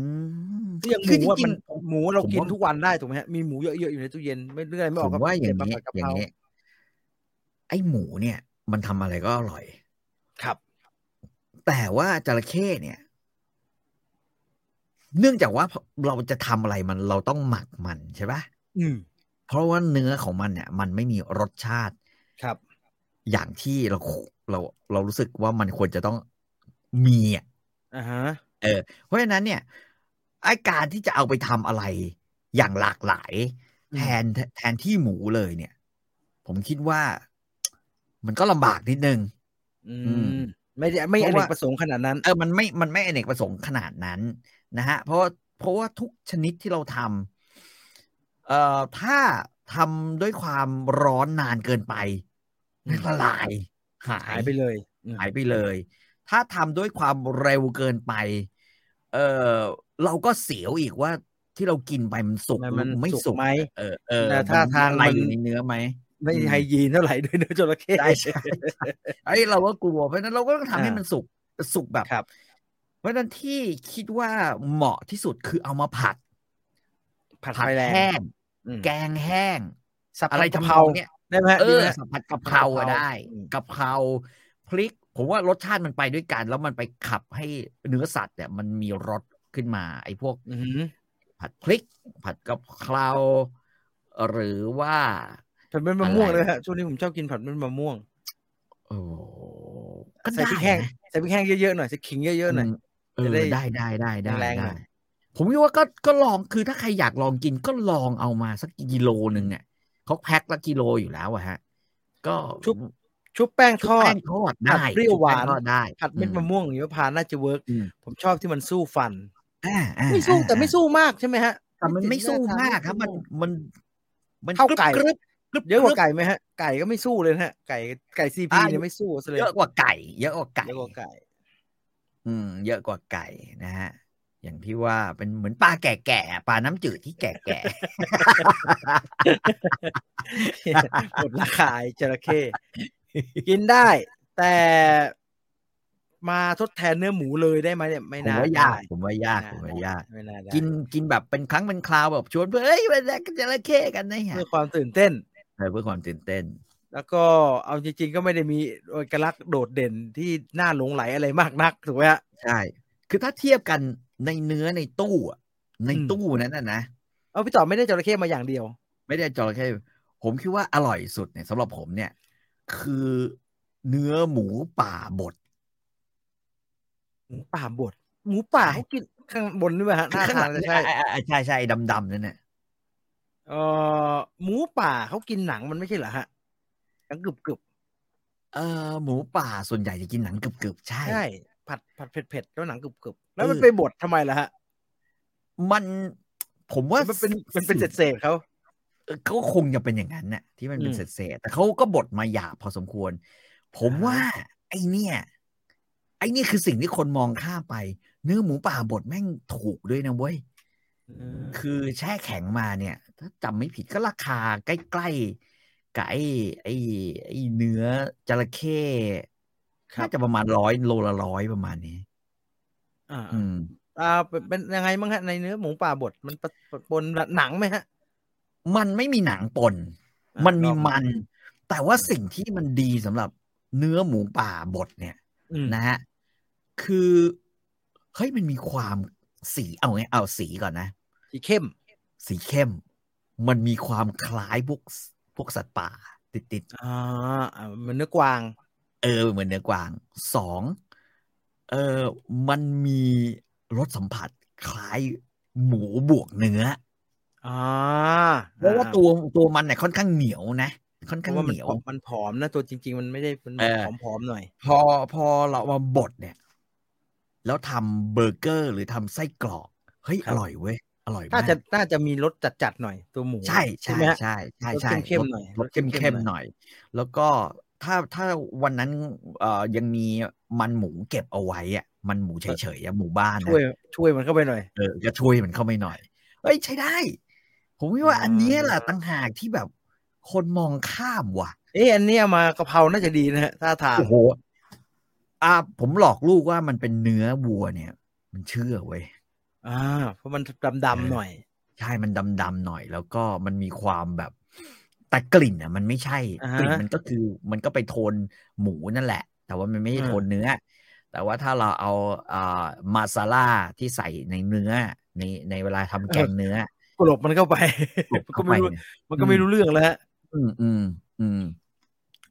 [SPEAKER 1] อย่างห
[SPEAKER 2] คือ
[SPEAKER 1] มู
[SPEAKER 2] จ
[SPEAKER 1] อะ
[SPEAKER 2] ริ
[SPEAKER 1] มั
[SPEAKER 2] ง
[SPEAKER 1] นหมูเรา
[SPEAKER 2] ผมว่า
[SPEAKER 1] กินทุกวันได้ถูกไหมฮะมีหมูเยอะๆอยู่ในตู้เย็นไม่เรื่องอะไรไม่อ
[SPEAKER 2] ๆผ
[SPEAKER 1] อก
[SPEAKER 2] ม
[SPEAKER 1] ก็
[SPEAKER 2] ว่าอย่าง
[SPEAKER 1] เก็บม
[SPEAKER 2] นี้
[SPEAKER 1] ผัดกะ
[SPEAKER 2] อ
[SPEAKER 1] เพ
[SPEAKER 2] ย่าง
[SPEAKER 1] รา
[SPEAKER 2] นี้ ไอ้หมูเนี่ย มันทำอะไรก็อร่อย
[SPEAKER 1] ครับ
[SPEAKER 2] แต่ว่าจระเข้เนี่ย เนื่องจากว่าเราจะทำอะไรมันเราต้องหมักมันใช่ปะ
[SPEAKER 1] อืม
[SPEAKER 2] เพราะว่าเนื้อของมันเนี่ย มันไม่มีรสชาติ
[SPEAKER 1] ครับ
[SPEAKER 2] อย่างที่เราเราเรารู้สึกว่ามันควรจะต้องมีอ่ะ
[SPEAKER 1] อ่าฮะ
[SPEAKER 2] เพราะฉะนั้นเนี่ย ไอ ไอการที่จะเอาไปทำอะไรอย่างหลากหลาย
[SPEAKER 1] อืม
[SPEAKER 2] แทนแทนที่หมูเลยเนี่ย ผมคิดว่ามันก็ลำบากนิดนึง
[SPEAKER 1] อื
[SPEAKER 2] อื
[SPEAKER 1] ม
[SPEAKER 2] ม
[SPEAKER 1] ไม่ได้ไม่อ
[SPEAKER 2] เพราะ
[SPEAKER 1] เน
[SPEAKER 2] ว่า
[SPEAKER 1] กประสงค์ขนาดนั้น
[SPEAKER 2] เออมันไม่มันไม่อเนกประสงค์ขนาดนั้นนะฮะเพราะว่าเพราะว่าทุกชนิดที่เราทำเอ่อถ้าทำด้วยความร้อนนานเกินไป
[SPEAKER 1] อืม
[SPEAKER 2] ละลาย หา
[SPEAKER 1] หาย ยไปเลยอืม
[SPEAKER 2] หายไปเลย ถ้าทำด้วยความเร็วเกินไป เออเราก็เสียวอีกว่าที่เรากินไปมันสุก
[SPEAKER 1] แล้ว
[SPEAKER 2] หรือไม่สุก
[SPEAKER 1] ไหม
[SPEAKER 2] เออเออ
[SPEAKER 1] แต่ท่าทาง
[SPEAKER 2] อะไร
[SPEAKER 1] มัน
[SPEAKER 2] อยู่ในเนื้อไหม
[SPEAKER 1] ไม่
[SPEAKER 2] อืม
[SPEAKER 1] ไฮยีนเท่าไหร่ด้วยเนื้อะจระเข้
[SPEAKER 2] ใช่ใช่ใช่ไอ้เราก็กลัวเพราะฉะนั้นเราก็ต้องทำให้มันสุกสุกแบบ
[SPEAKER 1] ครับ
[SPEAKER 2] เพราะฉะนั้นที่คิดว่าเหมาะที่สุดคือเอามาผัด
[SPEAKER 1] ผัด
[SPEAKER 2] ผัด
[SPEAKER 1] ไฟแรง
[SPEAKER 2] แห้ง
[SPEAKER 1] อืม
[SPEAKER 2] แกงแห้ง
[SPEAKER 1] สับ
[SPEAKER 2] อะไร
[SPEAKER 1] ผัดกะเพรา
[SPEAKER 2] ทำนองเนี้ย
[SPEAKER 1] ได้ไหมฮะ
[SPEAKER 2] เอ
[SPEAKER 1] ดี
[SPEAKER 2] อ
[SPEAKER 1] ไหมฮะ
[SPEAKER 2] สัมผัสกะเพรา
[SPEAKER 1] ผัดกะเพรา
[SPEAKER 2] อะได้
[SPEAKER 1] อืม
[SPEAKER 2] กะเพราพริก ผมว่ารสชาติมันไปด้วยกัน แล้วมันไปขับให้เนื้อสัตว์เนี่ยมันมีรสขึ้นมา ไอ้พวก
[SPEAKER 1] อือหือ
[SPEAKER 2] ผัดพริก ผัดกะเพราหรือว่า
[SPEAKER 1] ผัดเป็นมะม่วง
[SPEAKER 2] อะไร
[SPEAKER 1] เลยฮะช่วงนี้ผมชอบกินผัดเป็นมะม่วง
[SPEAKER 2] โอ้ก็
[SPEAKER 1] ใส่
[SPEAKER 2] ได้
[SPEAKER 1] พริกแห้ง
[SPEAKER 2] นะ
[SPEAKER 1] ใส่พริกแห้งเยอะๆหน่อยใส่ขิงเยอะๆหน่อย
[SPEAKER 2] มเออ
[SPEAKER 1] จะได้
[SPEAKER 2] ได้ได้ได้ได้
[SPEAKER 1] แรงๆหน่
[SPEAKER 2] ได้
[SPEAKER 1] อย
[SPEAKER 2] ผมคิดว่าก็ก็ลองคือถ้าใครอยากลองกินก็ลองเอามาสักกิโลหนึ่งอ่ะเขาแพ็คละกิโลอยู่แล้วอะฮะ ก็
[SPEAKER 1] ชุบ ชุบแป้ง
[SPEAKER 2] ชุ
[SPEAKER 1] ท
[SPEAKER 2] บ
[SPEAKER 1] อ
[SPEAKER 2] แป้
[SPEAKER 1] ด
[SPEAKER 2] งทอด
[SPEAKER 1] ผั
[SPEAKER 2] ได้
[SPEAKER 1] ดเปรี้ยวหวาน
[SPEAKER 2] ชุบแป้งทอดได้
[SPEAKER 1] ผัดเม็ด
[SPEAKER 2] อื
[SPEAKER 1] มะม่วงหรือว่าพาน่าจะเวิร์ก
[SPEAKER 2] อืม
[SPEAKER 1] ผมชอบที่มันสู้ฟัน
[SPEAKER 2] อ่าอ่า
[SPEAKER 1] ไม่สู้แต่
[SPEAKER 2] อ่า
[SPEAKER 1] ไม่สู้มากใช่ไหมฮะ
[SPEAKER 2] แต่มันไม่สู้
[SPEAKER 1] ถึงหน้
[SPEAKER 2] มาก
[SPEAKER 1] ต
[SPEAKER 2] ครับ มัน
[SPEAKER 1] สู้
[SPEAKER 2] มันมัน
[SPEAKER 1] เท่าไก่
[SPEAKER 2] กรึบกรึบ
[SPEAKER 1] เยอะกว่าก
[SPEAKER 2] รึบ
[SPEAKER 1] ไก่ไหมฮะ ไก่ก็ไม่สู้เลยนะฮะ ไก่ไก่ซีพี
[SPEAKER 2] อ่า
[SPEAKER 1] เนี่ยไม่สู้ซะเลย
[SPEAKER 2] เยอะกว่าไก่ เยอะกว่าไก่
[SPEAKER 1] เยอะกว่าไก่
[SPEAKER 2] อืม เยอะกว่าไก่นะฮะ อย่างที่ว่าเป็นเหมือนปลาแก่ๆอะปลาน้ำจืดที่แก่
[SPEAKER 1] หมดราคาไอ้จระเข้กินได้ แต่มาทดแทนเนื้อหมูเลยได้ไหมเนี่ยไม่
[SPEAKER 2] ๆผม
[SPEAKER 1] น่า
[SPEAKER 2] ว่ายาก
[SPEAKER 1] ได้
[SPEAKER 2] ผมว่ายากผม
[SPEAKER 1] ไม่
[SPEAKER 2] ว่ายาก
[SPEAKER 1] ไม่น่าได้
[SPEAKER 2] กินกินแบบเป็นครั้งเป็นคราวแบบชวนเพื่อนเฮ้ยไปแลกจระเข้กันนะฮะ
[SPEAKER 1] เพื่อความตื่นเต้น
[SPEAKER 2] เออเพื่อความตื่นเต้น
[SPEAKER 1] แล้วก็เอาจริงๆก็ไม่ได้มีเอกลักษณ์โดดเด่นที่น่าหลงไหลอะไรมากนักถูกไหมฮะ
[SPEAKER 2] ใช่ คือถ้าเทียบกันในเนื้อในตู้อะใน
[SPEAKER 1] อืม
[SPEAKER 2] ตู้นั้นนะนะ
[SPEAKER 1] เอาพี่ต่อไม่ได้จระเข้มาอย่างเดียว
[SPEAKER 2] ไม่ได้จระเข้ผมคิดว่าอร่อยสุดเนี่ยสำหรับผมเนี่ย คือเนื้อหมูป่าบด
[SPEAKER 1] หมูป่าบดหมูป่า
[SPEAKER 2] ใช่
[SPEAKER 1] เขากินข้างบนด้วยฮะหน้าทางจะ
[SPEAKER 2] เนี่ย
[SPEAKER 1] ใช่
[SPEAKER 2] อ่ะอ่ะอ่ะใช่ใช่ดำดำนั่นน่ะ
[SPEAKER 1] เออหมูป่าเขากินหนังมันไม่ใช่เหรอฮะหนังกึบกึบ
[SPEAKER 2] เออหมูป่าส่วนใหญ่จะกินหนังกรึบๆใช่
[SPEAKER 1] ๆใช่ผัดผัดเผ็ดๆแล้วหนังกึบกึบๆแล้วมัน
[SPEAKER 2] เออ
[SPEAKER 1] ไปบดทำไมล่ะฮะ
[SPEAKER 2] มันผมว่า
[SPEAKER 1] มันเป็นมันเป็นเศษๆเขา
[SPEAKER 2] เออเขาคงจะเป็นอย่างนั้นน่ะที่มันเป็น
[SPEAKER 1] อืม
[SPEAKER 2] เศษเศษๆแต่เขาก็บดมาหยาบพอสมควร ผม
[SPEAKER 1] อ่า
[SPEAKER 2] ว่า ไอเนี่ย ไอเนี่ยคือสิ่งที่คนมองข้ามไป เนื้อหมูป่าบดแม่งถูกด้วยนะเว้ย คือแช่แข็งมาเนี่ย ถ้าจำไม่ผิดก็ราคาใกล้ๆกับไอ้ไอ้ไอ้เนื้อจระเข้
[SPEAKER 1] ครับ
[SPEAKER 2] น่าจะประมาณร้อยโลละร้อยประมาณนี้
[SPEAKER 1] อ่า
[SPEAKER 2] อืม
[SPEAKER 1] อ่าเป็นเป็นยังไงบ้างฮะในเนื้อหมูป่าบดมันปะปะปนหนังไหมฮะ
[SPEAKER 2] มันไม่มีหนังปน
[SPEAKER 1] อ่ะ
[SPEAKER 2] มันมี
[SPEAKER 1] ลอง
[SPEAKER 2] มัน แต่ว่าสิ่งที่มันดีสำหรับเนื้อหมูป่าบดเนี่ย
[SPEAKER 1] อืม
[SPEAKER 2] นะฮะ คือเฮ้ยมันมีความสีเอาไงเอาสีก่อนนะ
[SPEAKER 1] สีเข้ม
[SPEAKER 2] สีเข้ม มันมีความคล้ายพวกพวกสัตว์ป่า ติดติดๆ
[SPEAKER 1] อ่าอ่ามันเนื้อกวาง
[SPEAKER 2] เออเหมือนเนื้อกวางสองเออมันมีรสสัมผัสคล้ายหมูบวกเนื้อ
[SPEAKER 1] อ่า
[SPEAKER 2] เพราะว่าตัวตัวมันเนี่ยค่อนข้างเหนียวนะ ค่อน
[SPEAKER 1] เพ
[SPEAKER 2] ข้า
[SPEAKER 1] ราะ
[SPEAKER 2] ง
[SPEAKER 1] ว่า
[SPEAKER 2] เห
[SPEAKER 1] มัน
[SPEAKER 2] นียว
[SPEAKER 1] ผอมมันผอมนะตัวจริง ๆ มันไม่ได้มัน
[SPEAKER 2] เออ
[SPEAKER 1] ผอมๆหน่อย
[SPEAKER 2] พอพอเรามาบดเนี่ย แล้วทำเบอร์เกอร์ หรือทำไส้กรอกเฮ้ย
[SPEAKER 1] ครั
[SPEAKER 2] อบ ร่อยเว้ยอร่อย
[SPEAKER 1] น่า
[SPEAKER 2] มา
[SPEAKER 1] จะ
[SPEAKER 2] ก
[SPEAKER 1] น่าจะมีรสจัดๆหน่อยตัวหมู
[SPEAKER 2] ใช่ใช่
[SPEAKER 1] ไหมฮะ
[SPEAKER 2] ใช่ใช่ใช่
[SPEAKER 1] รสเข้มๆหน่อย
[SPEAKER 2] รสเข้ม
[SPEAKER 1] รสเข้
[SPEAKER 2] เข้
[SPEAKER 1] ม
[SPEAKER 2] ม
[SPEAKER 1] ๆห
[SPEAKER 2] ห
[SPEAKER 1] น่
[SPEAKER 2] น่
[SPEAKER 1] อ
[SPEAKER 2] อย ย แล้วก็ถ้าถ้าวันนั้นเอ่อยังมีมันหมูเก็บเอาไว้อะมันหมูเฉยๆอะหมูบ้าน
[SPEAKER 1] ช่
[SPEAKER 2] นะ
[SPEAKER 1] วยช่วยมันเข้าไปหน่อย
[SPEAKER 2] เออก็ช่วยมันเข้าไปหน่อย เอ้ยใช้ได้ ผมว่า
[SPEAKER 1] อ่า
[SPEAKER 2] อันเนี้ยแหละต่างหากที่แบบ คนมองข้ามว่ะ
[SPEAKER 1] เอ๊ะอันเนี้ยมากะเพราน่าจะดีนะฮะท่าทาง
[SPEAKER 2] โอ้โห อ่า ผมหลอกลูกว่ามันเป็นเนื้อวัวเนี่ย มันเชื่อเว้ย
[SPEAKER 1] อ่าเพราะมันดำๆหน่อย
[SPEAKER 2] ใช่ มันดำๆหน่อย แล้วก็มันมีความแบบ แต่กลิ่นอ่ะ มันไม่ใช่
[SPEAKER 1] อ่าฮะ
[SPEAKER 2] กลิ่นมันก็คือ มันก็ไปโทนหมูนั่นแหละ แต่ว่ามันไม่ได้
[SPEAKER 1] อ่า
[SPEAKER 2] โทนเนื้อ แต่ว่าถ้าเราเอาอ่ามาซาล่าที่ใส่ในเนื้อในในเวลาทำแกงเนื้อก
[SPEAKER 1] ลบมันเข้าไป มันก็
[SPEAKER 2] เข้า
[SPEAKER 1] ไม่
[SPEAKER 2] ป
[SPEAKER 1] รู้
[SPEAKER 2] เนี่ย
[SPEAKER 1] มันก็ไม่รู้เรื่องแล้วฮะ
[SPEAKER 2] อืมอืมอืม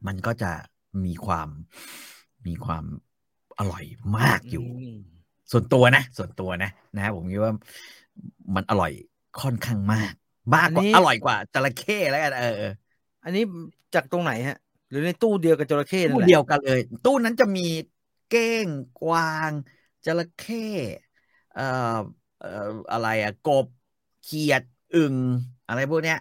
[SPEAKER 2] มันก็จะมีความมีความอร่อยมากอยู่
[SPEAKER 1] อืม
[SPEAKER 2] ส่วนตัวนะ ส่วนตัวนะนะฮะผมคิดว่า มันอร่อยค่อนข้างมาก บ้าก
[SPEAKER 1] อั
[SPEAKER 2] กว่าน
[SPEAKER 1] นี้
[SPEAKER 2] อร่อยกว่าจระเข้แล้วกันเออเออ
[SPEAKER 1] อันนี้จากตรงไหนฮะ หรือในตู้เดียวกับจระเข้นั่น
[SPEAKER 2] ตู้
[SPEAKER 1] แหละ
[SPEAKER 2] เดียวกันเลย ตู้นั้นจะมีเก้งกวางจระเข้เอ่อเอ่ออะไรอะกบเขียดอึ่งอะไรพวกเนี้ย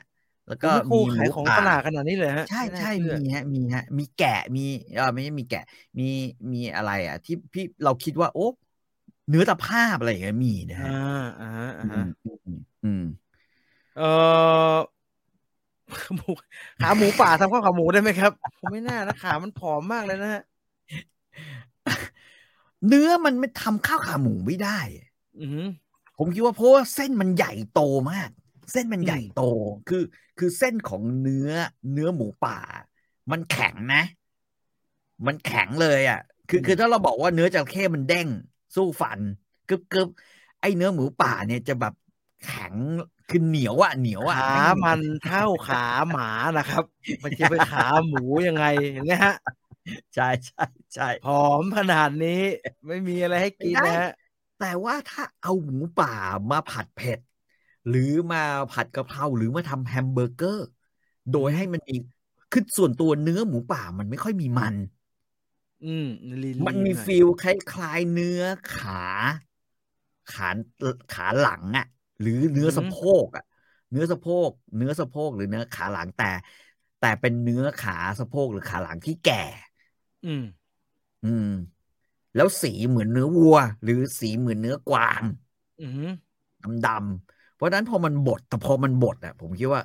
[SPEAKER 2] แล้วก็
[SPEAKER 1] ก็
[SPEAKER 2] มี
[SPEAKER 1] มี
[SPEAKER 2] ห
[SPEAKER 1] ขาย
[SPEAKER 2] มู
[SPEAKER 1] ของ
[SPEAKER 2] ป่
[SPEAKER 1] ตลาดขนาดนี้เลยฮะ
[SPEAKER 2] ใช่
[SPEAKER 1] ไม่น่า
[SPEAKER 2] ใช่
[SPEAKER 1] เชื่อ
[SPEAKER 2] มีฮะมีฮะมีแกะมีเออไม่ใช่มีแกะ มีมีอะไรอ่ะ ที่พี่เราคิดว่าโอ้เนื้อตะภาพอะไรอย่างเงี้ยมีนะฮะ
[SPEAKER 1] อ่าอ่า
[SPEAKER 2] อื
[SPEAKER 1] อ่าม
[SPEAKER 2] อืมอืม
[SPEAKER 1] เออ หมูขาหมูป่าทำข้าวขาหมูได้ไหมครับ ผมไม่น่านะขามันผอมมากเลยนะฮะ
[SPEAKER 2] เนื้อมันไม่ทำข้าวขาหมูไม่ได้
[SPEAKER 1] อือหือ
[SPEAKER 2] ผมคิดว่าเพราะว่าเส้นมันใหญ่โตมาก เส้นมัน
[SPEAKER 1] อืม
[SPEAKER 2] ใหญ่โตคือ คือเส้นของเนื้อเนื้อหมูป่า มันแข็งนะ มันแข็งเลยอ่ะ คือคือถ้าเราบอกว่าเนื้อจระเข้มันเด้งสู้ฟันกึบกึบไอ้เนื้อหมูป่าเนี่ยจะแบบแข็งคือเหนียวอ่ะเหนียวอ่ะ
[SPEAKER 1] ขามันเท่าขาหมานะครับ มันจะไปขาหมูยังไงเห็นไหมฮะ
[SPEAKER 2] ใช่ใช่ใช่
[SPEAKER 1] ผอมขนาดนี้ ไม่มีอะไรให้กินนะฮะ
[SPEAKER 2] แต่ว่าถ้าเอาหมูป่ามาผัดเผ็ด หรือมาผัดกะเพราหรือมาทำแฮมเบอร์เกอร์ โดยให้มันมีคือส่วนตัวเนื้อหมูป่ามันไม่ค่อยมีมัน
[SPEAKER 1] อืมลีน
[SPEAKER 2] มันมี
[SPEAKER 1] หอย
[SPEAKER 2] ฟิลคล้ายๆเนื้อขา ขาขาหลังอะ่ะ หรือเนื้อสะโพกอะ่ะ เนื้อสะโพก เนื้อสะโพกหรือเนื้อขาหลังแต่ แต่เป็นเนื้อขาสะโพกหรือขาหลังที่แก่
[SPEAKER 1] อืม
[SPEAKER 2] อืม แล้วสีเหมือนเนื้อวัว หรือสีเหมือนเนื้อกวาง
[SPEAKER 1] อือหือ
[SPEAKER 2] ดำดำๆเพราะฉะนั้นพอมันบดแต่พอมันบดอ่ะ ผมคิดว่า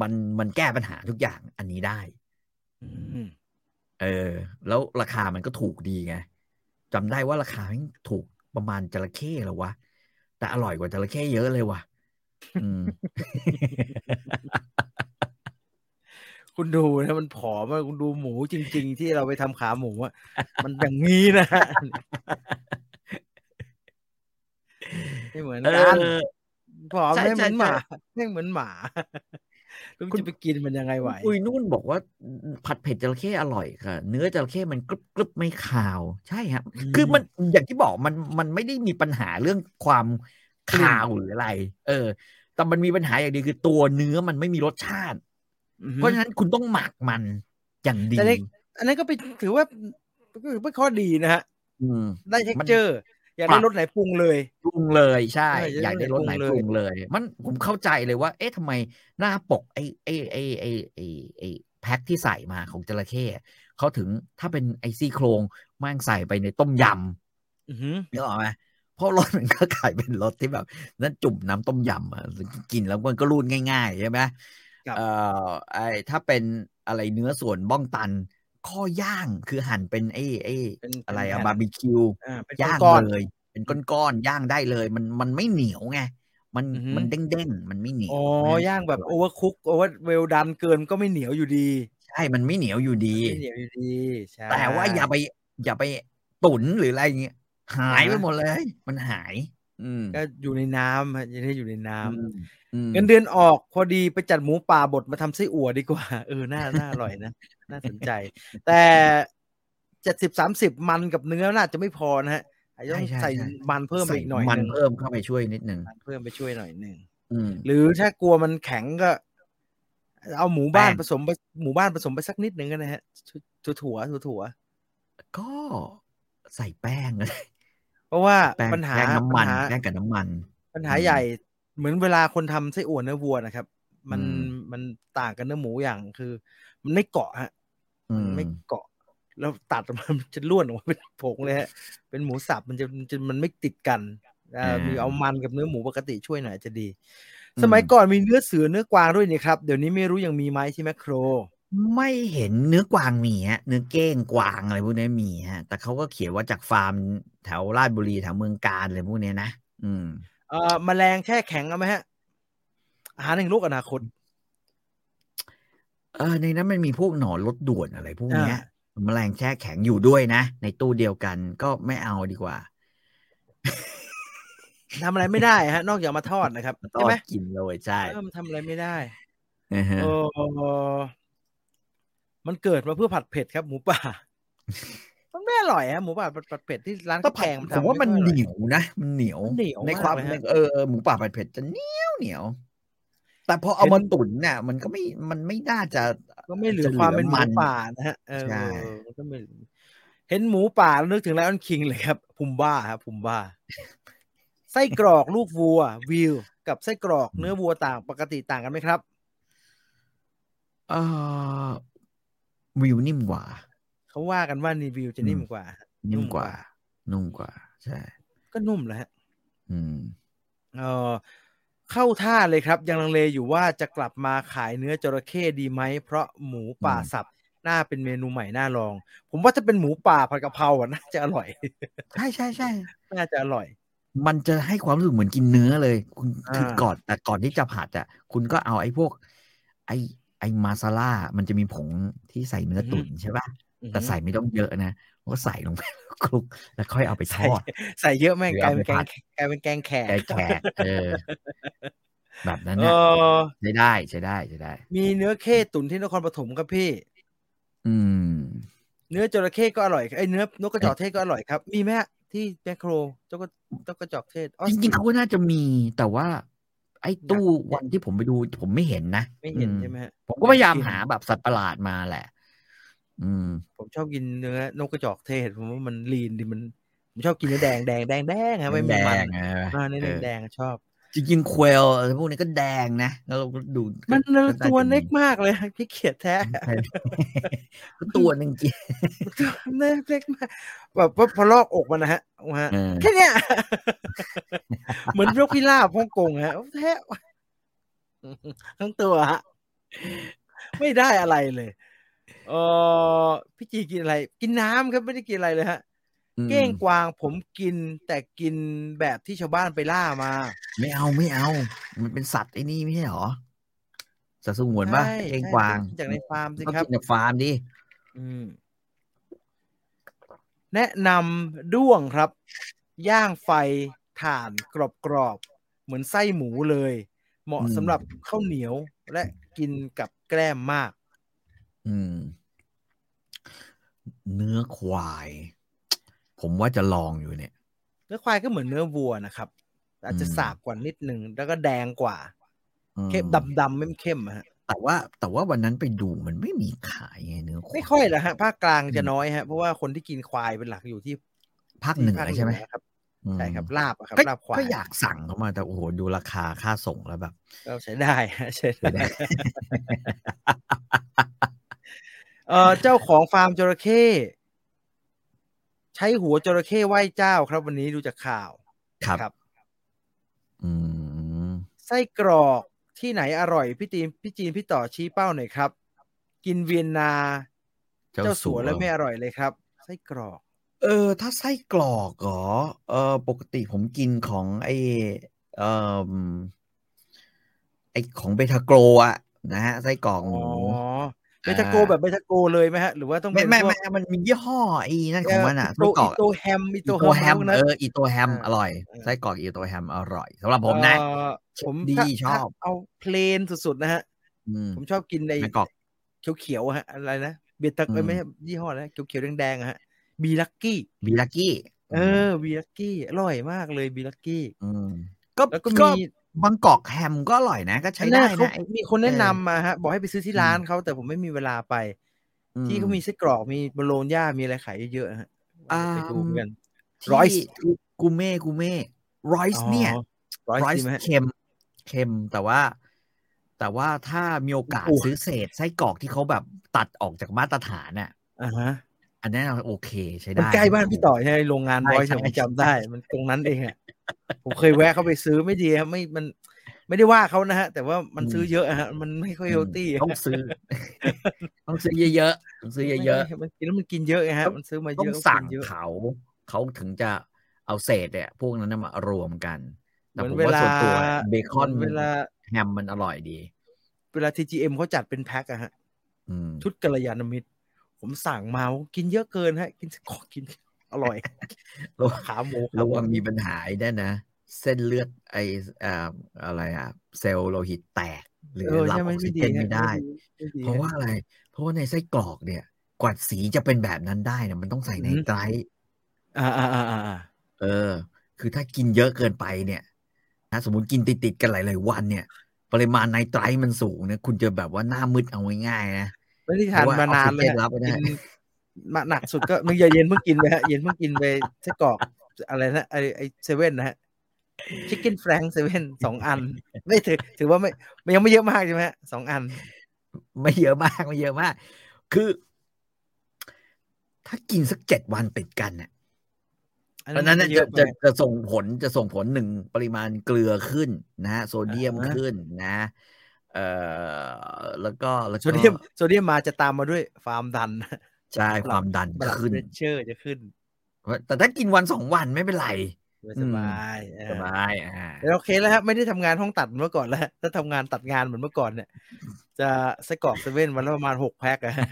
[SPEAKER 2] มันมันแก้ปัญหาทุกอย่างอันนี้ได้
[SPEAKER 1] อืม
[SPEAKER 2] เออ แล้วราคามันก็ถูกดีไงจำได้ว่าราคาแม่งถูกประมาณจระเข้เหรอวะ แต่อร่อยกว่าจระเข้เยอะเลยว่ะ อืม
[SPEAKER 1] คุณดูนะมันผอมมากคุณดูหมูจริง ๆ ที่เราไปทำขาหมูอะมันอย่างนี้นะฮะไม่ เหมือน
[SPEAKER 2] เอ
[SPEAKER 1] กัน
[SPEAKER 2] อ
[SPEAKER 1] ผอม
[SPEAKER 2] ใช่
[SPEAKER 1] ให้เหมือนหมา
[SPEAKER 2] ใช่
[SPEAKER 1] ให้เหมือนหมาลุงจะไปกินมันยังไงไหว
[SPEAKER 2] อุ้ยนุ่นบอกว่าผัดเผ็ดจระเข้อร่อยค่ะ เนื้อจระเข้มันกรึบกรึบไม่ขาว ใช่ครับ คือมันอย่างที่บอกมันมันไม่ได้มีปัญหาเรื่องความคาวหรืออะไร เออ แต่มันมีปัญหาอย่างเดียวคือตัวเนื้อมันไม่มีรสชาติ
[SPEAKER 1] อืม
[SPEAKER 2] เพราะฉะนั้นคุณต้องหมักมันอย่างดี
[SPEAKER 1] แต่ในอันนั้นก็ไปถือว่าก็ถือเป็นข้อดีนะฮะ
[SPEAKER 2] อืม
[SPEAKER 1] ได้เท็กเจอร์ อยาก
[SPEAKER 2] ปรั
[SPEAKER 1] ได้
[SPEAKER 2] บ
[SPEAKER 1] รสไหนปรุงเลย
[SPEAKER 2] ปรุงเลยใช่
[SPEAKER 1] ใช่
[SPEAKER 2] อยากได้รสไหน
[SPEAKER 1] อยากได้รสไหน
[SPEAKER 2] ปรุงเลย มันผมเข้าใจเลยว่า เอ๊ะทำไมหน้าปกไอ้ไอ้ไอ้ไอ้ไอ้ไอ้แพ็คที่ใส่มาของจระเข้เขาถึงถ้าเป็นไอซี่โครงแมั่งใส่ไปในต้มยำ
[SPEAKER 1] อือหือ
[SPEAKER 2] นึกออกไหมเพราะรสมันก็ขายเป็นรสที่แบบนั่นจุ่มน้ำต้มยำอะกินแล้วมันก็รูดง่าย ๆ ใช่ไหม
[SPEAKER 1] ครับ
[SPEAKER 2] เอ่อไอ้ถ้าเป็นอะไรเนื้อส่วนบ้องตัน ข้อย่างคือหั่นเป็นไอ้ไอ้
[SPEAKER 1] เป็นเป็น
[SPEAKER 2] อะไรอะ
[SPEAKER 1] แผ่น
[SPEAKER 2] บาร์บีคิว
[SPEAKER 1] อ่าเป็น
[SPEAKER 2] ย่าง
[SPEAKER 1] ก้อน
[SPEAKER 2] เลย เป็นก้อนๆย่างได้เลย มันมันไม่เหนียวไงมัน
[SPEAKER 1] อือฮึ
[SPEAKER 2] มันเด้งๆมันไม่เหนี
[SPEAKER 1] ๆ
[SPEAKER 2] ยว
[SPEAKER 1] อ๋อ
[SPEAKER 2] นะ
[SPEAKER 1] ย่างแบบโอเวอร์คุกโอเวอร์เวลดันเกินก็ไม่เหนียวอยู่ดี
[SPEAKER 2] ใช่มันไม่เหนียวอยู่ดี
[SPEAKER 1] ไม่เหนียวอยู่ดีใช่
[SPEAKER 2] แต่ว่าอย่าไปอย่าไปตุ๋นหรืออะไรอย่างเงี้ยหายไปหมดเลย มันหาย อืม
[SPEAKER 1] ก็อยู่ในน้ำฮะยังได้อยู่ในน้ำ
[SPEAKER 2] อืมอืม
[SPEAKER 1] เงินเดือนออกพอดีไปจัดหมูป่าบดมาทำไส้อั่วดีกว่า เออน่าน่าอร่อยนะ น่าสนใจ แต่เจ็ดสิบสามสิบมันกับเนื้อน่าจะไม่พอนะฮะอาจจะต้อง
[SPEAKER 2] ใช่ใช่
[SPEAKER 1] ใส่
[SPEAKER 2] ใช่
[SPEAKER 1] มันเพิ่มไปอีกหน่อย
[SPEAKER 2] ใส่มัน
[SPEAKER 1] หง
[SPEAKER 2] เพิ่มเข้าไปช่วยนิดนึง
[SPEAKER 1] มันเพิ่มไปช่วยหน่อยหนึ่ง
[SPEAKER 2] อืม
[SPEAKER 1] หรือถ้ากลัวมันแข็งก็ เอาหมูบ้าน
[SPEAKER 2] แป้ง
[SPEAKER 1] ผสมไปหมูบ้านผสมไปสักนิดหนึ่งก็นะฮะถั่วถั่วถั่วถั่ว
[SPEAKER 2] ก็ใส่แป้งนะ
[SPEAKER 1] เพราะว่า
[SPEAKER 2] แป้ง
[SPEAKER 1] ปัญหา
[SPEAKER 2] แป้งน้ำมัน
[SPEAKER 1] ปัญหา
[SPEAKER 2] แป้งกับน้ำมัน
[SPEAKER 1] ปัญหา
[SPEAKER 2] อืม
[SPEAKER 1] ใหญ่ เหมือนเวลาคนทำไส้อั่วเนื้อวัวนะครับ มัน
[SPEAKER 2] อืม
[SPEAKER 1] มันต่างกันเนื้อหมูอย่างคือ มันไม่เกาะฮะ
[SPEAKER 2] อื
[SPEAKER 1] มัน
[SPEAKER 2] ม
[SPEAKER 1] ไม่เกาะ แล้วตัดออกมามันจะล้วนออกมาเป็นผงเลยฮะเป็นหมูสับมันจะมันจะมันไม่ติดกันอ่ามีเอามันกับเนื้อหมูปกติช่วยหน่อยจะดี สมัยก่อนมีเนื้อเสือเนื้อกวางด้วยนี่ครับเดี๋ยวนี้ไม่รู้ยังมีไหมใช่ไหมโคร
[SPEAKER 2] ไม่เห็นเนื้อกวางมีฮะเนื้อเก้งกวางอะไรพวกนี้มีฮะ แต่เขาก็เขียนว่าจากฟาร์มแถวราชบุรีแถวเมืองการอะไรพวกนี้นะอืม
[SPEAKER 1] เอ่อแมลงแช่แข็งเอาไหมฮะ อาหารแห่งโลกอนาคต
[SPEAKER 2] เออในนั้นมันมีพวกหนอนรถด่วนอะไรพวกเนี้ย
[SPEAKER 1] อ่
[SPEAKER 2] แมลงแช่แข็งอยู่ด้วยนะ ในตู้เดียวกันก็ไม่เอาดีกว่า
[SPEAKER 1] ทำอะไรไม่ได้ฮะ นอกจากมาทอดนะครับ
[SPEAKER 2] ต้
[SPEAKER 1] ใช่ไหม
[SPEAKER 2] กินเลยใช่
[SPEAKER 1] เออมันทำอะไรไม่ได้
[SPEAKER 2] อือฮะ
[SPEAKER 1] เอ อมันเกิดมาเพื่อผัดเผ็ดครับ หมูป่า มันไม่อ อร่อยฮะหมูป่าผัดเผ็ดที่ร้าน
[SPEAKER 2] ก็
[SPEAKER 1] ข้าวแพงนทำ
[SPEAKER 2] ผมว่ามัน
[SPEAKER 1] ไค่อยอ
[SPEAKER 2] เห
[SPEAKER 1] ร่อย
[SPEAKER 2] นียวนะ มันเหนียว
[SPEAKER 1] มันเหนียว
[SPEAKER 2] ในความ
[SPEAKER 1] มากเลยฮะ
[SPEAKER 2] เออเออหมูป่าผัดเผ็ดจะเหนียวเหนียวแต่พอเอามาตุ๋นเนี่ยมันก็ไม่มันไม่น่าจะ
[SPEAKER 1] ก็ไม่เหลื
[SPEAKER 2] จะ
[SPEAKER 1] อ
[SPEAKER 2] เหลือ
[SPEAKER 1] ความเป็นหมู
[SPEAKER 2] มัน
[SPEAKER 1] ป่านะฮะเออ
[SPEAKER 2] ใช่
[SPEAKER 1] มันก็ไม่เหลือเห็นหมูป่าแล้วนึกถึงไลออนคิงเลยครับพุมบ้าครับพุมบ้า ไส้กรอกลูกวัว วิว กับไส้กรอกเนื้อวัวต่างปกติต่างกันไหมครับ
[SPEAKER 2] เออวิวนิ่มกว่า
[SPEAKER 1] เขาว่ากันว่านี่วิวจะนิ่มกว่า
[SPEAKER 2] นิ่มกว่า นุ่มกว่า ใช่
[SPEAKER 1] ก็นุ่มแหล้วฮะ
[SPEAKER 2] อืม
[SPEAKER 1] เออเข้าท่าเลยครับ ยังลังเลอยู่ว่าจะกลับมาขายเนื้อจระเข้ดีไหม เพราะหมูป่า
[SPEAKER 2] อืม
[SPEAKER 1] สับน่าเป็นเมนูใหม่น่าลอง ผมว่าถ้าเป็นหมูป่าผัดกะเพราอ่ะน่าจะอร่อย
[SPEAKER 2] ใช่ใช่ใช่
[SPEAKER 1] น่าจะอร่อย
[SPEAKER 2] มันจะให้ความรู้สึกเหมือนกินเนื้อเลย คุณ
[SPEAKER 1] อ่า
[SPEAKER 2] คือก่อนแต่ก่อนที่จะผัดอ่ะ คุณก็เอาไอ้พวก ไอ้ไอ้มาซาล่ามันจะมีผงที่ใส่เนื้อตุ๋นใช่ป่ะแต่ใส่ไม่ต้องเยอะนะก็ใส่ลงไปคลุก แล้วค่อยเอาไปท
[SPEAKER 1] ใส่
[SPEAKER 2] อด
[SPEAKER 1] ใส่เยอะแม่ง
[SPEAKER 2] หรือก
[SPEAKER 1] ลายเป็นแก
[SPEAKER 2] เอาไป
[SPEAKER 1] งก
[SPEAKER 2] ผัด
[SPEAKER 1] ลายเป็นแกงแขก
[SPEAKER 2] แกแขกเออ แบบนั้น
[SPEAKER 1] เอ
[SPEAKER 2] นะ
[SPEAKER 1] อ
[SPEAKER 2] ใช้ได้ใช้ได้ใช้ได้
[SPEAKER 1] มีเนื้อเข้ตุ๋นที่นครปฐมครับพี่
[SPEAKER 2] อืม
[SPEAKER 1] เนื้อจระเข้ก็อร่อยไอ้ยเนื้อนกกระจอกเทศก็อร่อยครับ มีไหมฮะที่แมคโครเจ้าก็เจ้ากระจอกเทศอ๋อ
[SPEAKER 2] จริงๆเขาก็น่าจะมีแต่ว่า ไอ้ตู้
[SPEAKER 1] อยากเห็น
[SPEAKER 2] วันที่ผมไปดูผมไม่เห็นนะ
[SPEAKER 1] ไม่เห็น
[SPEAKER 2] อื
[SPEAKER 1] ใช่ไหมฮะ
[SPEAKER 2] ผมก็พยายาม
[SPEAKER 1] อยากกิน
[SPEAKER 2] หาแบบสัตว์ประหลาดมาแหละ อืม
[SPEAKER 1] ผมชอบกินเนื้อนกกระจอกเทศผมว่ามันลีนดีมันผมชอบกินเนื้อแดงแดงแดงแดงฮะไม่มีมัน
[SPEAKER 2] แดงๆนะ
[SPEAKER 1] อ่าเนื้อ
[SPEAKER 2] เออ
[SPEAKER 1] แดงๆชอบ
[SPEAKER 2] จริงๆควลพวกนี้ก็แดงนะแล้วเราก็ดู
[SPEAKER 1] มัน
[SPEAKER 2] ก็น่าจะ
[SPEAKER 1] ตัวเล็ก
[SPEAKER 2] มี
[SPEAKER 1] มากเลยฮะพี่เกียดแท้
[SPEAKER 2] ใช่ ก็ตัวหนึ่งจริง
[SPEAKER 1] เนื้อเล็กมากแบบว่าพอลอกอกมันนะฮะว่าฮะ
[SPEAKER 2] เออ
[SPEAKER 1] แค่เนี้ย เหมือนพวกพิราบฮ่องกงฮะแท้ทั้งตัวฮะไม่ได้อะไรเลยเออพี่จีกินอะไร กินน้ำครับไม่ได้กินอะไรเลยฮะ
[SPEAKER 2] อืม
[SPEAKER 1] เก้งกวางผมกินแต่กินแบบที่ชาวบ้านไปล่ามา
[SPEAKER 2] ไม่เอาไม่เอา มันเป็นสัตว์ไอ้นี่ไม่ใช่หรอสัตว์สงวนป่ะ
[SPEAKER 1] ใช่
[SPEAKER 2] เก้งกวาง
[SPEAKER 1] ใช่จากในฟาร์มสิครับ
[SPEAKER 2] ต้องกินจากฟาร์มดิ
[SPEAKER 1] อืม แนะนำด้วงครับ ย่างไฟถ่านกรอบๆ เหมือนไส้หมูเลย เหมาะสำหรับข้าวเหนียวและกินกับแกล้มมาก
[SPEAKER 2] อืม เนื้อควาย ผมว่าจะลองอยู่เนี่ย
[SPEAKER 1] เนื้อควายก็เหมือนเนื้อวัวนะครับ อาจจะ
[SPEAKER 2] อืม
[SPEAKER 1] สาบกว่านิดนึง แล้วก็แดงกว่า
[SPEAKER 2] อืม
[SPEAKER 1] เข้มดำดำๆไม่เข้มๆอะฮะ
[SPEAKER 2] แต่ว่าแต่ว่าวันนั้นไปดูมันไม่มีขายไงเนื้อวา
[SPEAKER 1] ไม่ค่อยละฮะภาคกลางจะน้อยฮะ เพราะว่าคนที่กินควายเป็นหลักอยู่ที่
[SPEAKER 2] ภาคเหนือใช่ไหม
[SPEAKER 1] ภาคเนือครับ
[SPEAKER 2] อืม
[SPEAKER 1] ใช่ครับลาบอะครับ
[SPEAKER 2] ก็
[SPEAKER 1] ลาบควาย
[SPEAKER 2] ก็อยากสั่งเขามาแต่โอ้โหดูราคาค่าส่งแล้วแบบ
[SPEAKER 1] ก็ใช้ได้ ฮะใช้
[SPEAKER 2] ไม่
[SPEAKER 1] ได้
[SPEAKER 2] ได้
[SPEAKER 1] เออเจ้าของฟาร์มจระเข้ใช้หัวจระเข้ไหว้เจ้าครับ วันนี้ดูจากข่าว
[SPEAKER 2] ครับ
[SPEAKER 1] ครับ
[SPEAKER 2] อืม
[SPEAKER 1] ไส้กรอกที่ไหนอร่อย พี่จีนพี่จีนพี่ต่อชี้เป้าหน่อยครับ กินเวียนนา
[SPEAKER 2] เจ้า
[SPEAKER 1] สัวแล้วไม่อร่อยเลยครับ ไส้กรอก
[SPEAKER 2] เออ ถ้าไส้กรอกเหรอเออปกติผมกินของไอเออไอของเบทาโกรอ่ะนะฮะไส้กรอก
[SPEAKER 1] อ๋อ
[SPEAKER 2] หมู
[SPEAKER 1] เบทาโก
[SPEAKER 2] อ่า
[SPEAKER 1] แบบเบทาโกเลยไหมฮะ หรือว่าต้อง
[SPEAKER 2] ไม่
[SPEAKER 1] เป็น
[SPEAKER 2] ไม่
[SPEAKER 1] พว
[SPEAKER 2] ไม่
[SPEAKER 1] ก
[SPEAKER 2] มันมียี่ห้อไอ้นั่นของมันอ่ะ
[SPEAKER 1] โต
[SPEAKER 2] ไส้กรอก
[SPEAKER 1] โตแฮมอี
[SPEAKER 2] อี
[SPEAKER 1] โต
[SPEAKER 2] โตแฮ
[SPEAKER 1] แฮ
[SPEAKER 2] ม
[SPEAKER 1] มนะ
[SPEAKER 2] เอออีโตแฮม
[SPEAKER 1] อ่า
[SPEAKER 2] อร่อย
[SPEAKER 1] เออ
[SPEAKER 2] ไส้กรอกอีโตแฮมอร่อยสำหรับผมนะ
[SPEAKER 1] เอ่อผม
[SPEAKER 2] ดี
[SPEAKER 1] ถ้า
[SPEAKER 2] ชอบ
[SPEAKER 1] ถ้าเอาเพลนสุดๆนะฮะ
[SPEAKER 2] อืม
[SPEAKER 1] ผมชอบกินใน
[SPEAKER 2] ไส้กรอก
[SPEAKER 1] เขียวๆฮะอะไรนะเบียร์ตะ
[SPEAKER 2] อื
[SPEAKER 1] เอ้ย
[SPEAKER 2] ม
[SPEAKER 1] ไม่ใช่ยี่ห้อนะเขียวๆแดงๆอะฮะบีลักกี้
[SPEAKER 2] บีลักกี้
[SPEAKER 1] เออบีลักกี้อร่อยมากเลยบีลักกี้
[SPEAKER 2] มก็
[SPEAKER 1] แล้วก็
[SPEAKER 2] ก็
[SPEAKER 1] มี
[SPEAKER 2] บางกอกแฮมก็อร่อยนะ ก็ใช้
[SPEAKER 1] ห
[SPEAKER 2] ได้
[SPEAKER 1] น้าเขา
[SPEAKER 2] นะไอ้
[SPEAKER 1] มีคนแนะ
[SPEAKER 2] เออน
[SPEAKER 1] ำมาฮะ บอกให้ไปซื้อที่
[SPEAKER 2] อืม
[SPEAKER 1] ร้านเขาแต่ผมไม่มีเวลาไป ที่เขามีไส้กรอกมีบโลญญามีอะไรขายเยอะๆฮะ
[SPEAKER 2] อ่า
[SPEAKER 1] ไปดูกัน
[SPEAKER 2] ที่
[SPEAKER 1] Royce
[SPEAKER 2] กูเม่กูเม่รอยส์เนี่ย
[SPEAKER 1] ร้อย
[SPEAKER 2] รอย
[SPEAKER 1] สิ
[SPEAKER 2] ส์
[SPEAKER 1] ไหมฮะ
[SPEAKER 2] เค็มเค็มแต่ว่า แต่ว่าถ้ามีโอกาส
[SPEAKER 1] โอ้โห
[SPEAKER 2] ซื้อเศษไส้กรอกที่เขาแบบตัดออกจากมาตรฐานอ่ะ
[SPEAKER 1] อ่าฮะ
[SPEAKER 2] อันนั้นโอเคใช้ได้
[SPEAKER 1] มันใกล้บ้านพี่ต่อใช่ไหมโรงงาน
[SPEAKER 2] ใช่
[SPEAKER 1] ร้อย
[SPEAKER 2] ใช่
[SPEAKER 1] ผมจำได้ มันตรงนั้นเองฮะผมเคยแวะเข้าไปซื้อไม่ดีครับไม่มันไม่ได้ว่าเขานะฮะ แต่ว่ามันซื้อเยอะอะฮะมันไม่ค่อยเฮลตี้
[SPEAKER 2] ต้องซื้อ ต้องซื้อเยอะๆต้องซื้อเยอะ
[SPEAKER 1] ไม่ไม่มันกินแล้วมันกินเยอะไงฮะ
[SPEAKER 2] ต้อง
[SPEAKER 1] มันซื้อมา
[SPEAKER 2] ๆ
[SPEAKER 1] เย
[SPEAKER 2] ต้อ
[SPEAKER 1] อะ
[SPEAKER 2] งสั่ง
[SPEAKER 1] กินเยอะ
[SPEAKER 2] เขา เขาถึงจะเอาเศษเนี่ย พวกนั้นนะมารวมกัน
[SPEAKER 1] เห
[SPEAKER 2] แต่
[SPEAKER 1] มือน
[SPEAKER 2] ผม
[SPEAKER 1] เว
[SPEAKER 2] ว่า
[SPEAKER 1] ลา
[SPEAKER 2] ส่วนตัวเบคอน
[SPEAKER 1] เหมืเวลา
[SPEAKER 2] แฮมมันอร่อยดี
[SPEAKER 1] เวลา TGM เขาจัดเป็นแพ็คอะฮะ
[SPEAKER 2] อืม
[SPEAKER 1] ชุดกัลยาณมิตร ผมสั่งมาว่ากินเยอะเกินฮะ กินขอกิน อร่อย
[SPEAKER 2] ระ
[SPEAKER 1] ขาหมู
[SPEAKER 2] ระวังมีปัญหาไอ้นั่นนะ เส้นเลือดไอเอ่ออะไรอะเซลล์โลหิตแตก หรือ
[SPEAKER 1] เออ
[SPEAKER 2] รับ
[SPEAKER 1] ใช่
[SPEAKER 2] อ
[SPEAKER 1] ไหม
[SPEAKER 2] อกซิ
[SPEAKER 1] ไม่
[SPEAKER 2] เจ
[SPEAKER 1] ดี
[SPEAKER 2] น
[SPEAKER 1] ฮะ
[SPEAKER 2] ไม่ได้
[SPEAKER 1] ไม่ดี
[SPEAKER 2] เพราะว่าอะไร เพราะว่าในไส้กรอกเนี่ย กว่าสีจะเป็นแบบนั้นได้เนี่ยมันต้องใส่ในไตรท์
[SPEAKER 1] อ่าอ่าอ่าอ่า
[SPEAKER 2] เออ คือถ้ากินเยอะเกินไปเนี่ยนะสมมติกินติดๆกันหลายๆวันเนี่ย ปริมาณไนไตรท์มันสูงเนี่ยคุณจะแบบว่าหน้ามืดเอาง่ายๆนะ
[SPEAKER 1] ไม่ได้ทาน
[SPEAKER 2] เพราะว่าม
[SPEAKER 1] มานานเลย
[SPEAKER 2] ออกซิเจนรับไม่ได้
[SPEAKER 1] กินมาหนักสุดก็มึงอย่าเย็นเพิ่งกินไปฮะเย็นเพิ่งกินไปไส้กรอกอะไรนะไอไอเซเว่นนะฮะชิคเก้นแฟรงเซเว่นสองอัน ไม่ถือถือว่าไม่มันยังไม่เยอะมากใช่ไหมฮะสองอัน
[SPEAKER 2] ไม่เยอะมากไม่เยอะมาก คือ ถ้ากินสักเจ็ดวันติดกันเนี่ยเพราะฉะนั้นน่ะ
[SPEAKER 1] มั
[SPEAKER 2] จะ
[SPEAKER 1] เยอไป
[SPEAKER 2] จะจะส่งผลจะส่งผลหนึ่งปริมาณเกลือขึ้นนะฮะโซเดียม
[SPEAKER 1] อ่าฮะ
[SPEAKER 2] ขึ้นนะ เอ่อแล้วก็แล้ว
[SPEAKER 1] โซ
[SPEAKER 2] ก็
[SPEAKER 1] เดียมโซเดียมมาจะตามมาด้วยความดัน
[SPEAKER 2] ใช่ความดัน
[SPEAKER 1] บลัด
[SPEAKER 2] ขึ้น
[SPEAKER 1] เรเชอร์จะขึ้น
[SPEAKER 2] แต่ถ้ากินวันสองวันไม่เป็นไร
[SPEAKER 1] สบายเออ
[SPEAKER 2] สบายอ่า
[SPEAKER 1] แล้วโอเคแล้วครับไม่ได้ทำงานห้องตัดเหมือนเมื่อก่อนแล้วฮะถ้าทำงานตัดงานเหมือนเมื่อก่อนเนี่ย จะไส้กรอกเซเว่นวันละประมาณหกแพ็คอะฮะ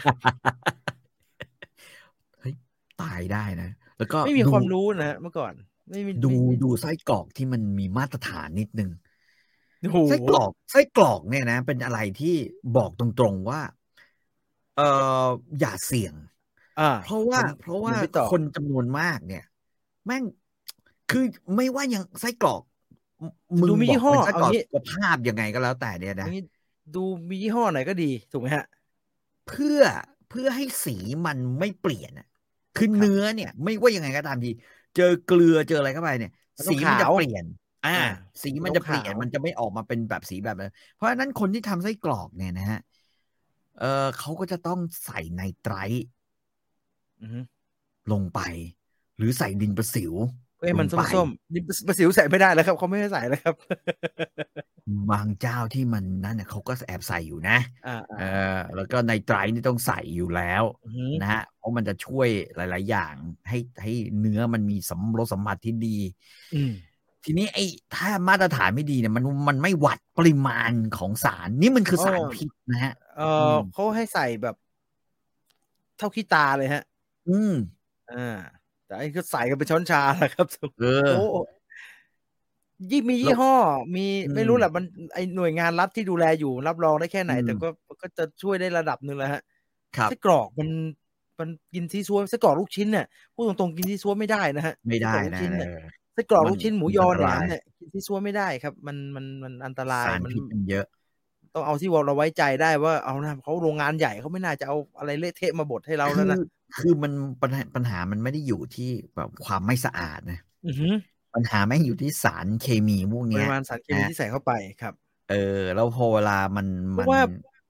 [SPEAKER 2] ตายได้นะ แล้วก็
[SPEAKER 1] ไม่มี
[SPEAKER 2] ดู
[SPEAKER 1] ความรู้นะฮะเมื่อก่อน ไม่มี
[SPEAKER 2] ดู
[SPEAKER 1] ไม่มี
[SPEAKER 2] ดูไส้กรอกที่มันมีมาตรฐานนิดนึง
[SPEAKER 1] โอ้โห
[SPEAKER 2] ไส้กรอกไส้กรอกเนี่ยนะ เป็นอะไรที่บอกตรงๆว่า เอออย่าเสี่ยง
[SPEAKER 1] อ่า
[SPEAKER 2] เพราะว่า
[SPEAKER 1] ผม
[SPEAKER 2] เพราะ
[SPEAKER 1] ผ
[SPEAKER 2] ว่า
[SPEAKER 1] มไม่ตอบ
[SPEAKER 2] คนจำนวนมากเนี่ย แม่งคือไม่ว่ายังไส้กรอกมึง
[SPEAKER 1] ดูมียี่ห้อ
[SPEAKER 2] บอกเป็นไส้กรอก
[SPEAKER 1] เอางี้
[SPEAKER 2] สุขภาพยังไงก็แล้วแต่เนี่ยนะ
[SPEAKER 1] อันนี้ดูมียี่ห้อไหนก็ดีถูกไหมฮะ
[SPEAKER 2] เพื่อเพื่อให้สีมันไม่เปลี่ยนอะคือเนื้อเนี่ย ไม่ว่ายังไงก็ตามที เจอเกลือเจออะไรเข้าไปเนี่ย
[SPEAKER 1] มันต้อง
[SPEAKER 2] สีมันจะ
[SPEAKER 1] ขาว
[SPEAKER 2] เปลี่ยน อ่า
[SPEAKER 1] อ่า
[SPEAKER 2] สีมัน
[SPEAKER 1] มันต้
[SPEAKER 2] จะ
[SPEAKER 1] อง
[SPEAKER 2] เปลี่ยน
[SPEAKER 1] ขาว
[SPEAKER 2] มันจะไม่ออกมาเป็นแบบสีแบบนั้นเพราะฉะนั้นคนที่ทำไส้กรอกเนี่ยนะฮะเออเขาก็จะต้องใส่ไนไตรท์
[SPEAKER 1] อือฮึ
[SPEAKER 2] ลงไป หรือใส่ดินประสิว
[SPEAKER 1] เอ้ยมัน
[SPEAKER 2] ลงไป
[SPEAKER 1] ส้มๆนี่ประสิวใส่ไม่ได้แล้วครับเขาไม่ให้ใส่แล้วครับ
[SPEAKER 2] บางเจ้าที่มันนั่นน่ะเขาก็แอบใส่อยู่นะ
[SPEAKER 1] อ่า
[SPEAKER 2] เอ
[SPEAKER 1] อ่า
[SPEAKER 2] อ แล้วก็ไนไตรท์นี่ต้องใส่อยู่แล้ว
[SPEAKER 1] อือฮึ
[SPEAKER 2] นะฮะเพราะมันจะช่วยหลาย ๆ อย่างให้ให้เนื้อมันมีสัมรสสัมผัสที่ดี
[SPEAKER 1] อืม
[SPEAKER 2] ทีนี้ไอ้ถ้ามาตรฐานไม่ดีเนี่ยมันมันไม่วัดปริมาณของสาร นี่มันคือสาร
[SPEAKER 1] อ๋อ
[SPEAKER 2] พิษนะฮะ
[SPEAKER 1] เอออ
[SPEAKER 2] ม
[SPEAKER 1] เขาให้ใส่แบบ เท่าขี้ตาเลยฮะ
[SPEAKER 2] อืม
[SPEAKER 1] อ่า แต่อันนี้ก็ใส่กันเป็นช้อนชาแหละครับ
[SPEAKER 2] เอ
[SPEAKER 1] โอ้
[SPEAKER 2] อ
[SPEAKER 1] ยี่งมียี่ห้อ มี
[SPEAKER 2] อืม
[SPEAKER 1] ไม่รู้แหละมันไอหน่วยงานรัฐที่ดูแลอยู่รับรองได้แค่ไหน
[SPEAKER 2] อืม
[SPEAKER 1] แต่ก็ก็จะช่วยได้ระดับหนึ่งแหล้วฮะ
[SPEAKER 2] ครับ
[SPEAKER 1] ไส้กรอกมันมันกินซีซัวไส้กรอกลูกชิ้นเนี่ยพูดตรงๆกินซีซัวไม่ได้นะฮะ
[SPEAKER 2] ไม่ได้
[SPEAKER 1] ส้กรอกลูก
[SPEAKER 2] นะ
[SPEAKER 1] ชิ้นเนี่ย
[SPEAKER 2] เออ
[SPEAKER 1] ไส้กรอก
[SPEAKER 2] มัน
[SPEAKER 1] ลูกชิ้นหมูยอ
[SPEAKER 2] อันต
[SPEAKER 1] เนี่ย
[SPEAKER 2] ราย
[SPEAKER 1] เนี่ยกินซีซัวไม่ได้ครับ มันมันมันอันตราย
[SPEAKER 2] สาร
[SPEAKER 1] มัน
[SPEAKER 2] พิษมันเยอะ
[SPEAKER 1] ต้องเอาที่เราไว้ใจได้ว่าเอานะเขาโรงงานใหญ่เขาไม่น่าจะเอาอะไรเละเทะมาบดให้เราแล้วนะ
[SPEAKER 2] คือคือมันปัญหาปัญหามันไม่ได้อยู่ที่แบบความไม่สะอาดนะ
[SPEAKER 1] อือหือ
[SPEAKER 2] ปัญหาไม่งอยู่ที่สารเคมีพวก
[SPEAKER 1] ป
[SPEAKER 2] เนี้
[SPEAKER 1] ริ
[SPEAKER 2] ย
[SPEAKER 1] มาณสารเคมีที่ใส่เข้าไปครับ
[SPEAKER 2] เออ แล้วพอเวลามัน
[SPEAKER 1] เพ
[SPEAKER 2] มัน
[SPEAKER 1] ราะว่า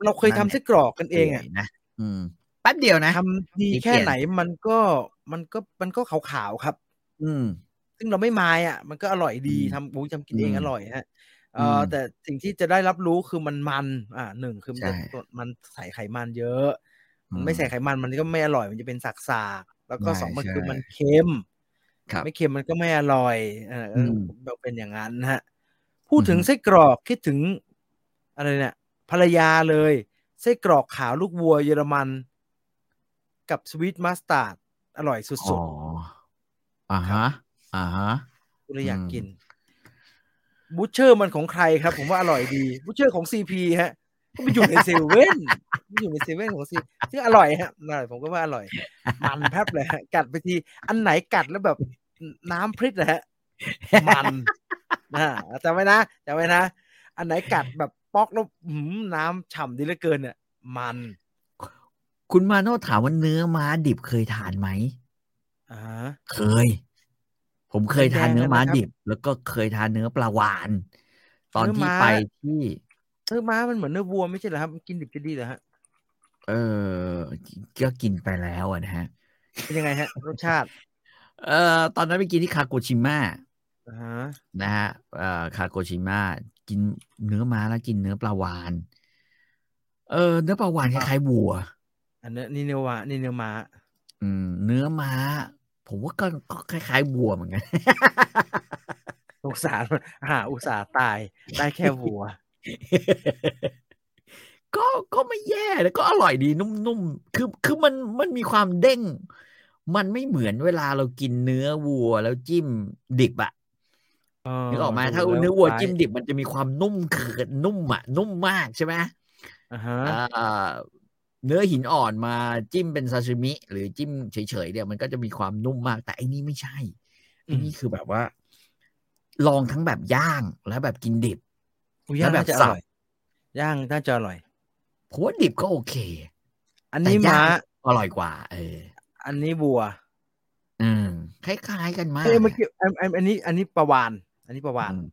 [SPEAKER 1] เราเคยทำไส้กรอกกันเองอ่ะ
[SPEAKER 2] ป่วยนะอืมแป๊บเดียวนะ
[SPEAKER 1] ทำดีแค่ไหนมันก็มันก็มันก็ขาวๆครับ
[SPEAKER 2] อืม
[SPEAKER 1] ซึ่งเราไม่มายอ่ะ มันก็อร่อยดี
[SPEAKER 2] อืม
[SPEAKER 1] ทำบูทำกินเอง
[SPEAKER 2] อืม
[SPEAKER 1] อร่อยฮะเอ่ออ
[SPEAKER 2] ม
[SPEAKER 1] แต่สิ่งที่จะได้รับรู้คือมันมัน อ่าหนึ่งคือมันจะ
[SPEAKER 2] ใช่
[SPEAKER 1] มันใส่ไขมันเยอะมันไม่ใส่ไขมันมันก็ไม่อร่อยมันจะเป็นสากๆแล้วก็
[SPEAKER 2] ใช่
[SPEAKER 1] สองมัน
[SPEAKER 2] ใช่
[SPEAKER 1] คือมันเค็ม
[SPEAKER 2] ครับ
[SPEAKER 1] ไม่เค็มมันก็ไม่อร่อยเอออ
[SPEAKER 2] ม
[SPEAKER 1] แบบเป็นอย่างนั้นนะฮะ พูดถึง
[SPEAKER 2] อือฮึ
[SPEAKER 1] ไส้กรอกคิดถึงอะไรเนี่ยภรรยาเลยไส้กรอกขาวลูกวัวเยอรมัน กับสวีทมัสตาร์ดอร่อยสุ
[SPEAKER 2] อ๋อ
[SPEAKER 1] ด
[SPEAKER 2] อ่าฮะ อ่าฮะ
[SPEAKER 1] ๆกูเลยอยาก
[SPEAKER 2] อืม
[SPEAKER 1] กินบูเชอร์มันของใครครับ ผมว่าอร่อยดีบูเชอร์ของซีพีฮะก็ไปอยู่ในเซเว่นไปอยู่ในเซเว่นของซีซึ่งอร่อยฮะอร่อยผมก็ว่าอร่อย มันแพบเลยฮะกัดไปทีอันไหนกัดแล้วแบบน้ำพริษนะฮะ มัน นะจำไว้นะจำไว้นะ อันไหนกัดแบบป๊อกแล้วหืมน้ำฉ่ำดีเหลือเกินเนี่ยมัน
[SPEAKER 2] คุณมาโนถามว่าเนื้อม้าดิบเคยทานไหม
[SPEAKER 1] อ่า
[SPEAKER 2] เคย ผมเคยทานเนื้อม้า
[SPEAKER 1] แดงๆนะครับ
[SPEAKER 2] ดิบ แล้วก็เคยทานเนื้อปลาวาน ตอนที่
[SPEAKER 1] เนื้อม้า
[SPEAKER 2] ไปที่
[SPEAKER 1] เนื้อม้ามันเหมือนเนื้อวัวไม่ใช่เหรอครับกินดิบจะดีเหรอฮะ
[SPEAKER 2] เออก็กินไปแล้วอะนะฮะ
[SPEAKER 1] เป็นยังไงฮะ รสชาติ
[SPEAKER 2] เออตอนนั้นไปกินที่คาโกชิมะ
[SPEAKER 1] อ่าฮะ
[SPEAKER 2] นะฮะ เออคาโกชิมะกินเนื้อม้าแล้วกินเนื้อปลาวาน เออ เนื้อปลาวานคล้ายๆวัว
[SPEAKER 1] อันเนี้ยนี่เนื้อวานี่เนื้อม้า
[SPEAKER 2] อืมเนื้อม้า ผมว่าก็ก็คล้ายๆวัวเหมือนกัน
[SPEAKER 1] สงสาร มันหาอุตส่าห์ตายได้แค่วั ว
[SPEAKER 2] ก็ก็ไม่แย่แล้วก็อร่อยดีนุ่มๆคือคือมันมันมีความเด้ง มันไม่เหมือนเวลาเรากินเนื้อวัวแล้วจิ้มดิบอะนึกออกไหมาถ้าเนื้อวัวจิ้มดิบมันจะมีความนุ่มเขินนุ่มอะนุ่มมากใช่ไหม
[SPEAKER 1] อ่าฮะ
[SPEAKER 2] อ่า เนื้อหินอ่อนมาจิ้มเป็นซาชิมิ หรือจิ้มเฉยๆเนี่ยมันก็จะมีความนุ่มมาก แต่ไอ้นี่ไม่ใช่ไอ้นี่คือแบบว่า ลองทั้งแบบย่างและแบบกินดิบ
[SPEAKER 1] อุ๊ยย่าง
[SPEAKER 2] แล้ว
[SPEAKER 1] น่า
[SPEAKER 2] แบบ
[SPEAKER 1] จะอ
[SPEAKER 2] สับ
[SPEAKER 1] ร่อยย่างน่าจะอร่อย
[SPEAKER 2] เพราะว่าดิบก็โอเค
[SPEAKER 1] อัน
[SPEAKER 2] แต่
[SPEAKER 1] นี้
[SPEAKER 2] ย่า
[SPEAKER 1] ม้าง
[SPEAKER 2] อร่อยกว่า เออ
[SPEAKER 1] อันนี้บัว
[SPEAKER 2] อืมคล้ายๆกันมาก
[SPEAKER 1] เอ้ยเมื่อ
[SPEAKER 2] นะ
[SPEAKER 1] กี้อันอันอันนี้ อันนี้ประวานอันนี้ประวาน
[SPEAKER 2] อืม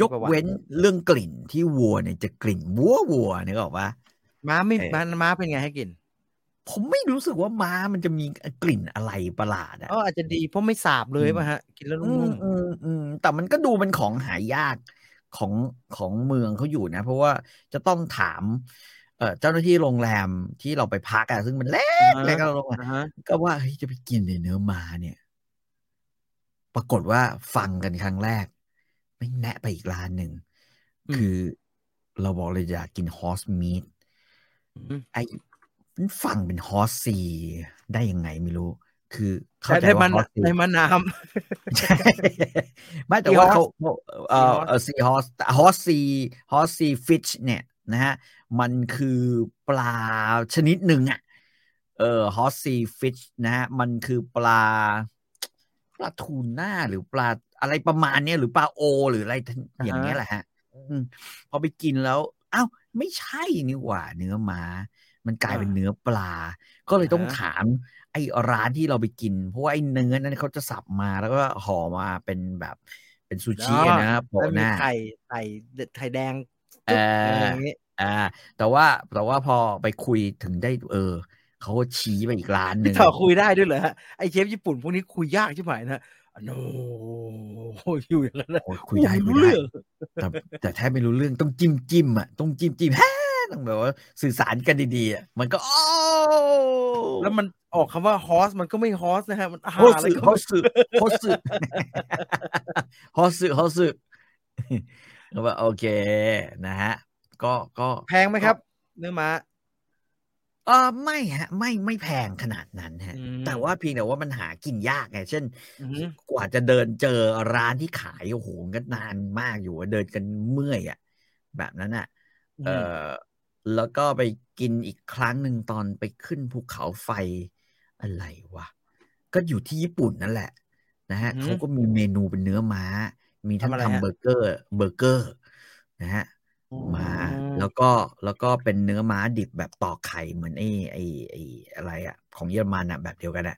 [SPEAKER 2] ยกเว้นเรื่องกลิ่นที่วัวเนี่ยจะกลิ่นวัววัวเนี่ยบอกว่า
[SPEAKER 1] ม้าไม่
[SPEAKER 2] เออ
[SPEAKER 1] ม้าม้าเป็นไงให้กิน
[SPEAKER 2] ผมไม่รู้สึกว่าม้ามันจะมีกลิ่นอะไรประหลาดอะ
[SPEAKER 1] ก็อาจจะดีเพราะไม่สาบเลย
[SPEAKER 2] อืม
[SPEAKER 1] ป่ะฮะ กินแล้ว
[SPEAKER 2] อื
[SPEAKER 1] นุ่
[SPEAKER 2] ม
[SPEAKER 1] ม
[SPEAKER 2] อืมอืมแต่มันก็ดูเป็นของหายากของของเมืองเขาอยู่นะ เพราะว่าจะต้องถาม เอ่อเจ้าหน้าที่โรงแรมที่เราไปพักอะซึ่งมันเล็กเล็กก็โรงแร
[SPEAKER 1] ๆ
[SPEAKER 2] ม
[SPEAKER 1] นะฮะ
[SPEAKER 2] ก็ว่าเฮ้ยจะไปกินในเนื้อมาเนี่ย ปรากฏว่าฟังกันครั้งแรก ไม่งแนะไปอีกร้านหนึ่ง คือเราบอกเลยอยากกินฮอสมีท
[SPEAKER 1] อืม
[SPEAKER 2] ไอ้ฝั่งเป็นฮอสซีได้ยังไงไม่รู้ คือเข้า
[SPEAKER 1] แต่
[SPEAKER 2] ใจ
[SPEAKER 1] ได้มั
[SPEAKER 2] ว่าน ฮอสซี
[SPEAKER 1] ได้มันน้
[SPEAKER 2] ใช่ไม่แต่ว่าเขาเอ่อ
[SPEAKER 1] Seahorse
[SPEAKER 2] เอ่อซีฮอสฮอสซีฮอสซีฟิชเนี่ยนะฮะมันคือปลาชนิดหนึ่งอ่ะเออฮอสซีฟิชนะฮะมันคือปลาปลาทูน่าหรือปลาอะไรประมาณเนี้ยหรือปลาโอ หรืออะไรอย่างเงี้ยแหละฮะอืม พอไปกินแล้ว อ้าว ไม่ใช่นี่หว่า เนื้อม้า มันกลายเป็น
[SPEAKER 1] อ่า
[SPEAKER 2] เนื้อปลา ก็เลยต้อง
[SPEAKER 1] อ่า
[SPEAKER 2] ถาม ไอ้ร้านที่เราไปกิน เพราะว่าไอ้เนื้อนั้นเขาจะสับมาแล้วก็ห่อมาเป็นแบบเป็นซูชิอะนะ
[SPEAKER 1] ำ
[SPEAKER 2] โปะ
[SPEAKER 1] แล้ว
[SPEAKER 2] ห
[SPEAKER 1] มี
[SPEAKER 2] น้า
[SPEAKER 1] ไข่ไข่ไข่แดง
[SPEAKER 2] เอออ
[SPEAKER 1] ะไรอย่างเงี้ย
[SPEAKER 2] อ่า แต่ว่าแต่ว่าพอไปคุยถึงได้เออ เขาก็ชี้ไปอีกร้านหนึ่ง
[SPEAKER 1] ต่อคุยได้ด้วยเหรอฮะไอเชฟญี่ปุ่นพวกนี้คุยยากใช่ไหมนะโนอยู่อย่างนั้นนะ
[SPEAKER 2] โอ้ยคุยได้
[SPEAKER 1] โอ้
[SPEAKER 2] คุ
[SPEAKER 1] รู้
[SPEAKER 2] ยได้
[SPEAKER 1] เรื่อง
[SPEAKER 2] แต่แต่แทบไม่รู้เรื่องต้องจิ้มจิ้มอ่ะต้องจิ้มจิ้มแฮ่ต้องแบบว่าสื่อสารกันดีๆอะมันก็อ้าว
[SPEAKER 1] แล้วมันออกคำว่าฮอสมันก็ไม่ฮอสนะฮะมันอาหา
[SPEAKER 2] โฮ
[SPEAKER 1] รอะไร
[SPEAKER 2] สึ
[SPEAKER 1] ก็
[SPEAKER 2] โฮสึโฮสึ โฮสึโฮสึก็ว่าโอ เคนะฮะ ก็ก็
[SPEAKER 1] แพงไหมครับ เนื้อม้า
[SPEAKER 2] เออไม่ฮะ ไม่ไม่แพงขนาดนั้นฮะ
[SPEAKER 1] อืม
[SPEAKER 2] แต่ว่าเพียงแต่ว่ามันหากินยากไงเช่น
[SPEAKER 1] อือหือก
[SPEAKER 2] ว่าจะเดินเจอร้านที่ขายโอ้โหก็นานมากอยู่อะเดินกันเมื่อยอ่ะแบบนั้นอ่ะ เออแล้วก็ไปกินอีกครั้งหนึ่งตอนไปขึ้นภูเขาไฟอะไรวะ ก็อยู่ที่ญี่ปุ่นนั่นแหละนะฮะ
[SPEAKER 1] อือหือ
[SPEAKER 2] เขาก็มีเมนูเป็นเนื้อม้า มีทั้ง
[SPEAKER 1] ทำอะไรฮะ
[SPEAKER 2] ทำเบอร์เกอร์เบอร์เกอร์นะฮะมาแล้วก็แล้วก็เป็นเนื้อม้าดิบแบบตอกไข่เหมือนไอ้ไอ้ไอ้อะไรอะของเยอรมันอะแบบเดียวกันอะ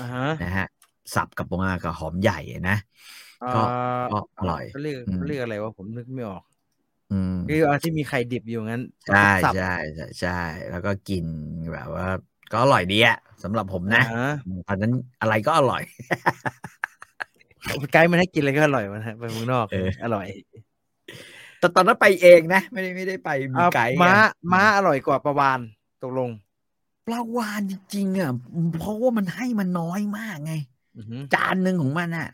[SPEAKER 1] อ่าฮะ
[SPEAKER 2] นะฮะสับกับมากับหอมใหญ่นะ ก็
[SPEAKER 1] า
[SPEAKER 2] ก็อร่อย
[SPEAKER 1] เขาเรียก
[SPEAKER 2] อืม
[SPEAKER 1] เขาเรียกอะไรวะผมนึกไม่ออก
[SPEAKER 2] อืม
[SPEAKER 1] คือเอาที่มีไข่ดิบอยู่งั้น
[SPEAKER 2] ใช่
[SPEAKER 1] สับ
[SPEAKER 2] ใช่ใช่ใช่ แล้วก็กินแบบว่า ก็อร่อยดีอะสำหรับผมนะ
[SPEAKER 1] อ่า
[SPEAKER 2] ตอนนั้นอะไรก็อร่อย
[SPEAKER 1] ไกด์มันให้กินอะไรก็อร่อยมันฮะไปเมืองนอก
[SPEAKER 2] เออ
[SPEAKER 1] อร่อย
[SPEAKER 2] แต่ตอนนั้นไปเองนะ ไม่ได้ไม่ได้ไปมี
[SPEAKER 1] อ่ะ
[SPEAKER 2] ไกด์
[SPEAKER 1] ม้า
[SPEAKER 2] ไง
[SPEAKER 1] ม้าอร่อยกว่าประวานตกลง
[SPEAKER 2] ปลาวานจริงๆอ่ะเพราะว่ามันให้มันน้อยมากไง
[SPEAKER 1] อือหือ
[SPEAKER 2] จานหนึ่งของมันอ่ะ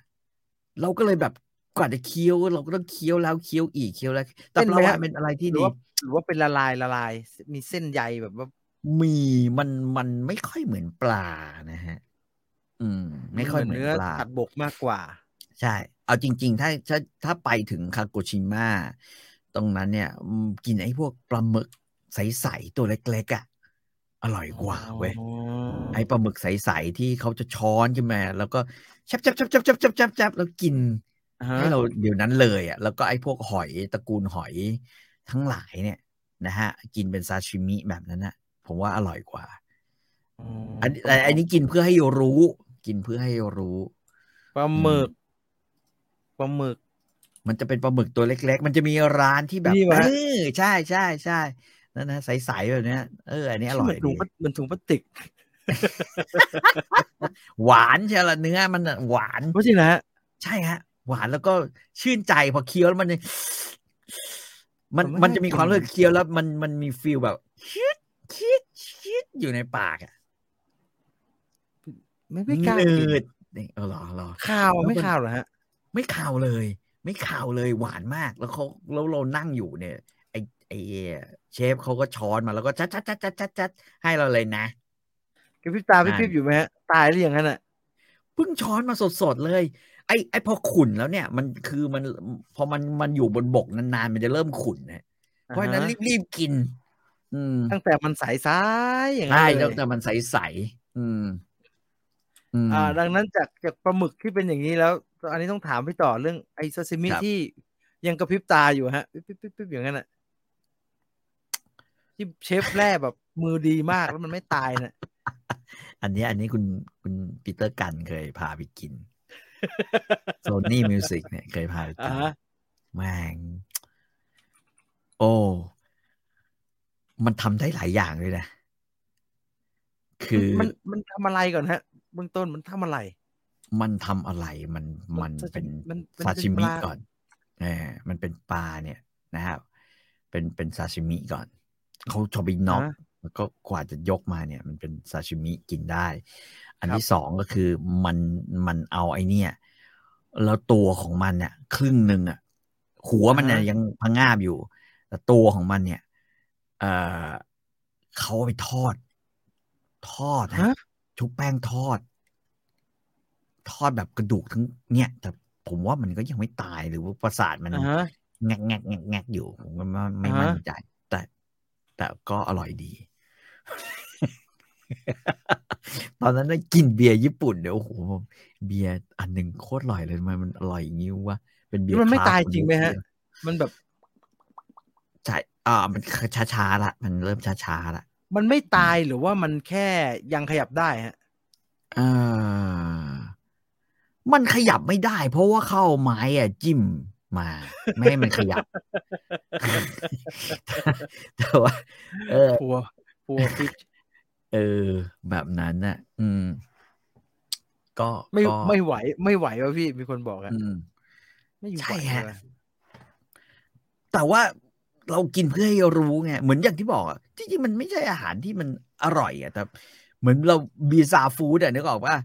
[SPEAKER 2] เราก็เลยแบบกว่าจะเคี้ยว เราก็ต้องเคี้ยวแล้วเคี้ยวอีกเคี้ยวแล้วแต่ปลาวานเป็นอะไรที่
[SPEAKER 1] หรือ
[SPEAKER 2] ดี
[SPEAKER 1] ว่าหรือว่าเป็นละลายละลาย มีเส้นใยแบบว่า
[SPEAKER 2] มีมันมันไม่ค่อยเหมือนปลานะฮะ อืม ไม่ค่อยเหมือน
[SPEAKER 1] เนื้อ
[SPEAKER 2] ปลา
[SPEAKER 1] สัตว์บกมากกว่า
[SPEAKER 2] ใช่ เอาจริง ๆ ถ้าถ้าถ้าไปถึงคาโกชิมะตรงนั้นเนี่ยอืมกินไอ้พวกปลาหมึกใสๆตัวเล็กๆอ่ะอร่อยกว่าเว้ย
[SPEAKER 1] อ๋อ
[SPEAKER 2] ไอ้ปลาหมึกใสๆที่เขาจะช้อนขึ้นมาแล้วก็ชับชับชับชับชับชับชับชับแล้วกิน
[SPEAKER 1] อ่าฮะ
[SPEAKER 2] ให้เราเดี๋ยวนั้นเลยอ่ะแล้วก็ไอ้พวกหอยตระกูลหอยทั้งหลายเนี่ยนะฮะ กินเป็นซาชิมิแบบนั้นน่ะ ผมว่าอร่อยกว่า อันแต่อันนี้กินเพื่อให้รู้ กินเพื่อให้รู้
[SPEAKER 1] ปลาหมึกปลาหมึก
[SPEAKER 2] มันจะเป็นปลาหมึกตัวเล็ก ๆ มันจะมีร้านที่แบบ
[SPEAKER 1] นี่
[SPEAKER 2] เอ
[SPEAKER 1] วะ
[SPEAKER 2] อใช่ใช่ใช่นั่นนะใสๆแบบเนี้ยเอออันนี้อร่
[SPEAKER 1] เห
[SPEAKER 2] อ
[SPEAKER 1] มื
[SPEAKER 2] ย
[SPEAKER 1] นถุ
[SPEAKER 2] ดี
[SPEAKER 1] งพลาเหมือนถุงพลาสติก
[SPEAKER 2] หวานใช่ละเนื้อมันน่ะหวาน
[SPEAKER 1] เพราะฉะนั้นฮะ
[SPEAKER 2] ใช่ฮะ หวานแล้วก็ชื่นใจพอเคี้ยวแล้วมัน มันมันจะมีความรู้สึกเคี้ยวแล้ว มันมันมีฟีลแบบคิดคิดคิดอยู่ในปากอ่ะ
[SPEAKER 1] ไม่ไม่กล้า
[SPEAKER 2] เนื
[SPEAKER 1] กิน
[SPEAKER 2] ดนี่เออเหรอเหรอ
[SPEAKER 1] ข้าวไม่
[SPEAKER 2] แล้วมัน
[SPEAKER 1] ข้าวเหรอฮะ
[SPEAKER 2] ไม่ข่าวเลย ไม่ข่าวเลยหวานมากแล้วเขาแล้วเรานั่งอยู่เนี่ย ไอไอเชฟเขาก็ช้อนมาแล้วก็จัดจัดจัดจัดจัดจัดให้เราเลยนะ
[SPEAKER 1] กระพริบตา
[SPEAKER 2] นั่
[SPEAKER 1] พี่
[SPEAKER 2] น
[SPEAKER 1] พิบอยู่ไหมฮะ ตายหรือยังนั้นอ่ะ
[SPEAKER 2] เพิ่งช้อนมาสดๆเลย ไอไอพอขุ่นแล้วเนี่ย มันคือมันพอมันมันอยู่บนบกนานๆ มันจะเริ่มขุ่นนะเพราะฉะนั้นรีบๆกิน อืม
[SPEAKER 1] ตั้งแต่มันสายซ้ายอย่างนั้
[SPEAKER 2] ใช่
[SPEAKER 1] นเล
[SPEAKER 2] แล้ว
[SPEAKER 1] ย
[SPEAKER 2] แต่มันใสๆอืม อืม
[SPEAKER 1] อ่า ดังนั้นจากจากปลาหมึกที่เป็นอย่างนี้แล้ว อันนี้ต้องถามพี่ต่อเรื่องไอ้ซาซิมิ
[SPEAKER 2] ครับ
[SPEAKER 1] ที่ยังกระพริบตาอยู่ฮะปิ๊บปิ๊บปิ๊บปิ๊บอย่างนั้นอ่ะที่เชฟแร่แบบมือดีมากแล้วมันไม่ตาย น่ะ
[SPEAKER 2] อันเนี้ยอันนี้คุณคุณปีเตอร์กันเคยพาไปกิน โซนี่มิวสิกเนี่ยเคยพาไปกิ
[SPEAKER 1] อ่าน ฮะ
[SPEAKER 2] แม่งโอ้ มันทำได้หลายอย่างเลยนะ คือ
[SPEAKER 1] มันมันทำอะไรก่อนฮะเบื้องต้นมันทำอะไร
[SPEAKER 2] มันทำอะไรมันมัน
[SPEAKER 1] มัน
[SPEAKER 2] เป็น
[SPEAKER 1] มันเป็น
[SPEAKER 2] ซาชิมิ
[SPEAKER 1] ปลา
[SPEAKER 2] ก่อนเออมันเป็นปลาเนี่ยนะครับ เป็นเป็นซาชิมิก่อน เขาชอบไปน็อก
[SPEAKER 1] ฮะ
[SPEAKER 2] แล้วก็กว่าจะยกมาเนี่ย มันเป็นซาชิมิกินได้ อัน
[SPEAKER 1] ครับ
[SPEAKER 2] ที่สองก็คือมันมันเอาไอเนี่ย แล้วตัวของมันเนี่ยครึ่งหนึ่งอ่ะหัวมันเนี่ย
[SPEAKER 1] อ่าฮะ
[SPEAKER 2] ยังพังงาบอยู่ แต่ตัวของมันเนี่ย เออเขาเอาไปทอด ทอดนะ
[SPEAKER 1] ฮะ
[SPEAKER 2] ชุบแป้งทอด ทอดแบบกระดูกทั้งเนี่ย แต่ผมว่ามันก็ยังไม่ตายหรือว่าประสาทมัน
[SPEAKER 1] อ่าฮะ
[SPEAKER 2] แงกแงกแงกแงกอยู่ ผมก็ไม่ไม่
[SPEAKER 1] อ่าฮะ
[SPEAKER 2] มั่นใจ แต่แต่ก็อร่อยดี ตอนนั้นได้กินเบียร์ญี่ปุ่นเดี๋ยวโอ้โหเบียร์อันหนึ่งโคตรอร่อยเลยทำไมมันอร่อยอย่างนี้วะเป็นเบียร์
[SPEAKER 1] มันไม่
[SPEAKER 2] คราฟ
[SPEAKER 1] ตาย
[SPEAKER 2] คน
[SPEAKER 1] จริงไหมฮะ
[SPEAKER 2] เดียว
[SPEAKER 1] มันแบบ
[SPEAKER 2] ใช่อ่า มันช้าๆละมันเริ่มช้าๆละ
[SPEAKER 1] มันไม่ตายหรือว่ามันแค่ยังขยับได้ฮะ
[SPEAKER 2] เอ่อมันขยับไม่ได้ เพราะว่าเข้าไม้อะจิ้มมา ไม่ให้มันขยับ แต่ว่าเออ
[SPEAKER 1] พัวพัวฟิช
[SPEAKER 2] เออ แบบนั้นน่ะ อืม ก็
[SPEAKER 1] ไม่
[SPEAKER 2] ก็
[SPEAKER 1] ไม่ไหว ไม่ไหววะพี่มีคนบอกอะ
[SPEAKER 2] อืม
[SPEAKER 1] ไม่อยู่ไหว
[SPEAKER 2] ใช่ฮะ
[SPEAKER 1] ว
[SPEAKER 2] แต่ว่าเรากินเพื่อให้รู้ไง เหมือนอย่างที่บอกอะที่จริงมันไม่ใช่อาหารที่มันอร่อยอะแต่เหมือนเราบีซาฟูดอะนึกออกปะ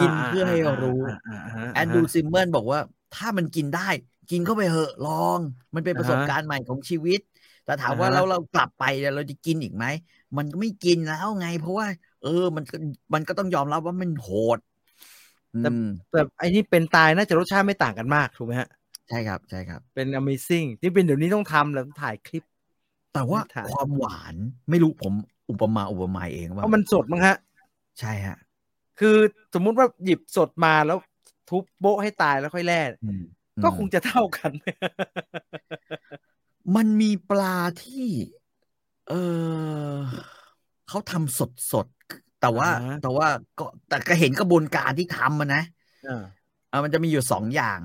[SPEAKER 2] กินเพื่อให้รู้
[SPEAKER 1] อ่าอ่าาาา
[SPEAKER 2] แอนดรูซิมเมนบอกว่า ถ้ามันกินได้ กินเข้าไปเหอะลอง มันเป็นประสบการณ์ใหม่ของชีวิต แต่ถามว่าเราเรากลับไปเนี่ยเราจะกินอีกไหม มันก็ไม่กินแล้วไง เพราะว่า เออ มันก็มันก็ต้องยอมรับว่ามันโหดอืม
[SPEAKER 1] แต่ไอ้นี่เป็นตายน่าจะรสชาติไม่ต่างกันมากถูกไหมฮะ
[SPEAKER 2] ใช่ครับ ใช่ครับ
[SPEAKER 1] เป็น amazing ที่เป็นเดี๋ยวนี้ต้องทำแล้วถ่ายคลิป
[SPEAKER 2] แต่ว่า
[SPEAKER 1] ไม่ทาน
[SPEAKER 2] ความหวานไม่รู้ผมอุปมาอุปไมยเอง
[SPEAKER 1] เพ
[SPEAKER 2] ว่า
[SPEAKER 1] ราะมันสดมั้งฮะ
[SPEAKER 2] ใช่ฮะ
[SPEAKER 1] คือสมมุติว่าหยิบสดมาแล้วทุบโบ๊ะให้ตายแล้วค่อยแล่
[SPEAKER 2] อืม
[SPEAKER 1] ก็
[SPEAKER 2] อืม
[SPEAKER 1] คงจะเท่ากัน
[SPEAKER 2] มันมีปลาที่ เออเขาทำสดสดๆแต่ว่า
[SPEAKER 1] อ่าฮะ
[SPEAKER 2] แต่ว่าก็แต่ก็เห็นกระบวนการที่ทำมันนะ
[SPEAKER 1] อ่า
[SPEAKER 2] เอ่อมันจะมีอยู่สองอย่าง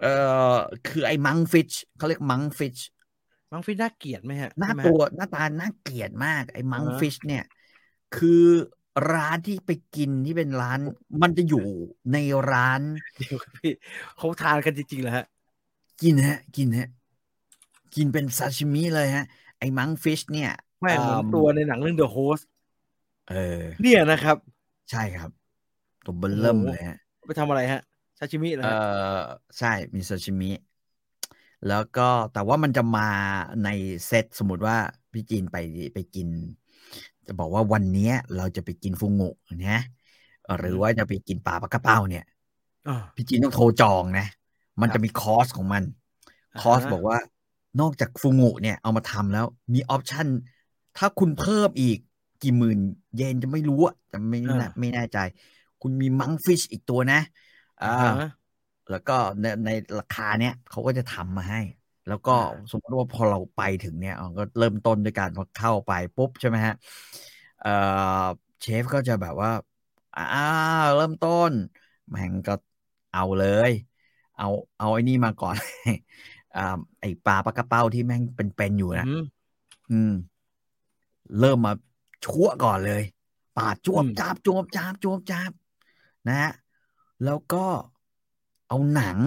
[SPEAKER 2] เออคือไอ้มังฟิชเขาเรียกมังฟิช
[SPEAKER 1] มังฟินน่าเกลียดไหมฮะ
[SPEAKER 2] หน้า
[SPEAKER 1] ใช่ไหมฮะ
[SPEAKER 2] ตัวหน้าตาน่าเกลียดมาก ไอ้มัง
[SPEAKER 1] อ่าฮะ
[SPEAKER 2] ฟิชเนี่ย คือร้านที่ไปกินที่เป็นร้าน มันจะอยู่ในร้าน
[SPEAKER 1] เดี๋ยวครับพี่เขาทานกันจริงๆเหรอฮะ
[SPEAKER 2] กินฮะ กินฮะ กินเป็นซาชิมิเลยฮะ ไอ้มังฟิชเนี่ย
[SPEAKER 1] แม่งเหมือนตัวในหนังเรื่อง The Host
[SPEAKER 2] เออ
[SPEAKER 1] เนี่ยนะครับ
[SPEAKER 2] ใช่ครับ ตัวเบลเริ่มเลยฮะ
[SPEAKER 1] ไปทำอะไรฮะซาชิมิเหรอ
[SPEAKER 2] เอ
[SPEAKER 1] ฮะ
[SPEAKER 2] อใช่มีซาชิมิ แล้วก็แต่ว่ามันจะมาในเซตสมมติว่าพี่จีนไปไปกิน จะบอกว่าวันเนี้ยเราจะไปกินฟุงุนะหรือว่าจะไปกินปลาปลากระเป้าเนี่ย
[SPEAKER 1] า
[SPEAKER 2] พี่จีนต้องโทรจองนะ มันจะมีคอร์สของมัน
[SPEAKER 1] อ่าฮะ
[SPEAKER 2] คอร์สบอกว่านอกจากฟูงุเนี่ยเอามาทำแล้วมีออปชันถ้าคุณเพิ่มอีกกี่หมื่นเยนจะไม่รู้อะแต่ไม่ไม่แน่ไม่แน่ใจ คุณมีมังฟิชอีกตัวนะอ่า
[SPEAKER 1] ฮะ
[SPEAKER 2] แล้วก็ในในราคาเนี้ยเขาก็จะทำมาให้ แล้วก็
[SPEAKER 1] อ่า
[SPEAKER 2] สมมติว่าพอเราไปถึงเนี่ยเราก็เริ่มต้นด้วยการพอเข้าไปปุ๊บใช่ไหมฮะเอ่อเชฟก็จะแบบว่าอ่าเริ่มต้นแม่งก็เอาเลย เอาเอาไอ้นี่มาก่อน อ่าไอปลาปลากระเป้าที่แม่งเป็นๆอยู่นะ
[SPEAKER 1] อืม
[SPEAKER 2] อืม เริ่มมาชั่วก่อนเลย ปาดจวบ
[SPEAKER 1] อืม
[SPEAKER 2] จ้าบจวบจ้าบจวบจ้าบนะฮะแล้วก็เอาหนัง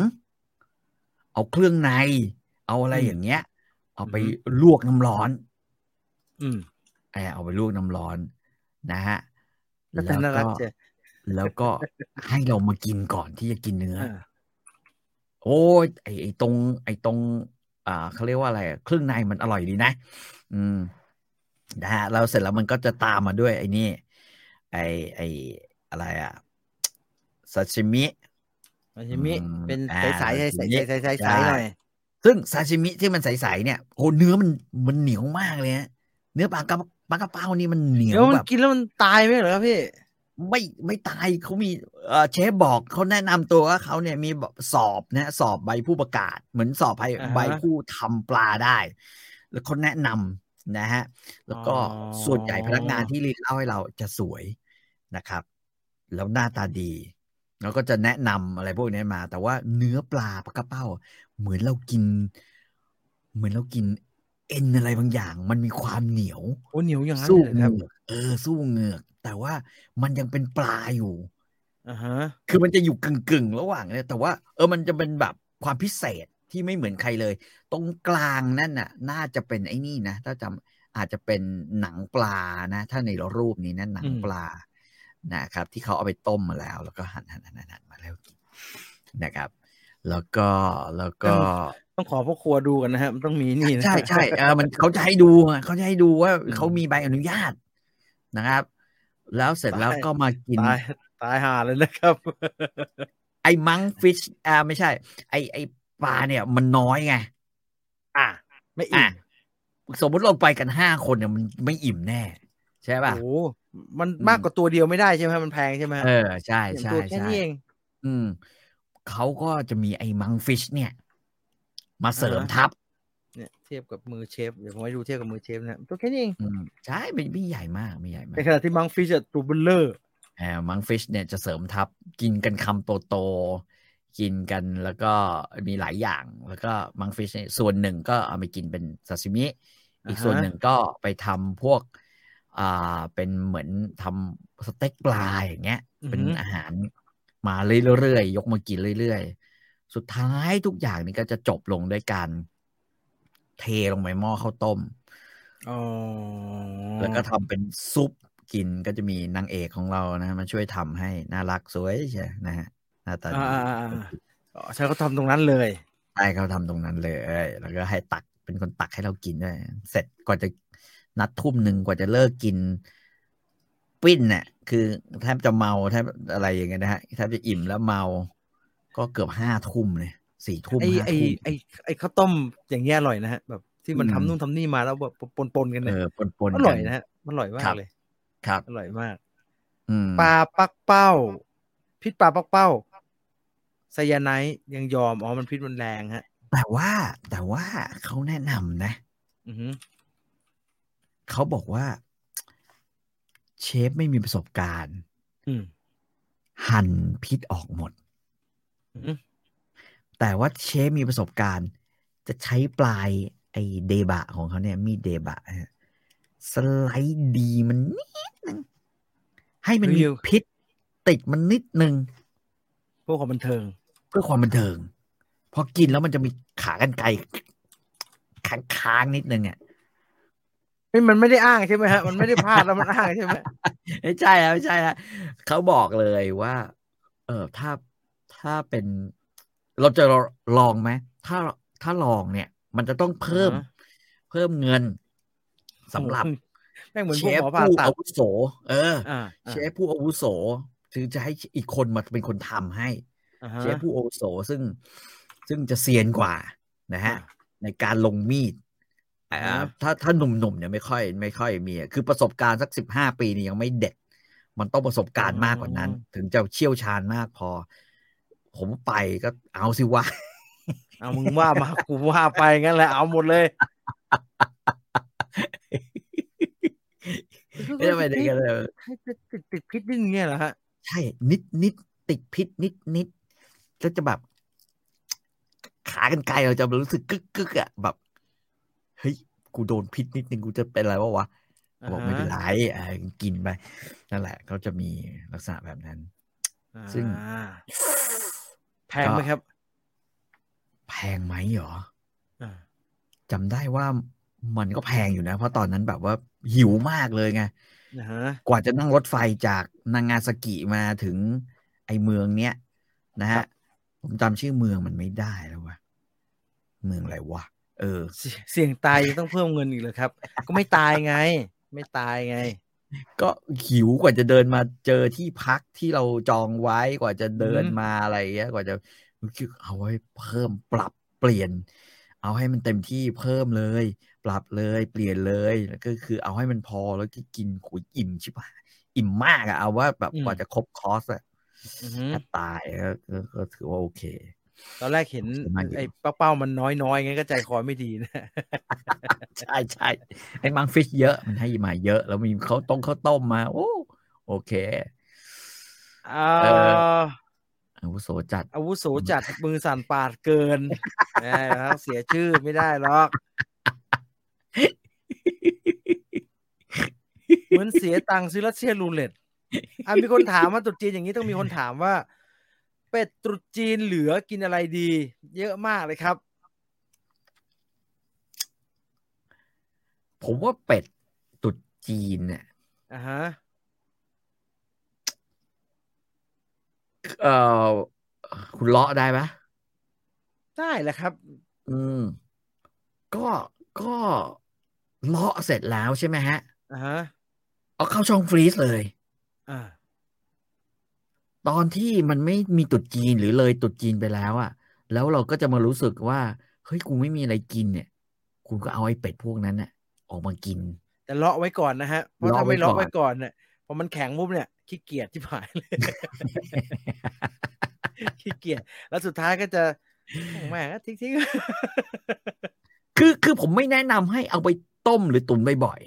[SPEAKER 2] เอาเครื่องใน เอาอะไร
[SPEAKER 1] อืม
[SPEAKER 2] อย่างเงี้ย เอาไป
[SPEAKER 1] อือฮึ
[SPEAKER 2] ลวกน้ำร้อน
[SPEAKER 1] อืม
[SPEAKER 2] เออเอาไปลวกน้ำร้อนนะฮะ
[SPEAKER 1] แล้ว
[SPEAKER 2] แล้
[SPEAKER 1] แต่
[SPEAKER 2] ว
[SPEAKER 1] น่า
[SPEAKER 2] ก็
[SPEAKER 1] รักเจ้
[SPEAKER 2] แล้วก็ให้เรามากินก่อนที่จะกินเนื้อ
[SPEAKER 1] อ่า
[SPEAKER 2] โอ้ยไอไอตรง ไอตรง อ่าเขาเรียกว่าอะไรอะเครื่องในมันอร่อยดีนะ อืมนะฮะเราเสร็จแล้วมันก็จะตามมาด้วย ไอนี่ ไอไออะไรอะซาชิมิ
[SPEAKER 1] ซาชิมิ
[SPEAKER 2] อืม
[SPEAKER 1] เป็น
[SPEAKER 2] อ่า
[SPEAKER 1] ใสๆใส
[SPEAKER 2] ซาชิมิ
[SPEAKER 1] ๆใสๆใสๆ
[SPEAKER 2] ได้
[SPEAKER 1] ใสๆหน่อย
[SPEAKER 2] ซึ่งซาชิมิที่มันใสๆเนี่ยโอ้เนื้อมันมันเหนียวมากเลยฮะ เนื้อปลากระปลากระเป้านี่มันเหนีย
[SPEAKER 1] เดี๋ยว วมัน
[SPEAKER 2] แบบ
[SPEAKER 1] กินแล้วมันตายไหมเหรอครับพี่
[SPEAKER 2] ไม่ไม่ตายเขามีเอ่อเชฟบอกเขาแนะนำตัวว่าเขาเนี่ยมีแบบสอบนะสอบใบผู้ประกาศ เหมือนสอบใบ
[SPEAKER 1] อ่าฮะ
[SPEAKER 2] ใบผู้ทำปลาได้ แล้วเขาแนะนำนะฮะ แล้วก็
[SPEAKER 1] อ๋อ
[SPEAKER 2] ส่วนใหญ่พนักงานที่รีดเล่าให้เราจะสวยนะครับ แล้วหน้าตาดี แล้วก็จะแนะนำอะไรพวกนี้มา แต่ว่าเนื้อปลาปลากระเป้า เหมือนเรากิน เหมือนเรากินเอ็นอะไรบางอย่าง มันมีความเหนียว
[SPEAKER 1] โอ้เหนียวอย่างนั้น
[SPEAKER 2] สู้
[SPEAKER 1] เลย
[SPEAKER 2] เห
[SPEAKER 1] เหรอครับ
[SPEAKER 2] งือกเออสู้เหงือก แต่ว่ามันยังเป็นปลาอยู่
[SPEAKER 1] อ่าฮะ
[SPEAKER 2] คือมันจะอยู่กึ่งกึ่งๆระหว่างเนี่ยแต่ว่าเออมันจะเป็นแบบความพิเศษที่ไม่เหมือนใครเลย ตรงกลางนั่นน่ะ น่าจะเป็นไอ้นี่นะถ้าจำอาจจะเป็นหนังปลานะ ถ้าในรูปนี้นะหนังปลานะครับ ที่เขาเอาไปต้มมาแล้ว แล้วก็หั่นหั่นหั่นหั่นมาแล้วกินนะครับ แล้วก็แล้วก็
[SPEAKER 1] ต้องขอพวกครัวดูกันนะฮะมันต้องมีนี่นะ
[SPEAKER 2] ใช่ใช่เออมันเขาจะให้ดูอะเขาจะให้ดูว่า
[SPEAKER 1] อืม
[SPEAKER 2] เขามีใบอนุญาตนะครับ แล้วเสร็จแล้วก็มากิน
[SPEAKER 1] ตายตายห่าเลยนะครับ
[SPEAKER 2] ไอ้มังฟิชอ่าไม่ใช่ ไอ้ไอ้ปลาเนี่ยมันน้อยไง
[SPEAKER 1] อ่ะไม่อิ่
[SPEAKER 2] อ่ะ
[SPEAKER 1] ม
[SPEAKER 2] สมมุติเราไปกันห้าคนเนี่ยมันไม่อิ่มแน่ ใช่ป่ะ
[SPEAKER 1] โอ้โหมันมากกว่าตัวเดียวไม่ได้ใช่ไหมมันแพงใช่ไหม
[SPEAKER 2] เออใช่
[SPEAKER 1] อย่าง
[SPEAKER 2] ใช่
[SPEAKER 1] ตัวแค่
[SPEAKER 2] ใช่
[SPEAKER 1] นี้เอง
[SPEAKER 2] อืมเขาก็จะมีไอ้มังฟิชเนี่ย มาเสริม
[SPEAKER 1] อ่าฮะ
[SPEAKER 2] ทับ
[SPEAKER 1] เนี่ยเทียบกับมือเชฟเดี๋ยวผมให้ดูเทียบกับมือเชฟนะตัวแค่นี้เอง
[SPEAKER 2] อืมใช่ไม่ไม่ใหญ่มากไม่ใหญ่มา
[SPEAKER 1] ใน
[SPEAKER 2] ก
[SPEAKER 1] ขณะที่มังฟิชอะตัวเบลเลอร์
[SPEAKER 2] เอ่อมังฟิชเนี่ยจะเสริมทับกินกันคำโตๆกินกันแล้วก็มีหลายอย่างแล้วก็มังฟิชเนี่ยส่วนหนึ่งก็เอาไปกินเป็นซาซิมิ อีก
[SPEAKER 1] อ่าฮะ
[SPEAKER 2] ส่วนหนึ่งก็ไปทำพวกอ่าเป็นเหมือนทำสเต็กปลาอย่างเงี้ย เป็น
[SPEAKER 1] อือหือ
[SPEAKER 2] อาหารมาเรื่อยๆ ยกมากินเรื่อยๆ สุดท้ายทุกอย่างนี่ก็จะจบลงด้วยการเทลงไปหม้อข้าวต้ม
[SPEAKER 1] อ๋อ
[SPEAKER 2] แล้วก็ทำเป็นซุปกินก็จะมีนางเอกของเรานะฮะมาช่วยทำให้น่ารักสวยใช่นะฮะหน้าตาดี
[SPEAKER 1] อ่าอ่าอ่าอ๋อใช่เขาทำตรงนั้นเลย
[SPEAKER 2] ใช่เขาทำตรงนั้นเลย แล้วก็ให้ตักเป็นคนตักให้เรากินด้วยเสร็จกว่าจะนัดทุ่มหนึ่งกว่าจะเลิกกิน ปิ้นเนี่ยคือแทบจะเมาแทบอะไรอย่างเงี้ยนะฮะแทบจะอิ่มแล้วเมา ก็เกือบห้าทุ่มเลยสี่ทุ่ม
[SPEAKER 1] ไอ
[SPEAKER 2] ห้า
[SPEAKER 1] ไอ
[SPEAKER 2] ทุ่ม
[SPEAKER 1] ไอไอข้าวต้มอย่างเงี้ยอร่อยนะฮะแบบที่มัน
[SPEAKER 2] อืม
[SPEAKER 1] ทำนู่นทำนี่มาแล้วแบบปนๆกัน
[SPEAKER 2] เอ
[SPEAKER 1] เนี่ย
[SPEAKER 2] อปนปน
[SPEAKER 1] อร่อยนะฮะมันอร่อยมากเลย
[SPEAKER 2] ครับ
[SPEAKER 1] อร่อยมาก
[SPEAKER 2] อืม
[SPEAKER 1] ปลาปักเป้า พิษปลาปักเป้าไซยาไนท์ยังยอมอ๋อมันพิษมันแรงฮะ
[SPEAKER 2] แต่ว่าแต่ว่าเขาแนะนำนะ
[SPEAKER 1] อือฮึ
[SPEAKER 2] เขาบอกว่า เชฟไม่มีประสบการณ์
[SPEAKER 1] อืม
[SPEAKER 2] หั่นพิษออกหมด
[SPEAKER 1] อืม
[SPEAKER 2] แต่ว่าเชฟมีประสบการณ์ จะใช้ปลายไอเดบะของเขาเนี่ยมีดเดบะฮะสไลด์ดีมันนิดนึงให้มันมีพิษติดมันนิดนึง
[SPEAKER 1] พวกของบันเทิง
[SPEAKER 2] เพื่อความบันเทิงพอกินแล้วมันจะมีขากันไกลค้างๆนิดนึงอ่ะ
[SPEAKER 1] ไม่มันไม่ได้อ้างใช่ไหมฮะ มันไม่ได้พลาดแล้วมันอ้างใช่ไหม
[SPEAKER 2] ไม่ใช่ฮะไม่ใช่ฮะเขาบอกเลยว่า เออถ้าถ้าเป็น เราจะลองไหมถ้าถ้าลองเนี่ย มันจะต้องเพิ่ม เพิ่มเงินสำหรับ
[SPEAKER 1] แม่งเหมือน
[SPEAKER 2] เช
[SPEAKER 1] พวก
[SPEAKER 2] ฟ
[SPEAKER 1] หมอผ่า
[SPEAKER 2] ผู้
[SPEAKER 1] ตัด
[SPEAKER 2] อาวุโส เออ
[SPEAKER 1] อ่า
[SPEAKER 2] เชฟผู้อาวุโสถึงจะให้อีกคนมาเป็นคนทำให้
[SPEAKER 1] อ่า
[SPEAKER 2] เช
[SPEAKER 1] ฮะ
[SPEAKER 2] ฟผู้อาวุโสซึ่งซึ่งจะเซียนกว่านะฮะ
[SPEAKER 1] อ่า
[SPEAKER 2] ในการลงมีดอ่า
[SPEAKER 1] อ่า
[SPEAKER 2] ถ้าถ้าหนุ่มๆเนี่ยไม่ค่อย ไม่ค่อยมีอะคือประสบการณ์สักสิบห้าปีนี่ยังไม่เด็ด มันต้องประสบการณ์มากกว่านั้น ถึงจะเชี่ยวชาญมากพอ ผมไปก็เอาสิวะ
[SPEAKER 1] เอามึงว่ามากูว่าไปงั้นแหละเอาหมดเลย
[SPEAKER 2] ไม่ได้ไปด้วยกันเลย
[SPEAKER 1] ให้ติดติดติดพิษนิดนึงเนี่ยเหรอฮะ
[SPEAKER 2] ใช่ นิดนิดติดพิษนิดนิดแล้วจะแบบ ขากันไกลเราจะรู้สึกกึกกึกอ่ะแบบเฮ้ยกูโดนพิษนิดนึงกูจะเป็นอะไรวะวะบอกไม่เป็นไรเออกินไปนั่นแหละเขาจะมีลักษณะแบบนั้น
[SPEAKER 1] อ่าฮะ
[SPEAKER 2] ซึ่ง
[SPEAKER 1] อ่าแพงไหมครับ
[SPEAKER 2] แพงไหมเหรอ
[SPEAKER 1] อ่า
[SPEAKER 2] จำได้ว่ามันก็แพงอยู่นะ เพราะตอนนั้นแบบว่าหิวมากเลยไง
[SPEAKER 1] นะฮะ
[SPEAKER 2] กว่าจะนั่งรถไฟจากนางาซากิมาถึงไอเมืองเนี้ยนะ
[SPEAKER 1] ครั
[SPEAKER 2] ฮะ
[SPEAKER 1] บ
[SPEAKER 2] ผมจำชื่อเมืองมันไม่ได้แล้ววะเมืองอะไรวะเออ
[SPEAKER 1] เสี่ยเสี่ยงตายยังต้องเพิ่มเงินอีกเหรอครับ ก็ไม่ตายไง ไม่ตายไง
[SPEAKER 2] ก็หิวกว่าจะเดินมาเจอที่พักที่เราจองไว้กว่าจะเดิน
[SPEAKER 1] อืม
[SPEAKER 2] มาอะไรเงี้ย กว่าจะเอาไว้เพิ่มปรับเปลี่ยน เอาให้มันเต็มที่เพิ่มเลย ปรับเลย เปลี่ยนเลย แล้วก็คือเอาให้มันพอแล้วที่กินขูอิ่มชิบหายอิ่มมากอะเอาว่าแบบ
[SPEAKER 1] อืม
[SPEAKER 2] กว่าจะครบคอร์สอะ
[SPEAKER 1] อือหือ
[SPEAKER 2] แทบตายก็ก็ก็ถือว่าโอเค
[SPEAKER 1] ตอนแรกเห็น
[SPEAKER 2] ส่วนมากอยู่
[SPEAKER 1] ไอ้เป้าๆมันน้อยๆไงก็ใจคอไม่ดีนะ
[SPEAKER 2] ใช่ใช่ไอ้มังฟิชเยอะมันให้มาเยอะ แล้วมีข้าวต้มข้าวต้มมา โอ้โอเค
[SPEAKER 1] เอ่
[SPEAKER 2] เอ
[SPEAKER 1] อ
[SPEAKER 2] อาวุโสจัด
[SPEAKER 1] อาวุโสจัด มือสั่นปาดเกิน แหม่ครับเสียชื่อไม่ได้หรอก เหมือนเสียตังค์ซื้อรัสเซียรูเล็ตอ่ะมีคนถามว่าตรุษจีนอย่างนี้ต้องมีคนถามว่า เป็ดตรุษจีนเหลือกินอะไรดี เยอะมากเลยครับ
[SPEAKER 2] ผมว่าเป็ดตุดจีนเนี่ย
[SPEAKER 1] อ่าฮะ
[SPEAKER 2] เอ่อคุณเลาะได้ปะ
[SPEAKER 1] ได้แหละครับ
[SPEAKER 2] อืม ก็ก็เลาะเสร็จแล้วใช่ไหมฮะ
[SPEAKER 1] อ่าฮะ
[SPEAKER 2] เอาเข้าช่องฟรีซเลย
[SPEAKER 1] อ่า
[SPEAKER 2] ตอนที่มันไม่มีตุดจีนหรือเลยตุดจีนไปแล้วอะแล้วเราก็จะมารู้สึกว่า เฮ้ยกูไม่มีอะไรกินเนี่ย คุณก็เอาไอ้เป็ดพวกนั้นน่ะ ออกมากิน
[SPEAKER 1] แต่เลาะไว้ก่อนนะฮะ เพราะถ้า
[SPEAKER 2] เลาะไว้
[SPEAKER 1] ไม่เลาะ
[SPEAKER 2] ก่อน
[SPEAKER 1] ไว้ก่อนเนี่ยพอมันแข็งปุ๊บเนี่ยขี้เกียจที่ผายเลย ขี้เกียจแล้วสุดท้ายก็จะโอ้แม่งทิ้งทิ้ง
[SPEAKER 2] คือคือผมไม่แนะนำให้เอาไปต้มหรือตุ๋นบ่อย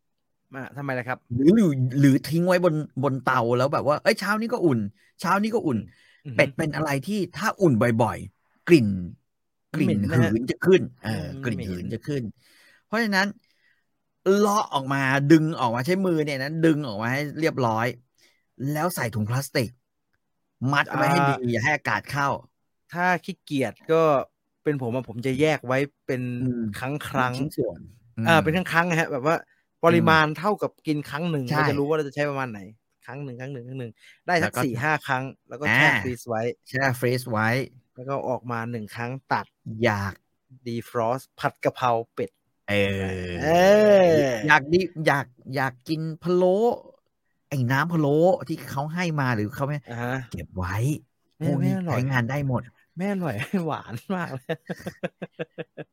[SPEAKER 1] ๆ มาทำไมล่ะครับ
[SPEAKER 2] ๆหรือหรือหรือทิ้งไว้บนบนเตาแล้วแบบว่าเอ้ยเช้านี้ก็อุ่น เช้านี้ก็อุ่น เป็ดเป็นอะไรที่ถ้าอุ่นบ่อยๆ กลิ่น กลิ่
[SPEAKER 1] เหม็
[SPEAKER 2] น
[SPEAKER 1] นนะ
[SPEAKER 2] หื
[SPEAKER 1] ฮะ
[SPEAKER 2] นจะขึ้นเออ
[SPEAKER 1] อืม
[SPEAKER 2] กลิ่น
[SPEAKER 1] เหม็น
[SPEAKER 2] หืนจะขึ้น เพราะฉะนั้นเลาะออกมาดึงออกมาใช้มือเนี่ยนะดึงออกมาให้เรียบร้อย แล้วใส่ถุงพลาสติก มัดไว้ให้ดีอย่าให้อากาศเข้า
[SPEAKER 1] ถ้าขี้เกียจก็เป็นผมอะผมจะแยกไว้เป็น
[SPEAKER 2] อืม
[SPEAKER 1] ครั้งครั้ง
[SPEAKER 2] ชิ้นส่วนม
[SPEAKER 1] อ่าเป็นครั้งครั้งๆนะฮะ แบบว่า ปริมาณเท่ากับกินครั้งหนึ่ง
[SPEAKER 2] ใช่
[SPEAKER 1] เราจะรู้ว่าเราจะใช้ประมาณไหน ครั้งหนึ่งครั้งหนึ่งครั้งหนึ่งได้สัก
[SPEAKER 2] แล้วก็
[SPEAKER 1] สี่ห้าครั้ง แล้วก็แช่
[SPEAKER 2] อ่า
[SPEAKER 1] ฟรีซไว้
[SPEAKER 2] แช่ฟรีซไว้
[SPEAKER 1] แล้วก็ออกมาหนึ่งครั้งตัด
[SPEAKER 2] อยาก
[SPEAKER 1] ดีฟรอสผัดกะเพราเป็ด
[SPEAKER 2] เออ
[SPEAKER 1] เอออ
[SPEAKER 2] อยากดิอยากอยากกินพะโล้ไอ้น้ำพะโล้ที่เขาให้มาหรือเขาไม่
[SPEAKER 1] อ่าฮะ
[SPEAKER 2] เก็บไว้
[SPEAKER 1] แม่
[SPEAKER 2] พวกนี้
[SPEAKER 1] ไม่อร่อย
[SPEAKER 2] ใช้งานได้หมด
[SPEAKER 1] แม่อร่อย หวานมากเลย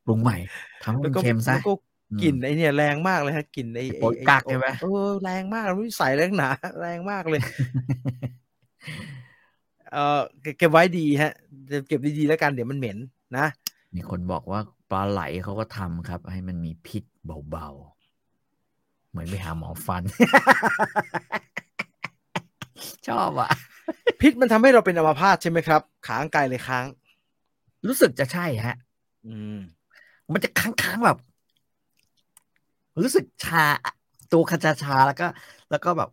[SPEAKER 2] ปรุงใหม่ทำให้
[SPEAKER 1] แล้ว
[SPEAKER 2] มัน
[SPEAKER 1] ก็
[SPEAKER 2] เค็มซะ
[SPEAKER 1] แล้วก็
[SPEAKER 2] อืม
[SPEAKER 1] กลิ่นไอเนี่ยแรงมากเลยฮะกลิ่นไอ
[SPEAKER 2] ไอ้โป๊ย
[SPEAKER 1] อ้
[SPEAKER 2] กั๊กใช่ไหม
[SPEAKER 1] เออแรงมากรู้ใส่แรงหนาแรงมากเลย เออเก็บเก็บไว้ดีฮะเก็บดีๆแล้วกันเดี๋ยวมันเหม็นนะ
[SPEAKER 2] มีคนบอกว่าปลาไหลเขาก็ทำครับ ให้มันมีพิษเบาๆ เหมือนไปหาหมอฟัน ชอบอ่ะ
[SPEAKER 1] พิษมันทำให้เราเป็นอัมพาตใช่ไหมครับขาข้างกายเลยค้าง
[SPEAKER 2] รู้สึกจะใช่ฮะ
[SPEAKER 1] อืม
[SPEAKER 2] มันจะค้างๆแบบ รู้สึกชา ตัวคาชาชาๆแล้วก็ แล้วก็แบบ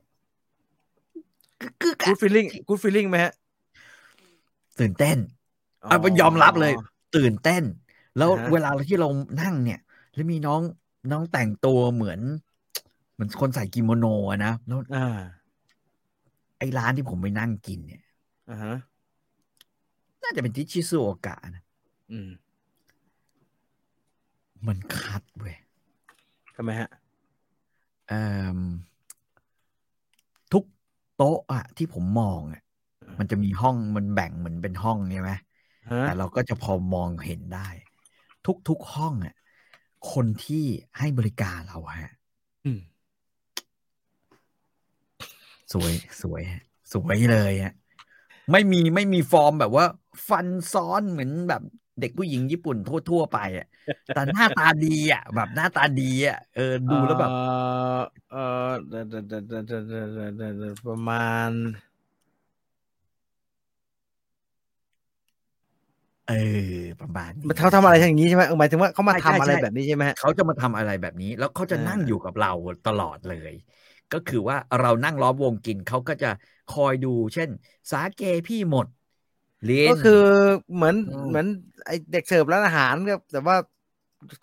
[SPEAKER 2] กึกๆ
[SPEAKER 1] g ู o d
[SPEAKER 2] อะ
[SPEAKER 1] ฟ e ลลิ่งกูดฟ e ลลิ่งไหมฮะ
[SPEAKER 2] ตื่นเต้น อ่ะมันยอมรับเลย
[SPEAKER 1] อ๋อ
[SPEAKER 2] ตื่นเต้น แล้ว
[SPEAKER 1] อ่าฮะ
[SPEAKER 2] เวลาที่เรานั่งเนี่ย แล้วมีน้องน้องแต่งตัวเหมือน เหมือนคนใส่กิโมโนอะนะแล้ว
[SPEAKER 1] อ่า
[SPEAKER 2] ไอ้ร้านที่ผมไปนั่งกินเนี่ย
[SPEAKER 1] อ่าฮะ
[SPEAKER 2] น่าจะเป็นที่ชิซูโอกะนะ
[SPEAKER 1] อืม
[SPEAKER 2] มันคัดเว้ย
[SPEAKER 1] ทำไมฮะ
[SPEAKER 2] เอิ่มทุกโต๊ะอะที่ผมมองอะ
[SPEAKER 1] อ่ามั
[SPEAKER 2] มันจะมีห้องมันแบ่งเหมือนเป็นห้องใช่ไหม
[SPEAKER 1] ฮะ
[SPEAKER 2] แต่เราก็จะพอมองเห็นได้ ทุกๆห้องอะคนที่ให้บริการเราฮะ
[SPEAKER 1] อืม
[SPEAKER 2] สวยสวยฮะสวยเลยฮะไม่มีไม่มีฟอร์มแบบว่า ฟันซ้อนเหมือนแบบเด็กผู้หญิงญี่ปุ่นทั่วๆไปอ่ะแต่หน้าตาดีอ่ะ แบบหน้าตาดีอ่ะเออดูแล้วแบบ
[SPEAKER 1] เอ่อเอ่อเดยวเดยวเดยวเดยวเดยวเดยวเดยวเดยวประมาณ
[SPEAKER 2] เออ ประมาณ
[SPEAKER 1] มันเขาทำอะไรอย่างนี้ใช่ไหมเออหมายถึงว่าเขามา
[SPEAKER 2] ใช่
[SPEAKER 1] ทำอะไร
[SPEAKER 2] ใช่
[SPEAKER 1] แบบนี้ใช่ไหมฮะ
[SPEAKER 2] เขาจะมาทำอะไรแบบนี้ แล้วเขาจะนั่ง
[SPEAKER 1] อ่า
[SPEAKER 2] อยู่กับเราตลอดเลย ก็คือว่าเรานั่งล้อมวงกินเขาก็จะคอยดู เช่น สาเกพี่หมดเลียน
[SPEAKER 1] ก็คือเหมือน
[SPEAKER 2] อืม
[SPEAKER 1] เหมือนไอเด็กเสิร์ฟร้านอาหารก็แต่ว่า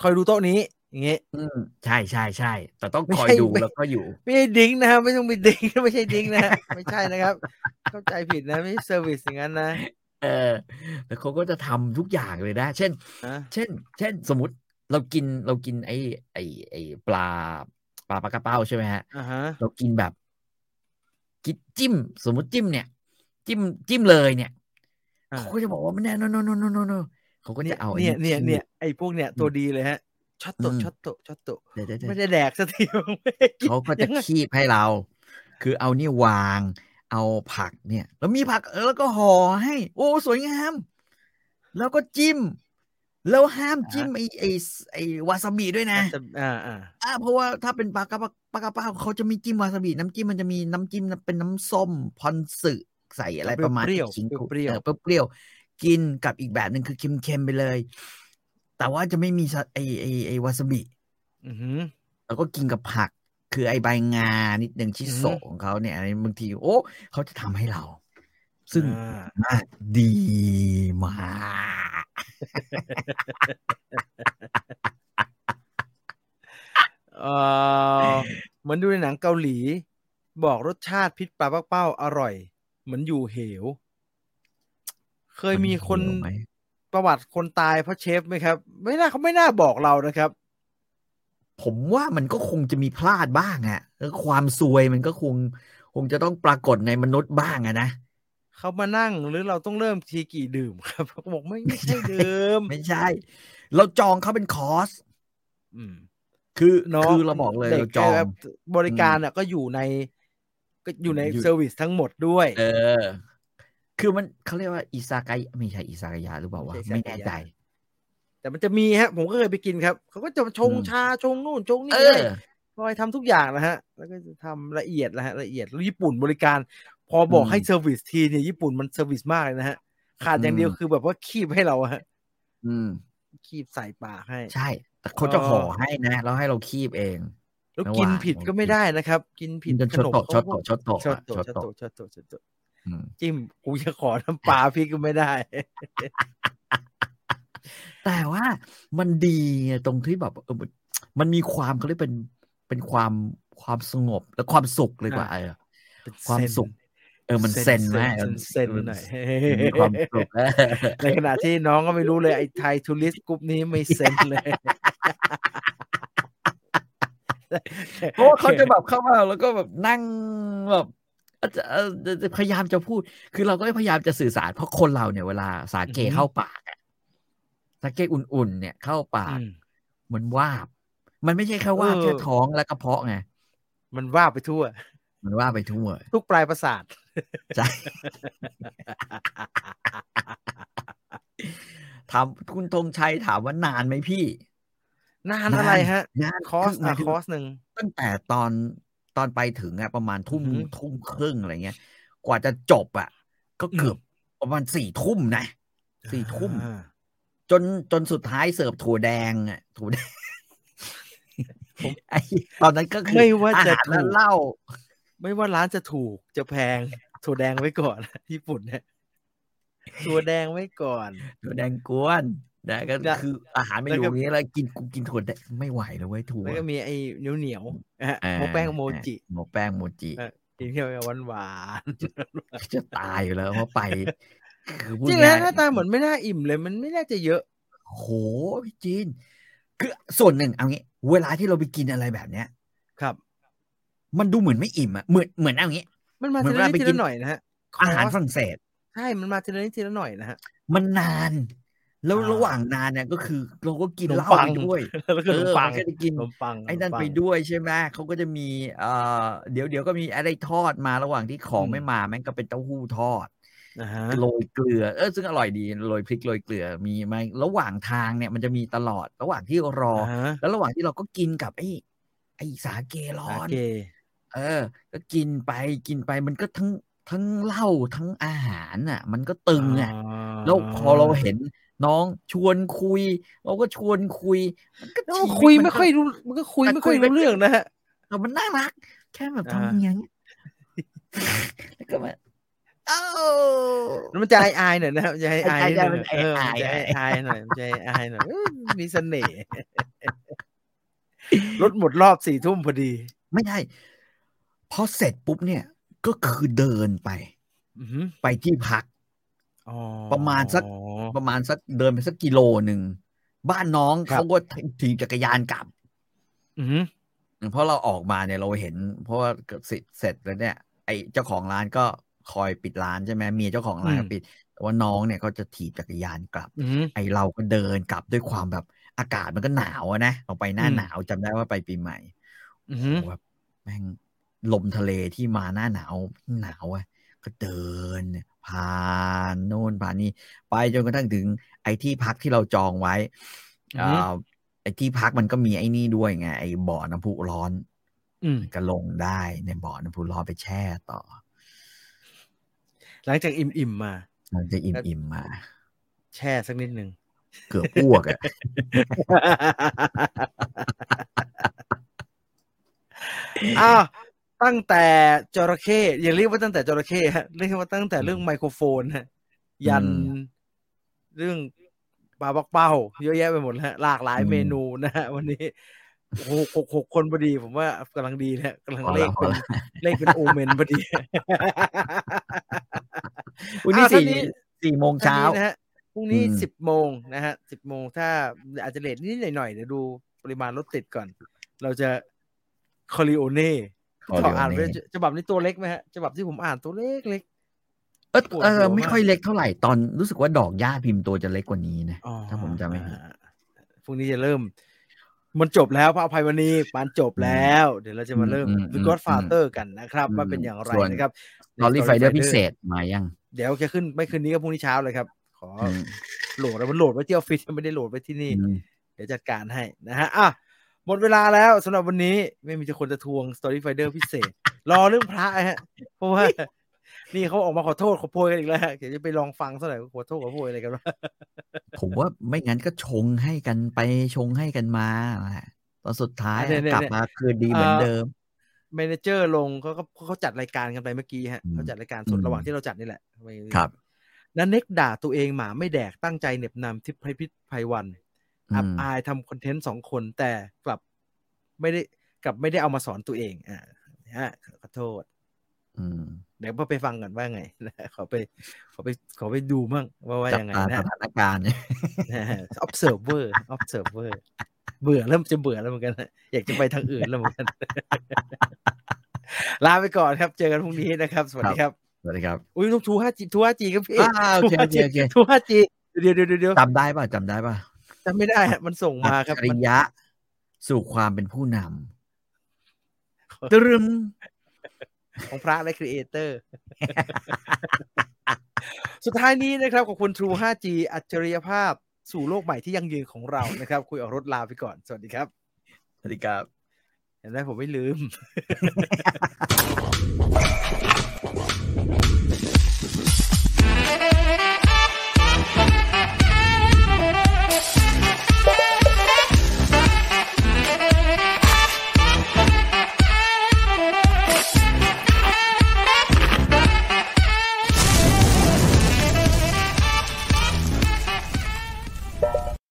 [SPEAKER 1] คอยดูโต๊ะนี้ อย่างเงี้ย
[SPEAKER 2] มใช่ใช่ใช่แต่ต้อง
[SPEAKER 1] ไม่
[SPEAKER 2] คอย
[SPEAKER 1] ใช่
[SPEAKER 2] ดู
[SPEAKER 1] ไม่
[SPEAKER 2] แล้วก็อยู่
[SPEAKER 1] ไม่ใช่ดิ้งนะฮะไม่ ต้องไปดิ้ง ไม่ใช่ดิ้งนะฮะไม่ใช่นะครับ เข้าใจผิดนะ ไม่ใช่เซอร์วิสอย่างนั้นนะ
[SPEAKER 2] เออแล้วเขาก็จะทำทุกอย่างเลยนะ เช่น
[SPEAKER 1] อ่ะ
[SPEAKER 2] เช่น เช่น สมมติเรากินเรากินไอ้ไอ้ไอ้ปลาปลาปลากระเป้าใช่ไหมฮะ
[SPEAKER 1] อ่าฮะ
[SPEAKER 2] เรากินแบบกินจิ้ม สมมติจิ้มเนี่ย จิ้มจิ้มเลยเนี่ย
[SPEAKER 1] อ่ะ
[SPEAKER 2] เขาก็จะบอกว่าไม่แน่โนโนโนโนโน เขาก็จะเอา
[SPEAKER 1] เนี่ยเนี่ย
[SPEAKER 2] ไอ้
[SPEAKER 1] เนี่ยไอ้พวกเนี่ยตัวดีเลยฮะช็อตโตะช็อตโตะช็อตโตะ
[SPEAKER 2] เดี๋ยวเดี๋ยวเดี๋ยว
[SPEAKER 1] ไม่ได้แดกสักที ไม่ได้น
[SPEAKER 2] เขาก็จะ
[SPEAKER 1] ยังไง
[SPEAKER 2] คีบให้เรา คือเอานี่วาง เอาผักเนี่ย แล้วมีผักเออแล้วก็ห่อให้ โอ้ สวยงาม แล้วก็จิ้ม แล้วห้ามจิ้มไอไอไอวาซาบิด้วยนะ
[SPEAKER 1] จะอ่าอ่า
[SPEAKER 2] อ่าเพราะว่าถ้าเป็นปลากระปปลากระเป้าเขาจะไมีจิ้มวาซาบิ น้ำจิ้มมันจะมีน้ำจิ้มเป็นน้ำส้มพอนสึใส่อะไรประมาณ
[SPEAKER 1] เปรี้ยว
[SPEAKER 2] ชิงกุ
[SPEAKER 1] เปรี้ยว
[SPEAKER 2] เออเปรี้ยวๆกินกับอีกแบบหนึ่งคือเค็มๆไปเลย แต่ว่าจะไม่มีซะไอไอไอวาซาบิ
[SPEAKER 1] อือหือ
[SPEAKER 2] แล้วก็กินกับผัก คือไอใบงานิดหนึ่งชิโซะ
[SPEAKER 1] อือฮึ
[SPEAKER 2] ของเขาเนี่ยอันนี้บางที โอ้เขาจะทำให้เรา ซึ่ง
[SPEAKER 1] อ่า
[SPEAKER 2] น่าดีมาก
[SPEAKER 1] เออ เหมือนดูในหนังเกาหลี บอกรสชาติพิษปลาปักเป้าอร่อย เหมือนอยู่เหว เคยมีคน
[SPEAKER 2] หิวไหม
[SPEAKER 1] ประวัติคนตายเพราะเชฟไหมครับ ไม่น่าเขาไม่น่าบอกเรานะครับ
[SPEAKER 2] ผมว่ามันก็คงจะมีพลาดบ้างอะแล้วความซวยมันก็คง คงจะต้องปรากฏในมนุษย์บ้างอะนะ
[SPEAKER 1] เขามานั่งหรือเราต้องเริ่มทีกี่ดื่ม ครับเขาบอกไม่ไม่ใช่ดื่ม
[SPEAKER 2] ไม่ใช่ เราจองเขาเป็นคอร์ส
[SPEAKER 1] อืม
[SPEAKER 2] คือ
[SPEAKER 1] น้ง
[SPEAKER 2] คือเราบอกเลย
[SPEAKER 1] ด็
[SPEAKER 2] เราจอง
[SPEAKER 1] ครับบริการน่ะก็อยู่ในก็อยู่ใน
[SPEAKER 2] อยู่
[SPEAKER 1] เซอร์วิสทั้งหมดด้วย
[SPEAKER 2] เออ คือมันเขาเรียกว่าอิซากายะไม่ใช่อิซากายะหรือเปล่าวะ
[SPEAKER 1] ไม่ใช่
[SPEAKER 2] ไม่
[SPEAKER 1] อิซากายะ
[SPEAKER 2] แน่ใจ
[SPEAKER 1] แต่มันจะมีฮะ ผมก็เคยไปกินครับ เขาก็จะชง
[SPEAKER 2] อืม
[SPEAKER 1] ชาชงนู่นชงนี่
[SPEAKER 2] เออ
[SPEAKER 1] ให้คอยทำทุกอย่างนะฮะ แล้วก็จะทำละเอียดนะฮะละเอียดแล้วญี่ปุ่นบริการ พอบอก
[SPEAKER 2] อืม
[SPEAKER 1] ให้เซอร์วิสทีเนี่ยญี่ปุ่นมันเซอร์วิสมากเลยนะฮะ ขาดอย่าง
[SPEAKER 2] อืม
[SPEAKER 1] เดียวคือแบบว่าคีบให้เราอะฮะ
[SPEAKER 2] อืม
[SPEAKER 1] คีบใส่ปากให้
[SPEAKER 2] ใช่ แต่เขาจะห่อ
[SPEAKER 1] เออ
[SPEAKER 2] ให้นะ แล้วให้เราคีบเอง
[SPEAKER 1] แล้ว
[SPEAKER 2] ระห
[SPEAKER 1] กิ
[SPEAKER 2] ว่าง
[SPEAKER 1] นผิดก็
[SPEAKER 2] ของ
[SPEAKER 1] ไม่
[SPEAKER 2] กิน
[SPEAKER 1] ได้นะครับ กินผิด
[SPEAKER 2] จน
[SPEAKER 1] ข
[SPEAKER 2] ช็อต
[SPEAKER 1] นม
[SPEAKER 2] โตะช็อต
[SPEAKER 1] เขา
[SPEAKER 2] โตะช็อตโตะ
[SPEAKER 1] ช็อต
[SPEAKER 2] อะ
[SPEAKER 1] โตะ
[SPEAKER 2] ช็อต
[SPEAKER 1] ช็อตโตะ
[SPEAKER 2] โตะ
[SPEAKER 1] ช็อตโตะช็อตโตะ
[SPEAKER 2] อืม
[SPEAKER 1] จิ้มกูจะขอน้ำปลาพี่ก็ไม่ได้
[SPEAKER 2] แต่ว่ามันดีไงตรงที่แบบเออมันมันมีความเขาเรียกเป็นเป็นความความสงบและความสุขเลยกว่าเออ
[SPEAKER 1] เป็นเซน
[SPEAKER 2] ความสุข เออมันเซนไหม
[SPEAKER 1] เซนเซน
[SPEAKER 2] มั
[SPEAKER 1] หน่อย
[SPEAKER 2] มีความสุขเออ
[SPEAKER 1] ในขณะที่น้องก็ไม่รู้เลยไอ้ไทยทูริสต์กรุ๊ปนี้ไม่เซนเลย
[SPEAKER 2] เพราะว่าเขาจะแบบเข้ามาแล้วก็แบบนั่งแบบอาจจะเออจะพยายามจะพูด คือเราก็พยายามจะสื่อสารเพราะคนเราเนี่ยเวลาสาเก
[SPEAKER 1] อือหือ
[SPEAKER 2] เข้าปากอะสาเกอุ่นๆเนี่ยเข้าปาก
[SPEAKER 1] อืม
[SPEAKER 2] มันวาบ มันไม่ใช่แค่วาบ
[SPEAKER 1] เออ
[SPEAKER 2] แค่ท้องและกระเพาะไง
[SPEAKER 1] มันว่าไปทั่ว
[SPEAKER 2] มันวาบไปทั่ว
[SPEAKER 1] ทุกปลายประสาท
[SPEAKER 2] ใช่ ถามคุณธงชัยถามว่านานไหมพี่
[SPEAKER 1] นานอะไรฮะ
[SPEAKER 2] นาน
[SPEAKER 1] คอร์ส
[SPEAKER 2] หมา
[SPEAKER 1] อ่ะ
[SPEAKER 2] ยถึง
[SPEAKER 1] คอร์สหนึ่ง
[SPEAKER 2] ตั้งแต่ตอนตอนไปถึงอะประมาณทุ่ม
[SPEAKER 1] อือหือ
[SPEAKER 2] ทุ่มครึ่งอะไรเงี้ย กว่าจะจบอะก็เกือบประมาณสี่ทุ่มนะสี่ทุ่ม
[SPEAKER 1] อ่า
[SPEAKER 2] จนจนสุดท้ายเสิร์ฟถั่วแดงอะถั่วแดง
[SPEAKER 1] ผม
[SPEAKER 2] ไอ้ตอนนั้นก็คือ
[SPEAKER 1] ไม่ว่าจะ
[SPEAKER 2] อาหารและ
[SPEAKER 1] ถูก
[SPEAKER 2] เหล้า
[SPEAKER 1] ไม่ว่าร้านจะถูกจะแพงถั่วแดงไว้ก่อน ญี่ปุ่นเนี่ยถั่วแดงไว้ก่อน
[SPEAKER 2] ถั่วแดงกวนนะก็
[SPEAKER 1] นะ
[SPEAKER 2] คืออาหารเม
[SPEAKER 1] แล้ว
[SPEAKER 2] นู
[SPEAKER 1] ก็
[SPEAKER 2] นี้แล้วกินกูกินถั่วแดงไม่ไหวเลยเว้ยถั่ว
[SPEAKER 1] แล้วก็มีไอ้เหนียวเหนียวๆนะฮะ
[SPEAKER 2] อ่า
[SPEAKER 1] โมแป้งโมจิ
[SPEAKER 2] โมแป้งโมจิ
[SPEAKER 1] เออกินเข้าไปหวานหวาน
[SPEAKER 2] จะตายอยู่แล้วเพราะไป คือพู
[SPEAKER 1] ๆ
[SPEAKER 2] ด
[SPEAKER 1] จริงนะ
[SPEAKER 2] ย
[SPEAKER 1] หน้าตาเหมือนไม่น่าอิ่มเลย มันไม่น่าจะเยอะ
[SPEAKER 2] โหพี่จีน คือส่วนหนึ่งเอางี้ เวลาที่เราไปกินอะไรแบบเนี้ย
[SPEAKER 1] ครับ
[SPEAKER 2] มันดูเหมือนไม่อิ่มอะเหมือนเหมือนเอางี้
[SPEAKER 1] มันมา
[SPEAKER 2] เหมื
[SPEAKER 1] ที
[SPEAKER 2] อน
[SPEAKER 1] ละนิด
[SPEAKER 2] เวลาไป
[SPEAKER 1] ที
[SPEAKER 2] กิ
[SPEAKER 1] ละ
[SPEAKER 2] น
[SPEAKER 1] หน่อยนะฮะ
[SPEAKER 2] อาหาร
[SPEAKER 1] ค
[SPEAKER 2] ฝ
[SPEAKER 1] ส
[SPEAKER 2] รั่งเศส
[SPEAKER 1] ใช่มันมาทีละนิดทีละหน่อยนะฮะ
[SPEAKER 2] มันนาน แล้ว
[SPEAKER 1] อ่า
[SPEAKER 2] ระหว่างนานเนี่ยก็คือ เราก็กิน
[SPEAKER 1] ขนม
[SPEAKER 2] เหล้า
[SPEAKER 1] ปั
[SPEAKER 2] ไป
[SPEAKER 1] ง
[SPEAKER 2] ด้วย
[SPEAKER 1] แล้วก็ข
[SPEAKER 2] เอ
[SPEAKER 1] นม
[SPEAKER 2] อ
[SPEAKER 1] ปั
[SPEAKER 2] มั
[SPEAKER 1] ง
[SPEAKER 2] นก็จะกิน
[SPEAKER 1] ขนมปัง
[SPEAKER 2] ไอ้นั่น
[SPEAKER 1] ขม
[SPEAKER 2] ไป
[SPEAKER 1] ง
[SPEAKER 2] ด้วยใช่ไหมเขาก็จะมีเอ่อเดี๋ยวเดี๋ยวก็มีอะไรทอดมาระหว่างที่ของ
[SPEAKER 1] อืม
[SPEAKER 2] ไม่มาแม่งก็เป็นเต้าหู้ทอด
[SPEAKER 1] อ่าฮะ
[SPEAKER 2] โรยเกลือเออซึ่งอร่อยดีโรยพริกโรยเกลือมีไหมระหว่างทางเนี่ยมันจะมีตลอดระหว่างที่รอ
[SPEAKER 1] อ่าฮะ
[SPEAKER 2] แล้วระหว่างที่เราก็กินกับไอ้ไอ้สาเกร้อ
[SPEAKER 1] โอน เค
[SPEAKER 2] เออ ก็กินไปกินไปมันก็ทั้งทั้งเหล้าทั้งอาหารอ่ะ มันก็ตึงอ่ะ แล้วพอเราเห็นน้องชวนคุย เราก็ชวนคุย มันก็
[SPEAKER 1] แล้ว
[SPEAKER 2] ชีวิต
[SPEAKER 1] คุย
[SPEAKER 2] น
[SPEAKER 1] ไม่
[SPEAKER 2] ก็
[SPEAKER 1] ค่อยรู้มันก็คุย
[SPEAKER 2] แต่
[SPEAKER 1] ไม่ค่อย
[SPEAKER 2] คุยไม่
[SPEAKER 1] รู้เรื่องนะฮะ
[SPEAKER 2] เออมันน่ารัก แค่แบบ
[SPEAKER 1] อ่า
[SPEAKER 2] ทำอย่างเงี้ย แล้วก็แบบเอ้า
[SPEAKER 1] แล้วมันจะอายอายๆหน่อยนะครับมันจะอายอายนิด
[SPEAKER 2] ใช่
[SPEAKER 1] นึงเออมันจะอายอายๆห
[SPEAKER 2] ใช่มันจะอายๆ
[SPEAKER 1] น่อยมันจะอายอายๆหน่อยเอ้ยมีเสน่ห์ รถหมดรอบสี่ทุ่มพอดี
[SPEAKER 2] ไม่ได้พอเสร็จปุ๊บเนี่ย ก็คือเดินไป
[SPEAKER 1] อือหือ
[SPEAKER 2] ไปที่พัก
[SPEAKER 1] อ๋อ
[SPEAKER 2] ประมาณสัก ประมาณสักเดินไปสักกิโลหนึ่ง บ้านน้องเขาก็ถีบจักรยานกลับ
[SPEAKER 1] อือหือ
[SPEAKER 2] เพราะเราออกมาเนี่ยเราเห็น เพราะว่าเกือบสิเสร็จแล้วเนี่ย ไอ้เจ้าของร้านก็คอยปิดร้านใช่ไหมเมียเจ้าของร้านก็ปิด แต่ว่าน้องเนี่ยก็จะถีบจักรยานกลับ
[SPEAKER 1] อืม
[SPEAKER 2] ไอเราก็เดินกลับด้วยความแบบอากาศมันก็หนาวอะนะเราไปหน้า
[SPEAKER 1] อืม
[SPEAKER 2] หนาวจำได้ว่าไปปีใหม่
[SPEAKER 1] อื
[SPEAKER 2] โอ้
[SPEAKER 1] ม
[SPEAKER 2] โหแบบแม่งลมทะเลที่มาหน้าหนาวหนาวอะก็เดินผ่านโน่นผ่านนี่ไปจนกระทั่งถึงไอที่พักที่เราจองไว้อ่าไอที่พักมันก็มีไอ้นี่ด้วยไงไอบ่อน้ำพุร้อน
[SPEAKER 1] อืม
[SPEAKER 2] ก็ลงได้ในบ่อน้ำพุร้อนไปแช่ต่อ
[SPEAKER 1] หลังจากอิ่มอิ่มๆมา
[SPEAKER 2] มันจะอิ่มๆมา
[SPEAKER 1] แช่สักนิดหนึ่ง
[SPEAKER 2] เกือบอ้วกอะ
[SPEAKER 1] อ้าวตั้งแต่จระเข้อย่าเรียกว่าตั้งแต่จระเข้ฮะเรียกว่าตั้งแต่เรื่องไมโครโฟนฮะยัน
[SPEAKER 2] อืม
[SPEAKER 1] เรื่องปลาบักเป้า เยอะแยะไปหมดแล้วฮะหลากหลายเมนูนะฮะวันนี้โอ้โหหกหกคนพอดี ผมว่ากำลังดีนะฮะกำลัง
[SPEAKER 2] พอ
[SPEAKER 1] เล
[SPEAKER 2] แล้
[SPEAKER 1] ข
[SPEAKER 2] วพ
[SPEAKER 1] เป็
[SPEAKER 2] อน แล้ว
[SPEAKER 1] เลขเป็นโอเมนพอดี
[SPEAKER 2] วันนี้
[SPEAKER 1] อ่ะ
[SPEAKER 2] สี่
[SPEAKER 1] เท่านี้
[SPEAKER 2] สี่โมงเช้า
[SPEAKER 1] ท่นี้นะฮะพรุ่งนี้
[SPEAKER 2] อืม
[SPEAKER 1] สิบโมงนะฮะสิบโมงถ้าอาจจะเลทนิดๆหน่อยๆเดี๋ยวดูปริมาณรถติดก่อน เราจะคอริโอเน่
[SPEAKER 2] ขอ
[SPEAKER 1] ขอ
[SPEAKER 2] เดี๋ยว
[SPEAKER 1] อ่านไป
[SPEAKER 2] นี้
[SPEAKER 1] ฉบับนี้ตัวเล็กไหมฮะฉบับที่ผมอ่านตัวเล็กเล็ก
[SPEAKER 2] เออ
[SPEAKER 1] ปวดหัว
[SPEAKER 2] เออไม่
[SPEAKER 1] มาก
[SPEAKER 2] ค่อยเล็กเท่าไหร่ตอนรู้สึกว่าดอกหญ้าพิมพ์ตัวจะเล็กกว่านี้นะ
[SPEAKER 1] ๆอ๋อ
[SPEAKER 2] ถ้าผมจำไม่ผิด
[SPEAKER 1] อ่าพรุ่งนี้จะเริ่ม มันจบแล้วพระอภัยวันนี้ปานจบแล้ว เดี๋ยวเราจะมาเริ่ม
[SPEAKER 2] อืมอืม
[SPEAKER 1] The Godfather กันนะครับว่าเป็นอย่างไร
[SPEAKER 2] ส่วน
[SPEAKER 1] นะครับ
[SPEAKER 2] ลอรี่ไฟเดอร์พิเศษมายัง
[SPEAKER 1] เดี๋ยวจะขึ้นไม่คืนนี้ก็พรุ่งนี้เช้าเลยครับ ขอ
[SPEAKER 2] ม
[SPEAKER 1] โหลดแล้วมันโหลดไว้ที่ออฟฟิศไม่ได้โหลดไว้ที่นี่
[SPEAKER 2] อืม
[SPEAKER 1] เดี๋ยวจัดการให้นะฮะ อ่ะ หมดเวลาแล้วสำหรับวันนี้ไม่มีจะคนจะทวง Story Finder พิเศษ รอเรื่องพระฮะ เพราะว่า นี่เขาออกมาขอโทษขอโพยกันอีกแล้วฮะเดี๋ยวจะไปลองฟังสักหน่อยว่าขอโทษขอโพยอะไรกันวะ
[SPEAKER 2] ผมว่าไม่งั้นก็ชงให้กันไปชงให้กันมาแหละตอนสุดท้ายอะกลับมาคืนดีเหมือนเดิม
[SPEAKER 1] เมเนเจอร์ลงเขาก็เขาจัดรายการกันไปเมื่อกี้ฮะ
[SPEAKER 2] อืม
[SPEAKER 1] เขาจัดรายการสด
[SPEAKER 2] อืม
[SPEAKER 1] ระหว่างที่เราจัดนี่แหละไป
[SPEAKER 2] ครับ
[SPEAKER 1] นันเน็กด่าตัวเองหมาไม่แดกตั้งใจเหน็บนำทิพย์ไพพิษภัยวัน อับ
[SPEAKER 2] อืม
[SPEAKER 1] อายทำคอนเทนต์สองคนแต่กลับไม่ได้กลับไม่ได้เอามาสอนตัวเองอ่าฮะขอโทษ
[SPEAKER 2] อืม
[SPEAKER 1] เดี๋ยวพอไปฟังกันว่าไง ขอไปขอไปขอไปดูมั่งว่าว่า
[SPEAKER 2] จับ
[SPEAKER 1] ยังไง
[SPEAKER 2] ตาส
[SPEAKER 1] นะ
[SPEAKER 2] ถานการณ์เนี่ย
[SPEAKER 1] observer observer เบื่อเริ่มจะเบื่อแล้วเหมือนกัน นะอยากจะไปทางอื่นแล้วเหมือนกัน ลาไปก่อนครับเจอกันพรุ่งนี้นะครับ สวัสดีครับ
[SPEAKER 2] สวัสดีครับ
[SPEAKER 1] อุ้ยต้องทูห้าจีทูห้าจีครับพี่
[SPEAKER 2] อ่าโอเคโอเคโอเค
[SPEAKER 1] ทูห้าจีเดี๋ยวเดี๋ยวเดี๋ยวเดี๋ยว
[SPEAKER 2] จำได้ป่ะจำได้ป่ะ
[SPEAKER 1] จำไม่ได้ฮะมันส่งมาครับ
[SPEAKER 2] อัจฉริ
[SPEAKER 1] มัน
[SPEAKER 2] ยะ สู่ความเป็นผู้น
[SPEAKER 1] ขอ
[SPEAKER 2] ำตรึม
[SPEAKER 1] ของพระและครีเอเตอร์ สุดท้ายนี้นะครับขอบคุณ True 5G อัจฉริยภาพสู่โลกใหม่ที่ยั่งยืนของเรานะครับ คุยออกรถลาไปก่อน สวัสดีครับ
[SPEAKER 2] สวัสดีครับ
[SPEAKER 1] เห็นไหมผมไม่ลืม